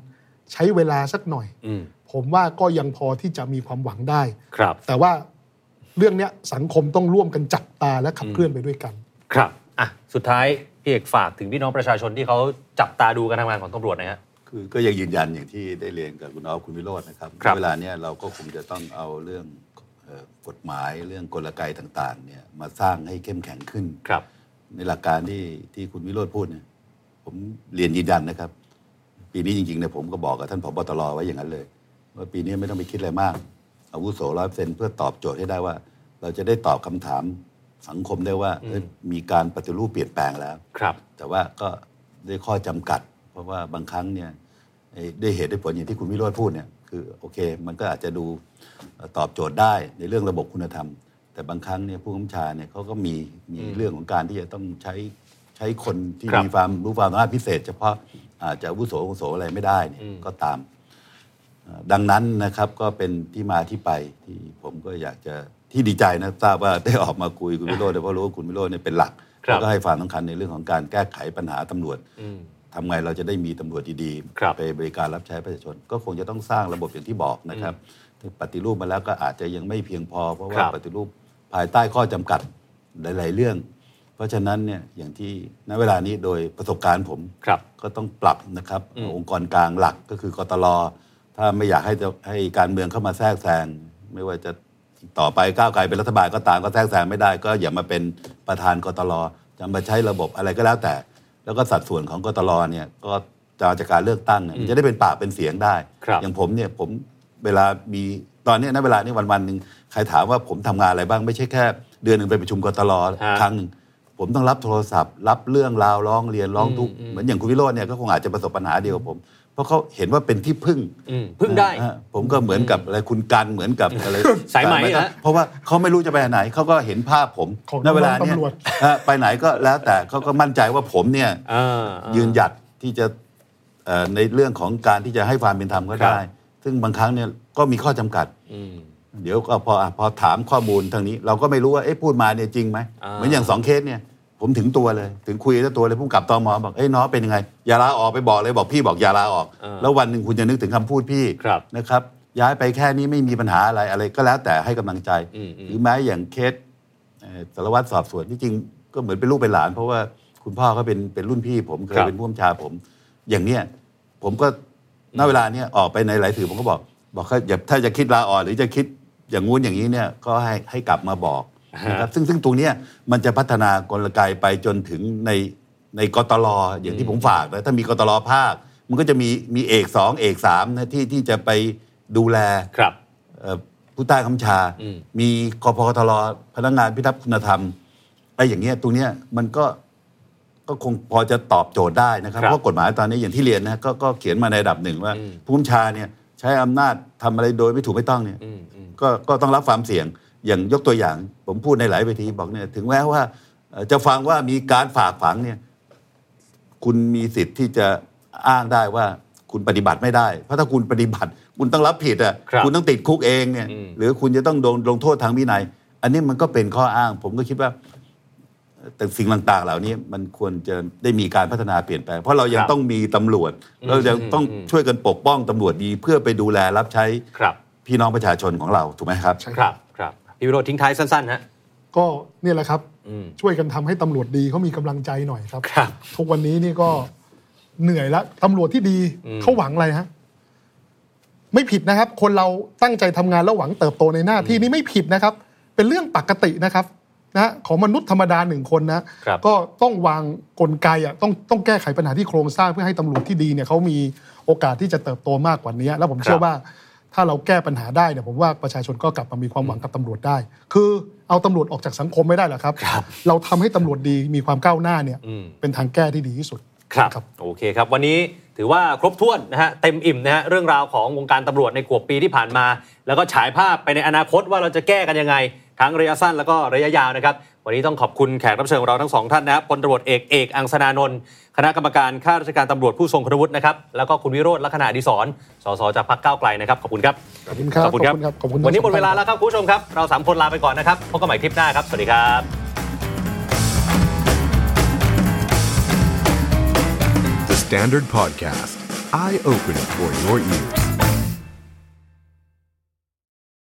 C: ใช้เวลาสักหน่อย
B: อืม
C: ผมว่าก็ยังพอที่จะมีความหวังได้
B: ครับ
C: แต่ว่าเรื่องเนี้ยสังคมต้องร่วมกันจับตาและขับเคลื่อนไปด้วยกัน
B: ครับ อ่ะ สุดท้าย พี่เอกฝากถึงพี่น้องประชาชนที่เขาจับตาดูการทำงานของตำรวจหนะฮะ
D: ๆ คือก็ยังยืนยันอย่างที่ได้เรียนกับคุณออฟคุณวิโรจน์นะครับ
B: ครับ
D: เวลาเนี้ยเราก็คงจะต้องเอาเรื่องเอ่อกฎหมายเรื่องกลไกต่างๆเนี่ยมาสร้างให้เข้มแข็งขึ้น
B: ครับ
D: ในหลักการที่ที่คุณวิโรธพูดเนี่ยผมเรียนยืนยันนะครับ ปีนี้จริงๆเนี่ยผมก็บอกกับท่านผบตรไว้อย่างนั้นเลย ว่าปีนี้ไม่ต้องไปคิดอะไรมาก อาวุโสร้อยเซนเพื่อตอบโจทย์ให้ได้ว่า เราจะได้ตอบคำถามสังคมได้ว่าเอ้ยมีการปฏิรูปเปลี่ยนแปลงแล้ว
B: ครับ
D: แต่ว่าก็ด้วยข้อจำกัด เพราะว่าบางครั้งเนี่ยไอ้ด้วยเหตุด้วยผลอย่างที่คุณวิโรธพูดเนี่ยคือโอเค มันก็อาจจะดูเอ่อตอบโจทย์ได้ในเรื่องระบบคุณธรรม แต่บางครั้งเนี่ยผู้กำกับชาเนี่ยเขาก็มีมีเรื่องของการที่จะต้องใช้ใช้คนที่
B: ครับ
D: มีความรู้ความสามารถพิเศษ เฉพาะอาจจะอาวุโสอาวุโสอะไรไม่ได้เนี่ย
B: อืม
D: ก็ตามเอ่อดังนั้นนะครับก็เป็นที่มาที่ไปที่ผมก็อยากจะที่ดีใจนะทราบว่าได้ออกมาคุยคุณวิโรจน์เนี่ยเพราะรู้ว่าคุณวิโรจน์เนี่ยเป็นหลัก
B: ครับ
D: แล้วก็ให้ความสำคัญในเรื่องของการแก้ไขปัญหาตำรวจ
B: อืม
D: ทำไงเราจะได้มีตำรวจดี
B: ครับ
D: ไปบริการรับใช้ประชาชน ก็คงจะต้องสร้างระบบอย่างที่บอกนะครับถึงปฏิรูปมาแล้วก็อาจจะยังไม่เพียงพอ เพราะ
B: ค
D: ว่า
B: รับ
D: ปฏิรูปภายใต้ข้อจำกัดหลาย ๆ เรื่อง เพราะฉะนั้นเนี่ยอย่างที่ณเวลานี้โดยประสบการณ์ผม
B: ครับ
D: ก็ต้องปรับนะครับ
B: อืม
D: องค์กรกลางหลักก็คือกตลถ้าไม่อยากให้จะให้การเมืองเข้ามาแทรกแซงไม่ว่าจะ ต่อไปก้าวไกลเป็นรัฐบาลก็ตามก็แทรกแซงไม่ได้ก็อย่ามาเป็นประธานกตลจะมาใช้ระบบอะไรก็แล้วแต่ แล้วก็สัดส่วนของกตลเนี่ยก็จะมาจากการเลือกตั้งเนี่ยมันจะได้เป็นปากเป็นเสียงได้
B: ครับ
D: อย่างผมเนี่ยผมเวลามีตอนเนี้ยนะเวลานี้วันวันๆหนึ่งใครถามว่าผมทำงานอะไรบ้างไม่ใช่แค่เดือนหนึ่งไปประชุมกตล
B: ฮะ
D: ครั้งหนึ่งผมต้องรับโทรศัพท์ รับเรื่องราวร้องเรียนร้องทุกข์
B: อืมอืม
D: เหมือนอย่างคุณวิโรจน์เนี่ยก็คงอาจจะประสบปัญหาเดียวกับผม เพราะเขาเห็นว่าเป็นที่พึ่ง
B: อืมเพึ่งได้
D: อ่าผมก็เหมือนกับอะไรคุณกันเหมือนกับอะไร
B: สายไหม
D: ครับ
B: ฮะ
D: เพราะว่าเขาไม่รู้จะไปไหนเขาก็เห็นภาพผม
C: ของ
D: ณเวลาเนี้ย
C: ตำรวจ
D: อ่าไปไหนก็แล้วแต่เขาก็มั่นใจว่าผมเนี่ย
B: อ่า
D: ยืนหยัดที่จะเอ่อในเรื่องของการที่จะให้ความเป็นธรรมก็ได้ ซึ่งบางครั้งเนี่ยก็มีข้อจำกัด
B: อืม
D: เดี๋ยวก็พออ่ะพอถามข้อมูลทางนี้ เราก็ไม่รู้ว่าเอ๊ะพูดมาเนี่ยจริงไหม
B: อ่า
D: เหมือนอย่างสองเคสเนี่ยผมถึงตัวเลย ถึงคุยกับเจ้าตัวเลยผู้กำกับตมบอกเอ้ยน้องเป็นยังไงอย่าลาออกไปบอกเลยบอกพี่บอกอย่าลาออก
B: เออ
D: แล้ววันหนึ่งคุณจะนึกถึงคำพูดพี่
B: ครับ
D: นะครับ ย้ายไปแค่นี้ไม่มีปัญหาอะไรอะไรก็แล้วแต่ให้กำลังใจ
B: อืมอืม
D: หรือแม้อย่างเคสเอ่อสารวัตรสอบสวนที่จริงก็เหมือนเป็นลูกเป็นหลาน เพราะว่าคุณพ่อเขาเป็นเป็นรุ่นพี่ผมเค
B: ค
D: ย
B: รับ
D: เป็นผู้บัญชาผม อย่างเนี้ยผมก็ณเวลาเนี้ยออกไปในหลายสื่อผมก็บอก บอกเขาอย่าถ้าจะคิดลาออกหรือจะคิดอย่างงู้นอย่างนี้เนี่ยก็ให้ให้กลับมาบอกนะครับซึ่งซึ่งตรงเนี้ยมันจะพัฒนากลไกไปจนถึงในในกตลอย่างที่ผมฝากนะถ้ามีกตลภาค มันก็จะมีมีเอกสองเอกสามนะที่ที่จะไปดูแล
B: ครับ
D: เอ่อผู้ใต้คำชา
B: อืม
D: มีกพกตรพนักงานพิทักษ์คุณธรรมอะไรอย่างเงี้ยตรงเนี้ยมันก็ก็คงพอจะตอบโจทย์ได้นะครับ
B: ครับ
D: เพราะกฎหมายตอนนี้อย่างที่เรียนนะกก็เขียนมาในระดับหนึ่งว่า
B: อืม
D: ผู้บัญชาเนี่ยใช้อำนาจทำอะไรโดยไม่ถูกไม่ต้องเนี่ย
B: อืมอืม
D: ก็ก็ต้องรับความเสี่ยงอย่างยกตัวอย่าง ผมพูดในหลายเวทีบอกเนี่ยถึงแม้ว่าเอ่อจะฟังว่ามีการฝากฝังเนี่ยคุณมีสิทธิ์ที่จะอ้างได้ว่าคุณปฏิบัติไม่ได้ เพราะถ้าคุณปฏิบัติ คุณต้องรับผิดอ่ะ
B: ครับ
D: ณต้องติดคุกเองเนี่ย
B: อืม
D: หรือคุณจะต้องโดนลงโทษทางวินัย อันนี้มันก็เป็นข้ออ้าง ผมก็คิดว่า แต่สิ่งต่างๆ เหล่านี้มันควรจะได้มีการพัฒนาเปลี่ยนแปลงเพราะเรายั
B: ค
D: ง
B: รับ
D: ต้องมีตำรวจ
B: อืม
D: เรายังต้อง
B: อืม
D: ช่วยกันปกป้องตำรวจดีเพื่อไปดูแลรับใช้
B: ครับ
D: พี่น้องประชาชนของเรา ถูกไหมครับ
C: ใช่
B: ครับ ครับ พี่วิโรจน์ทิ้งท้ายสั้นๆฮะ
C: ก็เนี่ยแหละครับ
B: อืม
C: ช่วยกันทำให้ตำรวจดีเขามีกำลังใจหน่อยครับ
B: ครับ
C: ทุกวันนี้นี่ก็เหนื่อยละตำรวจที่ดี
B: อืม
C: เขาหวังอะไรฮะไม่ผิดนะครับ คนเราตั้งใจทำงานแล้วหวังเติบโตในหน้าที่นี่ไม่ผิดนะครับ เป็นเรื่องปกตินะครับนะฮะของมนุษย์ธรรมดาหนึ่งคนนะ
B: ครับ
C: ก็ต้องวางกลไกอ่ะต้องต้องแก้ไขปัญหาที่โครงสร้างเพื่อให้ตำรวจที่ดีเนี่ยเขามีโอกาสที่จะเติบโตมากกว่านี้ แล้วผมเชื่อว่าถ้าเราแก้ปัญหาได้เนี่ยผมว่าประชาชนก็กลับมามีความหวังกับตำรวจได้ คือเอาตำรวจออกจากสังคมไม่ได้หรอกครับ เราทำให้ตำรวจดีมีความก้าวหน้าเนี่ย
B: อืม
C: เป็นทางแก้ที่ดีที่สุด
B: ครับ
C: ครับ
B: โอเคครับ วันนี้ถือว่าครบถ้วนนะฮะ เต็มอิ่มนะฮะ เรื่องราวของวงการตำรวจในขวบปีที่ผ่านมา แล้วก็ฉายภาพไปในอนาคตว่าเราจะแก้กันยังไง ทั้งระยะสั้นแล้วก็ระยะยาวนะครับ วันนี้ต้องขอบคุณแขกรับเชิญของเราทั้งสองท่านนะครับพลตำรวจเอกเอกอังสนานนท์คณะกรรมการข้าราชการตำรวจผู้ทรงคุณวุฒินะครับ แล้วก็คุณวิโรจน์ลักษณะอดิศรสสจากพรรคก้าวไกลนะครับ ขอบคุณครับ
C: ขอบคุณครับ
B: ขอบคุณครับ
C: ขอบคุณ
B: วันนี้หมดเวลา
C: ทั้ง
B: แล้วค
C: สองท่น
B: รับคุณผู้ชมครับ เราสามคนลาไปก่อนนะครับ พบกันใหม่คลิปหน้าครับ สวัสดีครับ
A: The Standard Podcast. Eye opening for your ears.